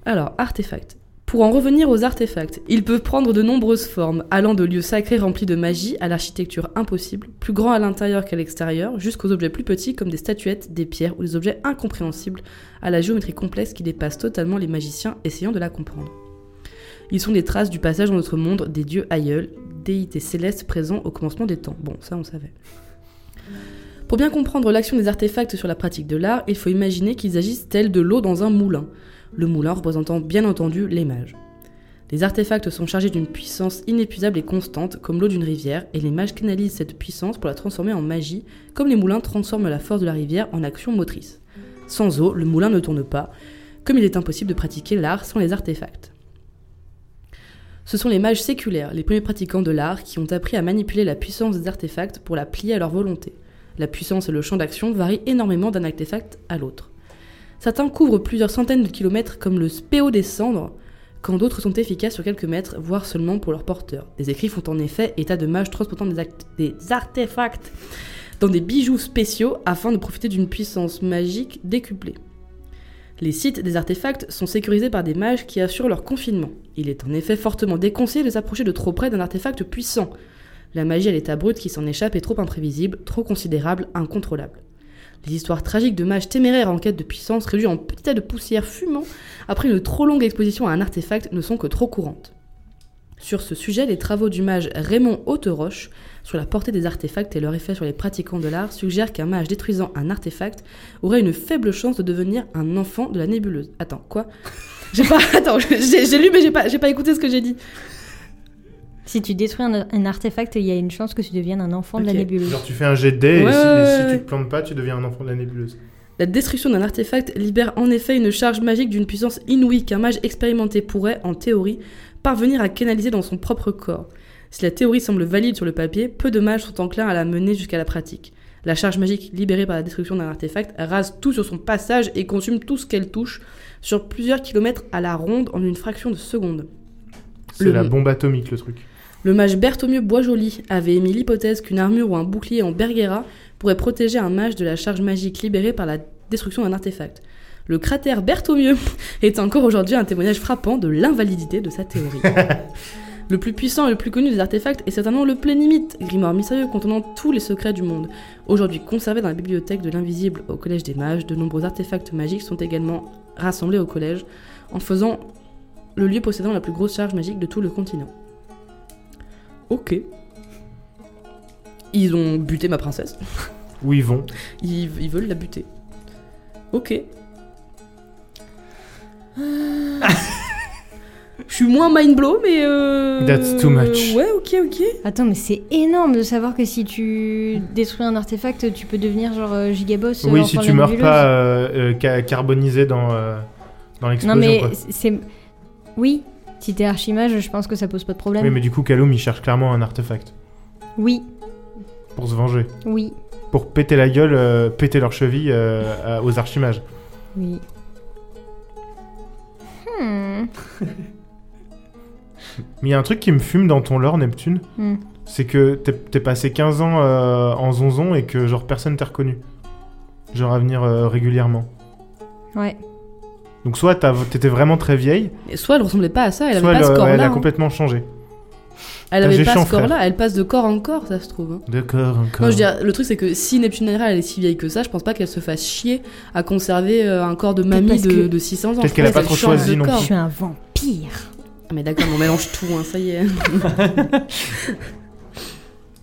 [SPEAKER 3] Alors, artefacts. Pour en revenir aux artefacts, ils peuvent prendre de nombreuses formes, allant de lieux sacrés remplis de magie à l'architecture impossible, plus grands à l'intérieur qu'à l'extérieur, jusqu'aux objets plus petits comme des statuettes, des pierres ou des objets incompréhensibles à la géométrie complexe qui dépasse totalement les magiciens essayant de la comprendre. Ils sont des traces du passage dans notre monde des dieux aïeuls, déités célestes présents au commencement des temps. Bon, ça on savait. Pour bien comprendre l'action des artefacts sur la pratique de l'art, il faut imaginer qu'ils agissent tels de l'eau dans un moulin le moulin représentant bien entendu les mages. Les artefacts sont chargés d'une puissance inépuisable et constante, comme l'eau d'une rivière, et les mages canalisent cette puissance pour la transformer en magie, comme les moulins transforment la force de la rivière en action motrice. Sans eau, le moulin ne tourne pas, comme il est impossible de pratiquer l'art sans les artefacts. Ce sont les mages séculaires, les premiers pratiquants de l'art, qui ont appris à manipuler la puissance des artefacts pour la plier à leur volonté. La puissance et le champ d'action varient énormément d'un artefact à l'autre. Certains couvrent plusieurs centaines de kilomètres comme le spéo des cendres, quand d'autres sont efficaces sur quelques mètres, voire seulement pour leurs porteurs. Des écrits font en effet état de mages transportant des, act- des artefacts dans des bijoux spéciaux afin de profiter d'une puissance magique décuplée. Les sites des artefacts sont sécurisés par des mages qui assurent leur confinement. Il est en effet fortement déconseillé de s'approcher de trop près d'un artefact puissant. La magie à l'état brut qui s'en échappe est trop imprévisible, trop considérable, incontrôlable. Les histoires tragiques de mages téméraires en quête de puissance réduits en petits tas de poussière fumant après une trop longue exposition à un artefact ne sont que trop courantes. Sur ce sujet, les travaux du mage Raymond Hauteroche sur la portée des artefacts et leur effet sur les pratiquants de l'art suggèrent qu'un mage détruisant un artefact aurait une faible chance de devenir un enfant de la nébuleuse. Attends, quoi J'ai pas. [laughs] Attends, j'ai j'ai lu mais j'ai pas, j'ai pas écouté ce que j'ai dit.
[SPEAKER 4] Si tu détruis un, un artefact, il y a une chance que tu deviennes un enfant de
[SPEAKER 3] Ok.
[SPEAKER 4] la nébuleuse.
[SPEAKER 2] Genre, tu fais un jet de dés, et
[SPEAKER 3] Ouais,
[SPEAKER 2] si,
[SPEAKER 3] ouais,
[SPEAKER 2] et si
[SPEAKER 3] ouais, ouais.
[SPEAKER 2] tu te plantes pas, tu deviens un enfant de la nébuleuse.
[SPEAKER 3] La destruction d'un artefact libère en effet une charge magique d'une puissance inouïe qu'un mage expérimenté pourrait, en théorie, parvenir à canaliser dans son propre corps. Si la théorie semble valide sur le papier, peu de mages sont enclins à la mener jusqu'à la pratique. La charge magique libérée par la destruction d'un artefact rase tout sur son passage et consume tout ce qu'elle touche sur plusieurs kilomètres à la ronde en une fraction de seconde.
[SPEAKER 2] C'est
[SPEAKER 3] Le-
[SPEAKER 2] la bombe atomique, le truc.
[SPEAKER 3] Le mage Berthomieux Boisjoli avait émis l'hypothèse qu'une armure ou un bouclier en Bergera pourrait protéger un mage de la charge magique libérée par la destruction d'un artefact. Le cratère Berthomieux [laughs] est encore aujourd'hui un témoignage frappant de l'invalidité de sa théorie. le plus puissant et le plus connu des artefacts est certainement le Plénimite, grimoire mystérieux contenant tous les secrets du monde. Aujourd'hui conservé dans la bibliothèque de l'invisible au Collège des Mages, de nombreux artefacts magiques sont également rassemblés au collège, en faisant le lieu possédant la plus grosse charge magique de tout le continent. Ok. Ils ont buté ma princesse.
[SPEAKER 2] Où ils vont
[SPEAKER 3] Ils, ils veulent la buter. Ok.
[SPEAKER 2] Ah.
[SPEAKER 3] Je suis moins mind blow, mais. euh,
[SPEAKER 2] That's too much.
[SPEAKER 3] Ouais, ok, ok.
[SPEAKER 4] Attends, mais c'est énorme de savoir que si tu détruis un artefact, tu peux devenir genre euh, gigaboss. euh,
[SPEAKER 2] Oui, si
[SPEAKER 4] enfant de
[SPEAKER 2] tu
[SPEAKER 4] la
[SPEAKER 2] meurs
[SPEAKER 4] nébuleuse.
[SPEAKER 2] pas euh, euh, ca- carbonisé dans, euh, dans
[SPEAKER 4] Non
[SPEAKER 2] l'explosion,
[SPEAKER 4] mais
[SPEAKER 2] quoi.
[SPEAKER 4] c'est. Oui, si t'es archimage, je pense que ça pose pas de problème.
[SPEAKER 2] Oui, mais du coup, Kaloum, il cherche clairement un artefact
[SPEAKER 4] Oui,
[SPEAKER 2] pour se venger.
[SPEAKER 4] oui,
[SPEAKER 2] Pour péter la gueule, euh, péter leurs chevilles euh, à- aux archimages.
[SPEAKER 4] oui. Hmm.
[SPEAKER 2] Mais il y a un truc qui me fume dans ton lore, Neptune.
[SPEAKER 4] Hmm.
[SPEAKER 2] c'est que t'es- t'es passé 15 ans euh, en zonzon et que genre personne t'a reconnu. Genre à venir euh, régulièrement.
[SPEAKER 6] Ouais.
[SPEAKER 2] Donc soit t'as- t'étais vraiment très vieille,
[SPEAKER 3] Et soit elle ressemblait pas à ça, elle
[SPEAKER 2] soit
[SPEAKER 3] avait
[SPEAKER 2] elle,
[SPEAKER 3] pas ce
[SPEAKER 2] euh, elle
[SPEAKER 3] corps-là.
[SPEAKER 2] a
[SPEAKER 3] hein.
[SPEAKER 2] complètement changé.
[SPEAKER 3] Elle avait
[SPEAKER 2] T'as
[SPEAKER 3] pas
[SPEAKER 2] géchant,
[SPEAKER 3] ce corps-là, elle passe de corps en corps, ça se trouve. hein.
[SPEAKER 2] D'accord, encore.
[SPEAKER 3] Non, je veux dire, le truc c'est que si Neptune Hydra, elle est si vieille que ça, je pense pas qu'elle se fasse chier à conserver euh, un corps de mamie
[SPEAKER 6] parce
[SPEAKER 3] de,
[SPEAKER 6] que-
[SPEAKER 3] de 600 ans.
[SPEAKER 2] Peut-être
[SPEAKER 3] Je
[SPEAKER 2] qu'elle a
[SPEAKER 3] pense
[SPEAKER 2] pas trop
[SPEAKER 3] change de
[SPEAKER 2] choisi non
[SPEAKER 3] corps.
[SPEAKER 6] Je suis un vampire.
[SPEAKER 3] Ah, mais d'accord, mais on mélange tout, hein, ça y est.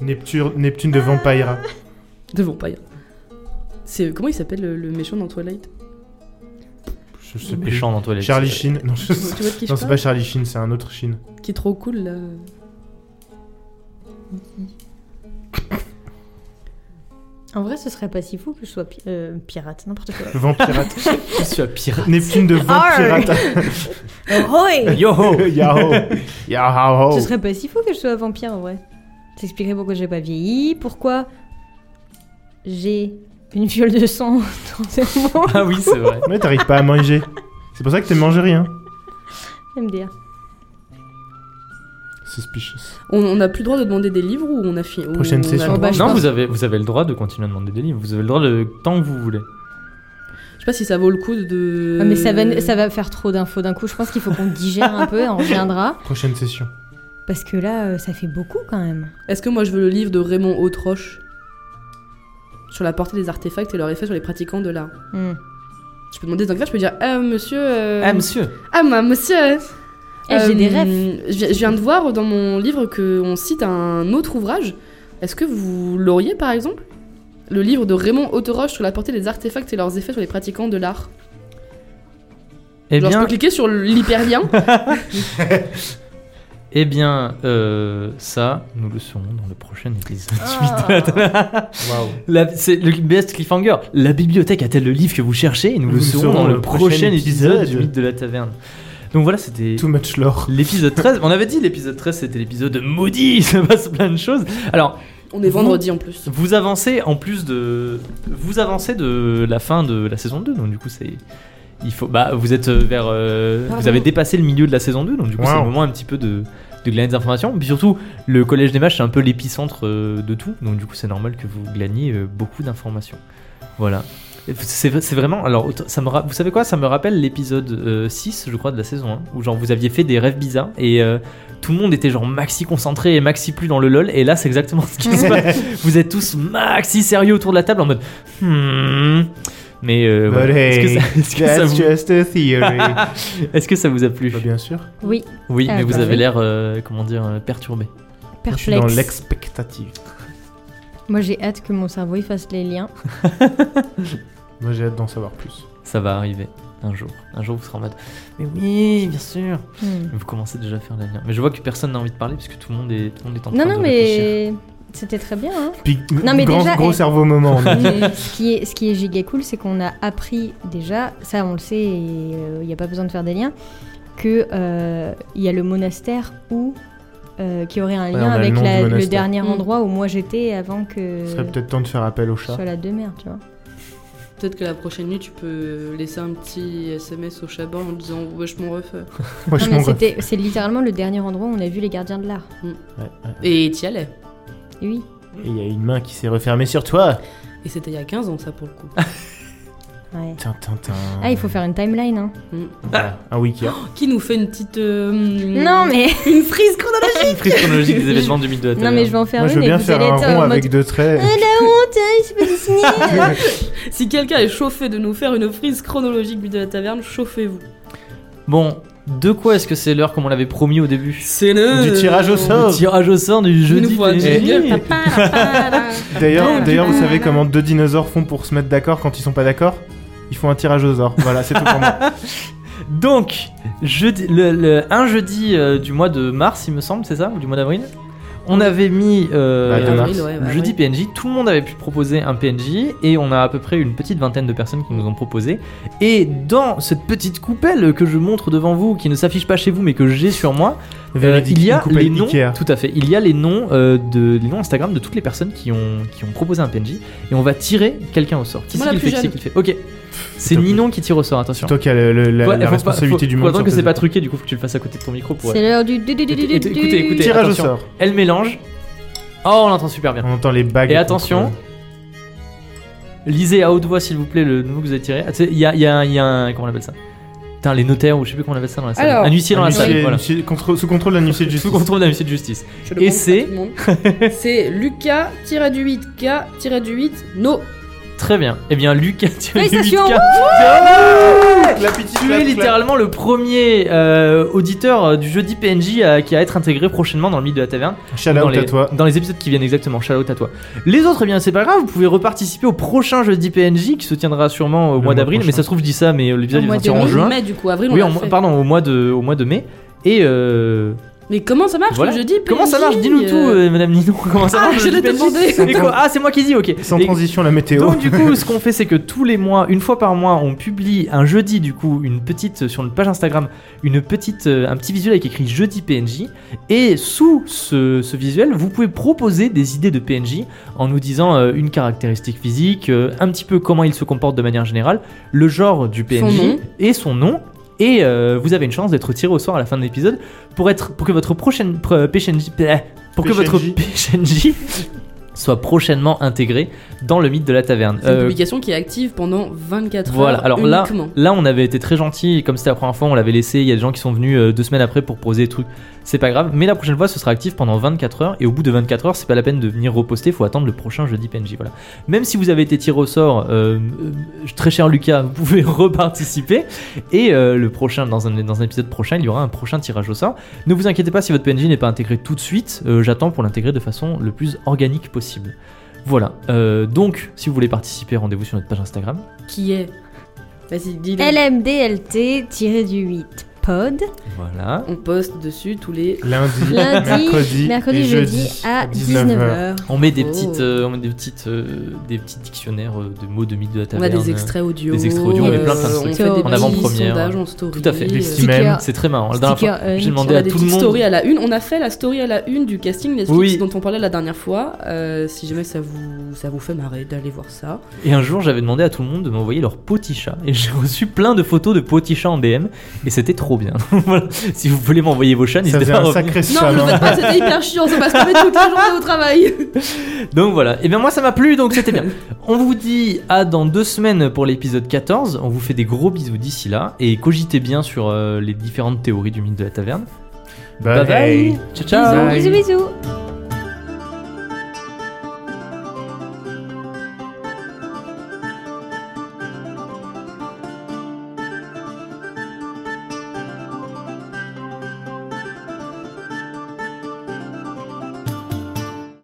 [SPEAKER 2] Neptune, Neptune de Vampire.
[SPEAKER 3] De vampire. C'est euh, comment il s'appelle le, le méchant dans Twilight
[SPEAKER 2] Je sais
[SPEAKER 1] C'est
[SPEAKER 2] plus.
[SPEAKER 1] méchant dans toilette.
[SPEAKER 2] Charlie Sheen. Non, je-
[SPEAKER 3] Tu
[SPEAKER 2] [laughs]
[SPEAKER 3] vois de qui je
[SPEAKER 2] non c'est
[SPEAKER 3] parle
[SPEAKER 2] pas Charlie Sheen, c'est un autre Sheen.
[SPEAKER 3] Qui est trop cool là.
[SPEAKER 6] En vrai, ce serait pas si fou que je sois pi- euh, pirate, n'importe
[SPEAKER 4] [laughs]
[SPEAKER 6] quoi.
[SPEAKER 2] Vampirate.
[SPEAKER 1] Je suis un pirate.
[SPEAKER 2] Neptune de Vampirate.
[SPEAKER 4] [laughs] Euh,
[SPEAKER 6] Ahoy
[SPEAKER 1] Yo ho
[SPEAKER 2] Yahoo Yahoo
[SPEAKER 4] Ce serait pas si fou que je sois vampire en vrai. T'expliquerais pourquoi j'ai pas vieilli, pourquoi j'ai une fiole de sang [laughs] dans le cerveau.
[SPEAKER 1] Ah oui, c'est vrai.
[SPEAKER 2] Mais t'arrives pas à manger. C'est pour ça que t'es mangé rien.
[SPEAKER 4] MDR.
[SPEAKER 2] Suspicious.
[SPEAKER 3] On, on a plus le droit de demander des livres ou on a fini ou
[SPEAKER 2] Prochaine
[SPEAKER 3] on a le
[SPEAKER 2] session.
[SPEAKER 3] droit-
[SPEAKER 4] bah, je
[SPEAKER 1] Non,
[SPEAKER 4] pense-
[SPEAKER 1] vous avez, vous avez le droit de continuer à demander des livres. Vous avez le droit le temps que vous voulez.
[SPEAKER 4] Euh,
[SPEAKER 3] Je sais pas si ça vaut le coup de.
[SPEAKER 4] Ah, mais ça va, ça va faire trop d'infos d'un coup. Je pense qu'il faut qu'on digère un [laughs] peu et on reviendra.
[SPEAKER 2] Prochaine session.
[SPEAKER 4] Parce que là, euh, ça fait beaucoup quand même.
[SPEAKER 3] Est-ce que moi je veux le livre de Raymond Autroche sur la portée des artefacts et leur effet sur les pratiquants de l'art
[SPEAKER 4] Hmm.
[SPEAKER 3] Je peux demander des enquêtes, je peux dire Ah monsieur. euh,
[SPEAKER 1] Ah, monsieur
[SPEAKER 3] Ah, ma monsieur
[SPEAKER 4] Eh, j'ai
[SPEAKER 3] euh,
[SPEAKER 4] des rêves.
[SPEAKER 3] Je viens- je viens de voir dans mon livre qu'on cite un autre ouvrage. Est-ce que vous l'auriez par exemple Le livre de Raymond Autoroche sur la portée des artefacts et leurs effets sur les pratiquants de l'art.
[SPEAKER 1] Eh
[SPEAKER 3] Genre, je
[SPEAKER 1] bien,
[SPEAKER 3] peux cliquer sur
[SPEAKER 1] [laughs]
[SPEAKER 3] l'hyperlien.
[SPEAKER 1] eh bien euh, ça, nous le saurons dans le prochain épisode. Ah.
[SPEAKER 2] Waouh.
[SPEAKER 1] [laughs] La- C'est le best cliffhanger. La bibliothèque a-t-elle le livre que vous cherchez Et nous le saurons dans le prochain épisode du mythe de la taverne. Donc voilà, c'était
[SPEAKER 2] Too much
[SPEAKER 4] [laughs]
[SPEAKER 2] lore.
[SPEAKER 1] l'épisode 13. On avait dit l'épisode 13, c'était l'épisode maudit. [laughs] Il se passe plein de choses. Alors,
[SPEAKER 3] On est vendredi en plus.
[SPEAKER 1] vous avancez en plus de. Vous avancez de la fin de la saison 2. Donc du coup, c'est. Il faut, bah, vous êtes euh, vers. euh, vous avez dépassé le milieu de la saison 2. Donc du coup, c'est
[SPEAKER 2] Wow.
[SPEAKER 1] le moment un petit peu de de glaner des informations, puis surtout le collège des mages c'est un peu l'épicentre euh, de tout, donc du coup c'est normal que vous glaniez euh, beaucoup d'informations. Voilà. C'est c'est vraiment. Alors, autant- ça me ra- vous savez quoi Ça me rappelle l'épisode euh, 6, je crois, de la saison 1, où genre vous aviez fait des rêves bizarres et euh, tout le monde était genre maxi concentré et maxi plus dans le lol. Et là, c'est exactement ce
[SPEAKER 2] [laughs]
[SPEAKER 1] qui se passe. Vous êtes tous maxi sérieux autour de la table en mode. Hmm. Mais euh,
[SPEAKER 2] But
[SPEAKER 1] voilà. Est-ce que
[SPEAKER 2] hey,
[SPEAKER 1] ça- [laughs] est-ce que, ça
[SPEAKER 2] That's
[SPEAKER 1] vous-
[SPEAKER 2] just a
[SPEAKER 4] [laughs]
[SPEAKER 2] theory. bah,
[SPEAKER 1] est-ce que ça vous a plu
[SPEAKER 2] bien sûr.
[SPEAKER 4] Oui,
[SPEAKER 1] Oui,
[SPEAKER 4] Ah,
[SPEAKER 1] mais vous
[SPEAKER 4] bah
[SPEAKER 1] avez
[SPEAKER 4] oui.
[SPEAKER 1] l'air, euh, comment dire, euh, perturbé.
[SPEAKER 2] Moi, je suis dans
[SPEAKER 4] perplexe.
[SPEAKER 2] l'expectative.
[SPEAKER 4] Moi, j'ai hâte que mon cerveau il fasse les liens.
[SPEAKER 2] Moi, j'ai hâte d'en savoir plus.
[SPEAKER 1] Ça va arriver un jour. Un jour, vous serez en mode. Mais oui, bien sûr.
[SPEAKER 4] Hmm.
[SPEAKER 1] Vous commencez déjà à faire les liens. Mais je vois que personne n'a envie de parler parce que tout le monde est, tout le monde est en
[SPEAKER 4] Non,
[SPEAKER 1] train de
[SPEAKER 4] non,
[SPEAKER 1] réfléchir.
[SPEAKER 4] [laughs] mais c'était très bien. hein.
[SPEAKER 2] Puis,
[SPEAKER 4] Non, mais
[SPEAKER 2] grand,
[SPEAKER 4] déjà,
[SPEAKER 2] gros
[SPEAKER 4] eh.
[SPEAKER 2] cerveau
[SPEAKER 4] [laughs]
[SPEAKER 2] moment. on a dit. [laughs]
[SPEAKER 4] Mais ce, qui est, ce qui est giga cool, c'est qu'on a appris déjà, ça on le sait, et il n'y a pas besoin de faire des liens, qu'il y a le monastère où, euh, qui aurait un
[SPEAKER 2] on
[SPEAKER 4] lien
[SPEAKER 2] a le
[SPEAKER 4] avec
[SPEAKER 2] nom du
[SPEAKER 4] la- le
[SPEAKER 2] monastère.
[SPEAKER 4] dernier
[SPEAKER 3] Mm.
[SPEAKER 4] endroit où moi j'étais avant que
[SPEAKER 2] Ce serait peut-être temps de faire appel au chat.
[SPEAKER 4] sur la deux mers, tu vois.
[SPEAKER 3] Peut-être que la prochaine nuit, tu peux laisser un petit SMS au chabat en disant Wesh mon ref.
[SPEAKER 2] Moi,
[SPEAKER 4] Non,
[SPEAKER 2] je
[SPEAKER 4] mais
[SPEAKER 2] m'en
[SPEAKER 4] c'était- C'est littéralement le dernier endroit où on a vu les gardiens de l'art.
[SPEAKER 3] Et t'y allais.
[SPEAKER 4] Et Oui.
[SPEAKER 2] Et il y a une main qui s'est refermée sur toi.
[SPEAKER 3] Et c'était il y a 15 ans, ça pour le coup.
[SPEAKER 1] Ah.
[SPEAKER 4] Ouais.
[SPEAKER 2] Tintin.
[SPEAKER 4] Ah, il faut faire une timeline, hein.
[SPEAKER 2] un wiki.
[SPEAKER 3] Qui nous fait une petite. euh,
[SPEAKER 4] Non,
[SPEAKER 2] [laughs]
[SPEAKER 4] mais,
[SPEAKER 3] Une frise chronologique
[SPEAKER 1] Une frise chronologique des événements du mythe de la
[SPEAKER 4] non,
[SPEAKER 1] taverne.
[SPEAKER 4] mais je vais en faire
[SPEAKER 2] Moi,
[SPEAKER 4] une
[SPEAKER 2] je veux
[SPEAKER 4] et
[SPEAKER 2] bien
[SPEAKER 4] vous
[SPEAKER 2] faire
[SPEAKER 4] allez
[SPEAKER 2] un
[SPEAKER 4] être en
[SPEAKER 2] rond
[SPEAKER 4] mode-
[SPEAKER 2] avec deux traits.
[SPEAKER 4] Ah, la honte, hein, je peux
[SPEAKER 2] [laughs]
[SPEAKER 4] pas dessiner.
[SPEAKER 3] Si quelqu'un est chauffé de nous faire une frise chronologique du de la taverne, chauffez-vous.
[SPEAKER 1] Bon, de quoi est-ce que c'est l'heure comme on l'avait promis au début
[SPEAKER 3] C'est le.
[SPEAKER 2] Du tirage au sort.
[SPEAKER 1] Le Euh, tirage au sort du
[SPEAKER 3] nous
[SPEAKER 1] jeudi.
[SPEAKER 3] faut un
[SPEAKER 1] dernier.
[SPEAKER 3] jingle.
[SPEAKER 1] Eh, [laughs]
[SPEAKER 2] D'ailleurs, d'ailleurs, vous savez
[SPEAKER 1] euh,
[SPEAKER 2] comment deux dinosaures font pour se mettre d'accord quand ils sont pas d'accord Ils font un tirage aux ors. Voilà, c'est tout pour moi.
[SPEAKER 1] Donc, jeudi, le, le- un jeudi euh, du mois de mars, il me semble, c'est ça Ou du mois d'avril On avait mis euh,
[SPEAKER 2] Bah, de mars.
[SPEAKER 3] ouais,
[SPEAKER 1] le
[SPEAKER 3] ouais,
[SPEAKER 1] jeudi
[SPEAKER 3] ouais.
[SPEAKER 1] PNJ, tout le monde avait pu proposer un PNJ et on a à peu près une petite vingtaine de personnes qui nous ont proposé. Et dans cette petite coupelle que je montre devant vous, qui ne s'affiche pas chez vous mais que j'ai sur moi, [laughs] euh,
[SPEAKER 2] Véridique,
[SPEAKER 1] il y
[SPEAKER 2] une
[SPEAKER 1] a
[SPEAKER 2] coupelle
[SPEAKER 1] les noms,
[SPEAKER 2] Ikea.
[SPEAKER 1] tout à fait, il y a les noms euh, de les noms Instagram de toutes les personnes qui ont qui ont proposé un PNJ et on va tirer quelqu'un au sort. Qui
[SPEAKER 3] Moi,
[SPEAKER 1] c'est
[SPEAKER 3] la
[SPEAKER 1] qui le fait
[SPEAKER 3] plus
[SPEAKER 1] Qui c'est
[SPEAKER 3] jeune.
[SPEAKER 1] qui le fait Ok, c'est
[SPEAKER 2] top.
[SPEAKER 1] Ninon qui tire au sort. Attention.
[SPEAKER 2] C'est toi qui as le- le- la,
[SPEAKER 1] Ouais, Bah,
[SPEAKER 2] la
[SPEAKER 1] faut pas- faut-
[SPEAKER 2] responsabilité du
[SPEAKER 1] faut
[SPEAKER 2] monde.
[SPEAKER 1] attendre
[SPEAKER 2] sur
[SPEAKER 1] que c'est
[SPEAKER 2] tes
[SPEAKER 1] pas
[SPEAKER 2] épaules.
[SPEAKER 1] truqué, du coup, faut que tu le fasses à côté de ton micro pour.
[SPEAKER 4] C'est l'heure du. du- du- du- du-
[SPEAKER 1] Écoutez, écoutez.
[SPEAKER 2] Tirage au
[SPEAKER 1] Attention.
[SPEAKER 2] sort.
[SPEAKER 1] Elle mélange. Oh, on l'entend super bien.
[SPEAKER 2] On entend les bagues.
[SPEAKER 1] Et attention.
[SPEAKER 2] contre- euh,
[SPEAKER 1] Lisez à haute voix, s'il vous plaît, le nouveau que vous avez tiré. Ah, tu sais, Il y a, il y a un- il y a un. Comment on appelle ça Putain, les notaires ou je sais plus comment on appelle ça dans la salle.
[SPEAKER 3] Alors,
[SPEAKER 1] un huissier dans la
[SPEAKER 2] Un huissier-
[SPEAKER 1] salle. Voilà.
[SPEAKER 2] huissier- contre- Sous contrôle d'un huissier de justice.
[SPEAKER 1] Sous
[SPEAKER 2] [laughs]
[SPEAKER 1] contrôle d'un huissier de justice.
[SPEAKER 3] Je
[SPEAKER 1] Et
[SPEAKER 3] demande à
[SPEAKER 1] c'est-
[SPEAKER 3] tout le
[SPEAKER 1] [laughs]
[SPEAKER 3] monde. C'est Lucas, tiré du 8, K, tiré du 8, no.
[SPEAKER 1] Très bien. Eh bien, Lucas, [laughs] tu as eu
[SPEAKER 4] Félicitations.
[SPEAKER 1] 8K.
[SPEAKER 2] La petite
[SPEAKER 1] Tu es littéralement le premier euh, auditeur euh, du jeudi PNJ à- qui va être intégré prochainement dans le mythe de la taverne.
[SPEAKER 2] Shout
[SPEAKER 1] dans,
[SPEAKER 2] out
[SPEAKER 1] les,
[SPEAKER 2] à toi.
[SPEAKER 1] dans les épisodes qui viennent exactement, shout out à toi. Les autres, eh bien, c'est pas grave, vous pouvez reparticiper au prochain jeudi PNJ qui se tiendra sûrement au
[SPEAKER 2] Le
[SPEAKER 1] mois
[SPEAKER 2] mois
[SPEAKER 1] d'avril,
[SPEAKER 2] prochain.
[SPEAKER 1] mais ça se trouve, je dis ça, mais euh, l'épisode
[SPEAKER 3] Au
[SPEAKER 1] il va
[SPEAKER 3] mois
[SPEAKER 1] sortir
[SPEAKER 3] de
[SPEAKER 1] en
[SPEAKER 3] mai,
[SPEAKER 1] juin.
[SPEAKER 3] mai, du coup, avril, on
[SPEAKER 1] Oui,
[SPEAKER 3] l'a
[SPEAKER 1] en-
[SPEAKER 3] fait.
[SPEAKER 1] pardon, au mois de, au mois de mai. Et euh,
[SPEAKER 3] Mais comment ça marche
[SPEAKER 1] Voilà.
[SPEAKER 3] le jeudi
[SPEAKER 1] comment ça
[SPEAKER 3] PNJ,
[SPEAKER 1] marche Dis-nous
[SPEAKER 3] euh,
[SPEAKER 1] tout, euh, Madame Ninon. [laughs] Comment ça
[SPEAKER 3] Ah,
[SPEAKER 1] marche
[SPEAKER 3] je
[SPEAKER 1] le
[SPEAKER 3] l'ai
[SPEAKER 1] jeudi
[SPEAKER 3] demandé.
[SPEAKER 1] PNJ? Et quoi Ah, c'est moi qui dis. Ok.
[SPEAKER 2] Sans
[SPEAKER 1] Et-
[SPEAKER 2] transition, la météo.
[SPEAKER 1] donc du coup, ce qu'on fait, c'est que tous les mois, une fois par mois, on publie un jeudi, du coup, une petite euh, sur notre page Instagram, une petite, euh, un petit visuel avec écrit jeudi PNJ. Et sous ce, ce visuel, vous pouvez proposer des idées de PNJ en nous disant euh, une caractéristique physique, euh, un petit peu comment il se comporte de manière générale, le genre du PNJ
[SPEAKER 3] nom.
[SPEAKER 1] et son nom. Et euh, vous avez une chance d'être tiré au soir à la fin de l'épisode pour être pour que votre prochaine euh, pr- PNJ pour que votre PNJ soit prochainement intégré dans le mythe de la taverne.
[SPEAKER 3] C'est une
[SPEAKER 1] Euh,
[SPEAKER 3] publication qui est active pendant 24 heures.
[SPEAKER 1] voilà, alors là,
[SPEAKER 3] uniquement.
[SPEAKER 1] là on avait été très gentil, comme c'était la première fois, on l'avait laissé, il y a des gens qui sont venus euh, deux semaines après pour poser des trucs, c'est pas grave, mais la prochaine fois ce sera actif pendant 24 heures, et au bout de 24 heures c'est pas la peine de venir reposter, faut attendre le prochain jeudi PNJ, voilà. Même si vous avez été tiré au sort, euh, euh, très cher Lucas, vous pouvez [laughs] reparticiper, et euh, le prochain, dans un, dans un épisode prochain, il y aura un prochain tirage au sort. Ne vous inquiétez pas si votre PNJ n'est pas intégré tout de suite, euh, j'attends pour l'intégrer de façon le plus organique possible. Voilà, euh, donc si vous voulez participer, rendez-vous sur notre page Instagram.
[SPEAKER 3] Qui est Vas-y, dis-le.
[SPEAKER 4] LMDLT-8 pod.
[SPEAKER 1] Voilà.
[SPEAKER 3] On poste dessus tous les.
[SPEAKER 2] [laughs] Lundi,
[SPEAKER 4] [laughs] Lundi,
[SPEAKER 2] mercredi, et
[SPEAKER 4] mercredi, jeudi, à 19h.
[SPEAKER 1] On met des
[SPEAKER 3] Oh.
[SPEAKER 1] petites, euh, on met des petites, euh, des petits dictionnaires euh, de mots de mythes de la
[SPEAKER 3] On a
[SPEAKER 1] taverne.
[SPEAKER 3] des extraits audio. euh,
[SPEAKER 1] des extraits audio,
[SPEAKER 4] on met plein, plein de
[SPEAKER 3] On
[SPEAKER 4] trucs.
[SPEAKER 3] fait des
[SPEAKER 4] En
[SPEAKER 3] petits
[SPEAKER 1] avant-première.
[SPEAKER 3] sondages en story.
[SPEAKER 1] Tout à fait.
[SPEAKER 3] euh,
[SPEAKER 2] Les petits
[SPEAKER 4] Sticker.
[SPEAKER 2] mèmes.
[SPEAKER 1] Ah, C'est très marrant. La dernière
[SPEAKER 4] Sticker
[SPEAKER 1] fois, j'ai
[SPEAKER 4] Hunt.
[SPEAKER 1] demandé
[SPEAKER 3] On a
[SPEAKER 1] à
[SPEAKER 3] des
[SPEAKER 1] tout le
[SPEAKER 3] petites
[SPEAKER 1] monde.
[SPEAKER 3] stories à la une. On a fait la story à la une du casting Netflix
[SPEAKER 1] Oui.
[SPEAKER 3] dont on parlait la dernière fois. Euh, si jamais ça vous, ça vous fait marrer d'aller voir ça.
[SPEAKER 1] Et un jour, j'avais demandé à tout le monde de m'envoyer leur petit chat. Et j'ai [laughs] reçu plein de photos de petits chats en DM. Et c'était trop bien. [laughs] voilà. Si vous voulez m'envoyer vos chats,
[SPEAKER 2] Ça
[SPEAKER 1] n'hésitez
[SPEAKER 2] faisait
[SPEAKER 1] pas à
[SPEAKER 2] un
[SPEAKER 1] revenir.
[SPEAKER 2] sacré
[SPEAKER 3] Non,
[SPEAKER 2] sale.
[SPEAKER 3] je le fais pas, c'était hyper chiant, ça passe qu'on est toute la journée au travail.
[SPEAKER 1] Donc voilà. Et bien moi, ça m'a plu, donc c'était bien. [laughs] on vous dit à dans deux semaines pour l'épisode 14. On vous fait des gros bisous d'ici là. Et cogitez bien sur euh, les différentes théories du mythe de la taverne. bye.
[SPEAKER 2] Bye bye.
[SPEAKER 1] Ciao, ciao.
[SPEAKER 4] Bisous, bisous, bisous.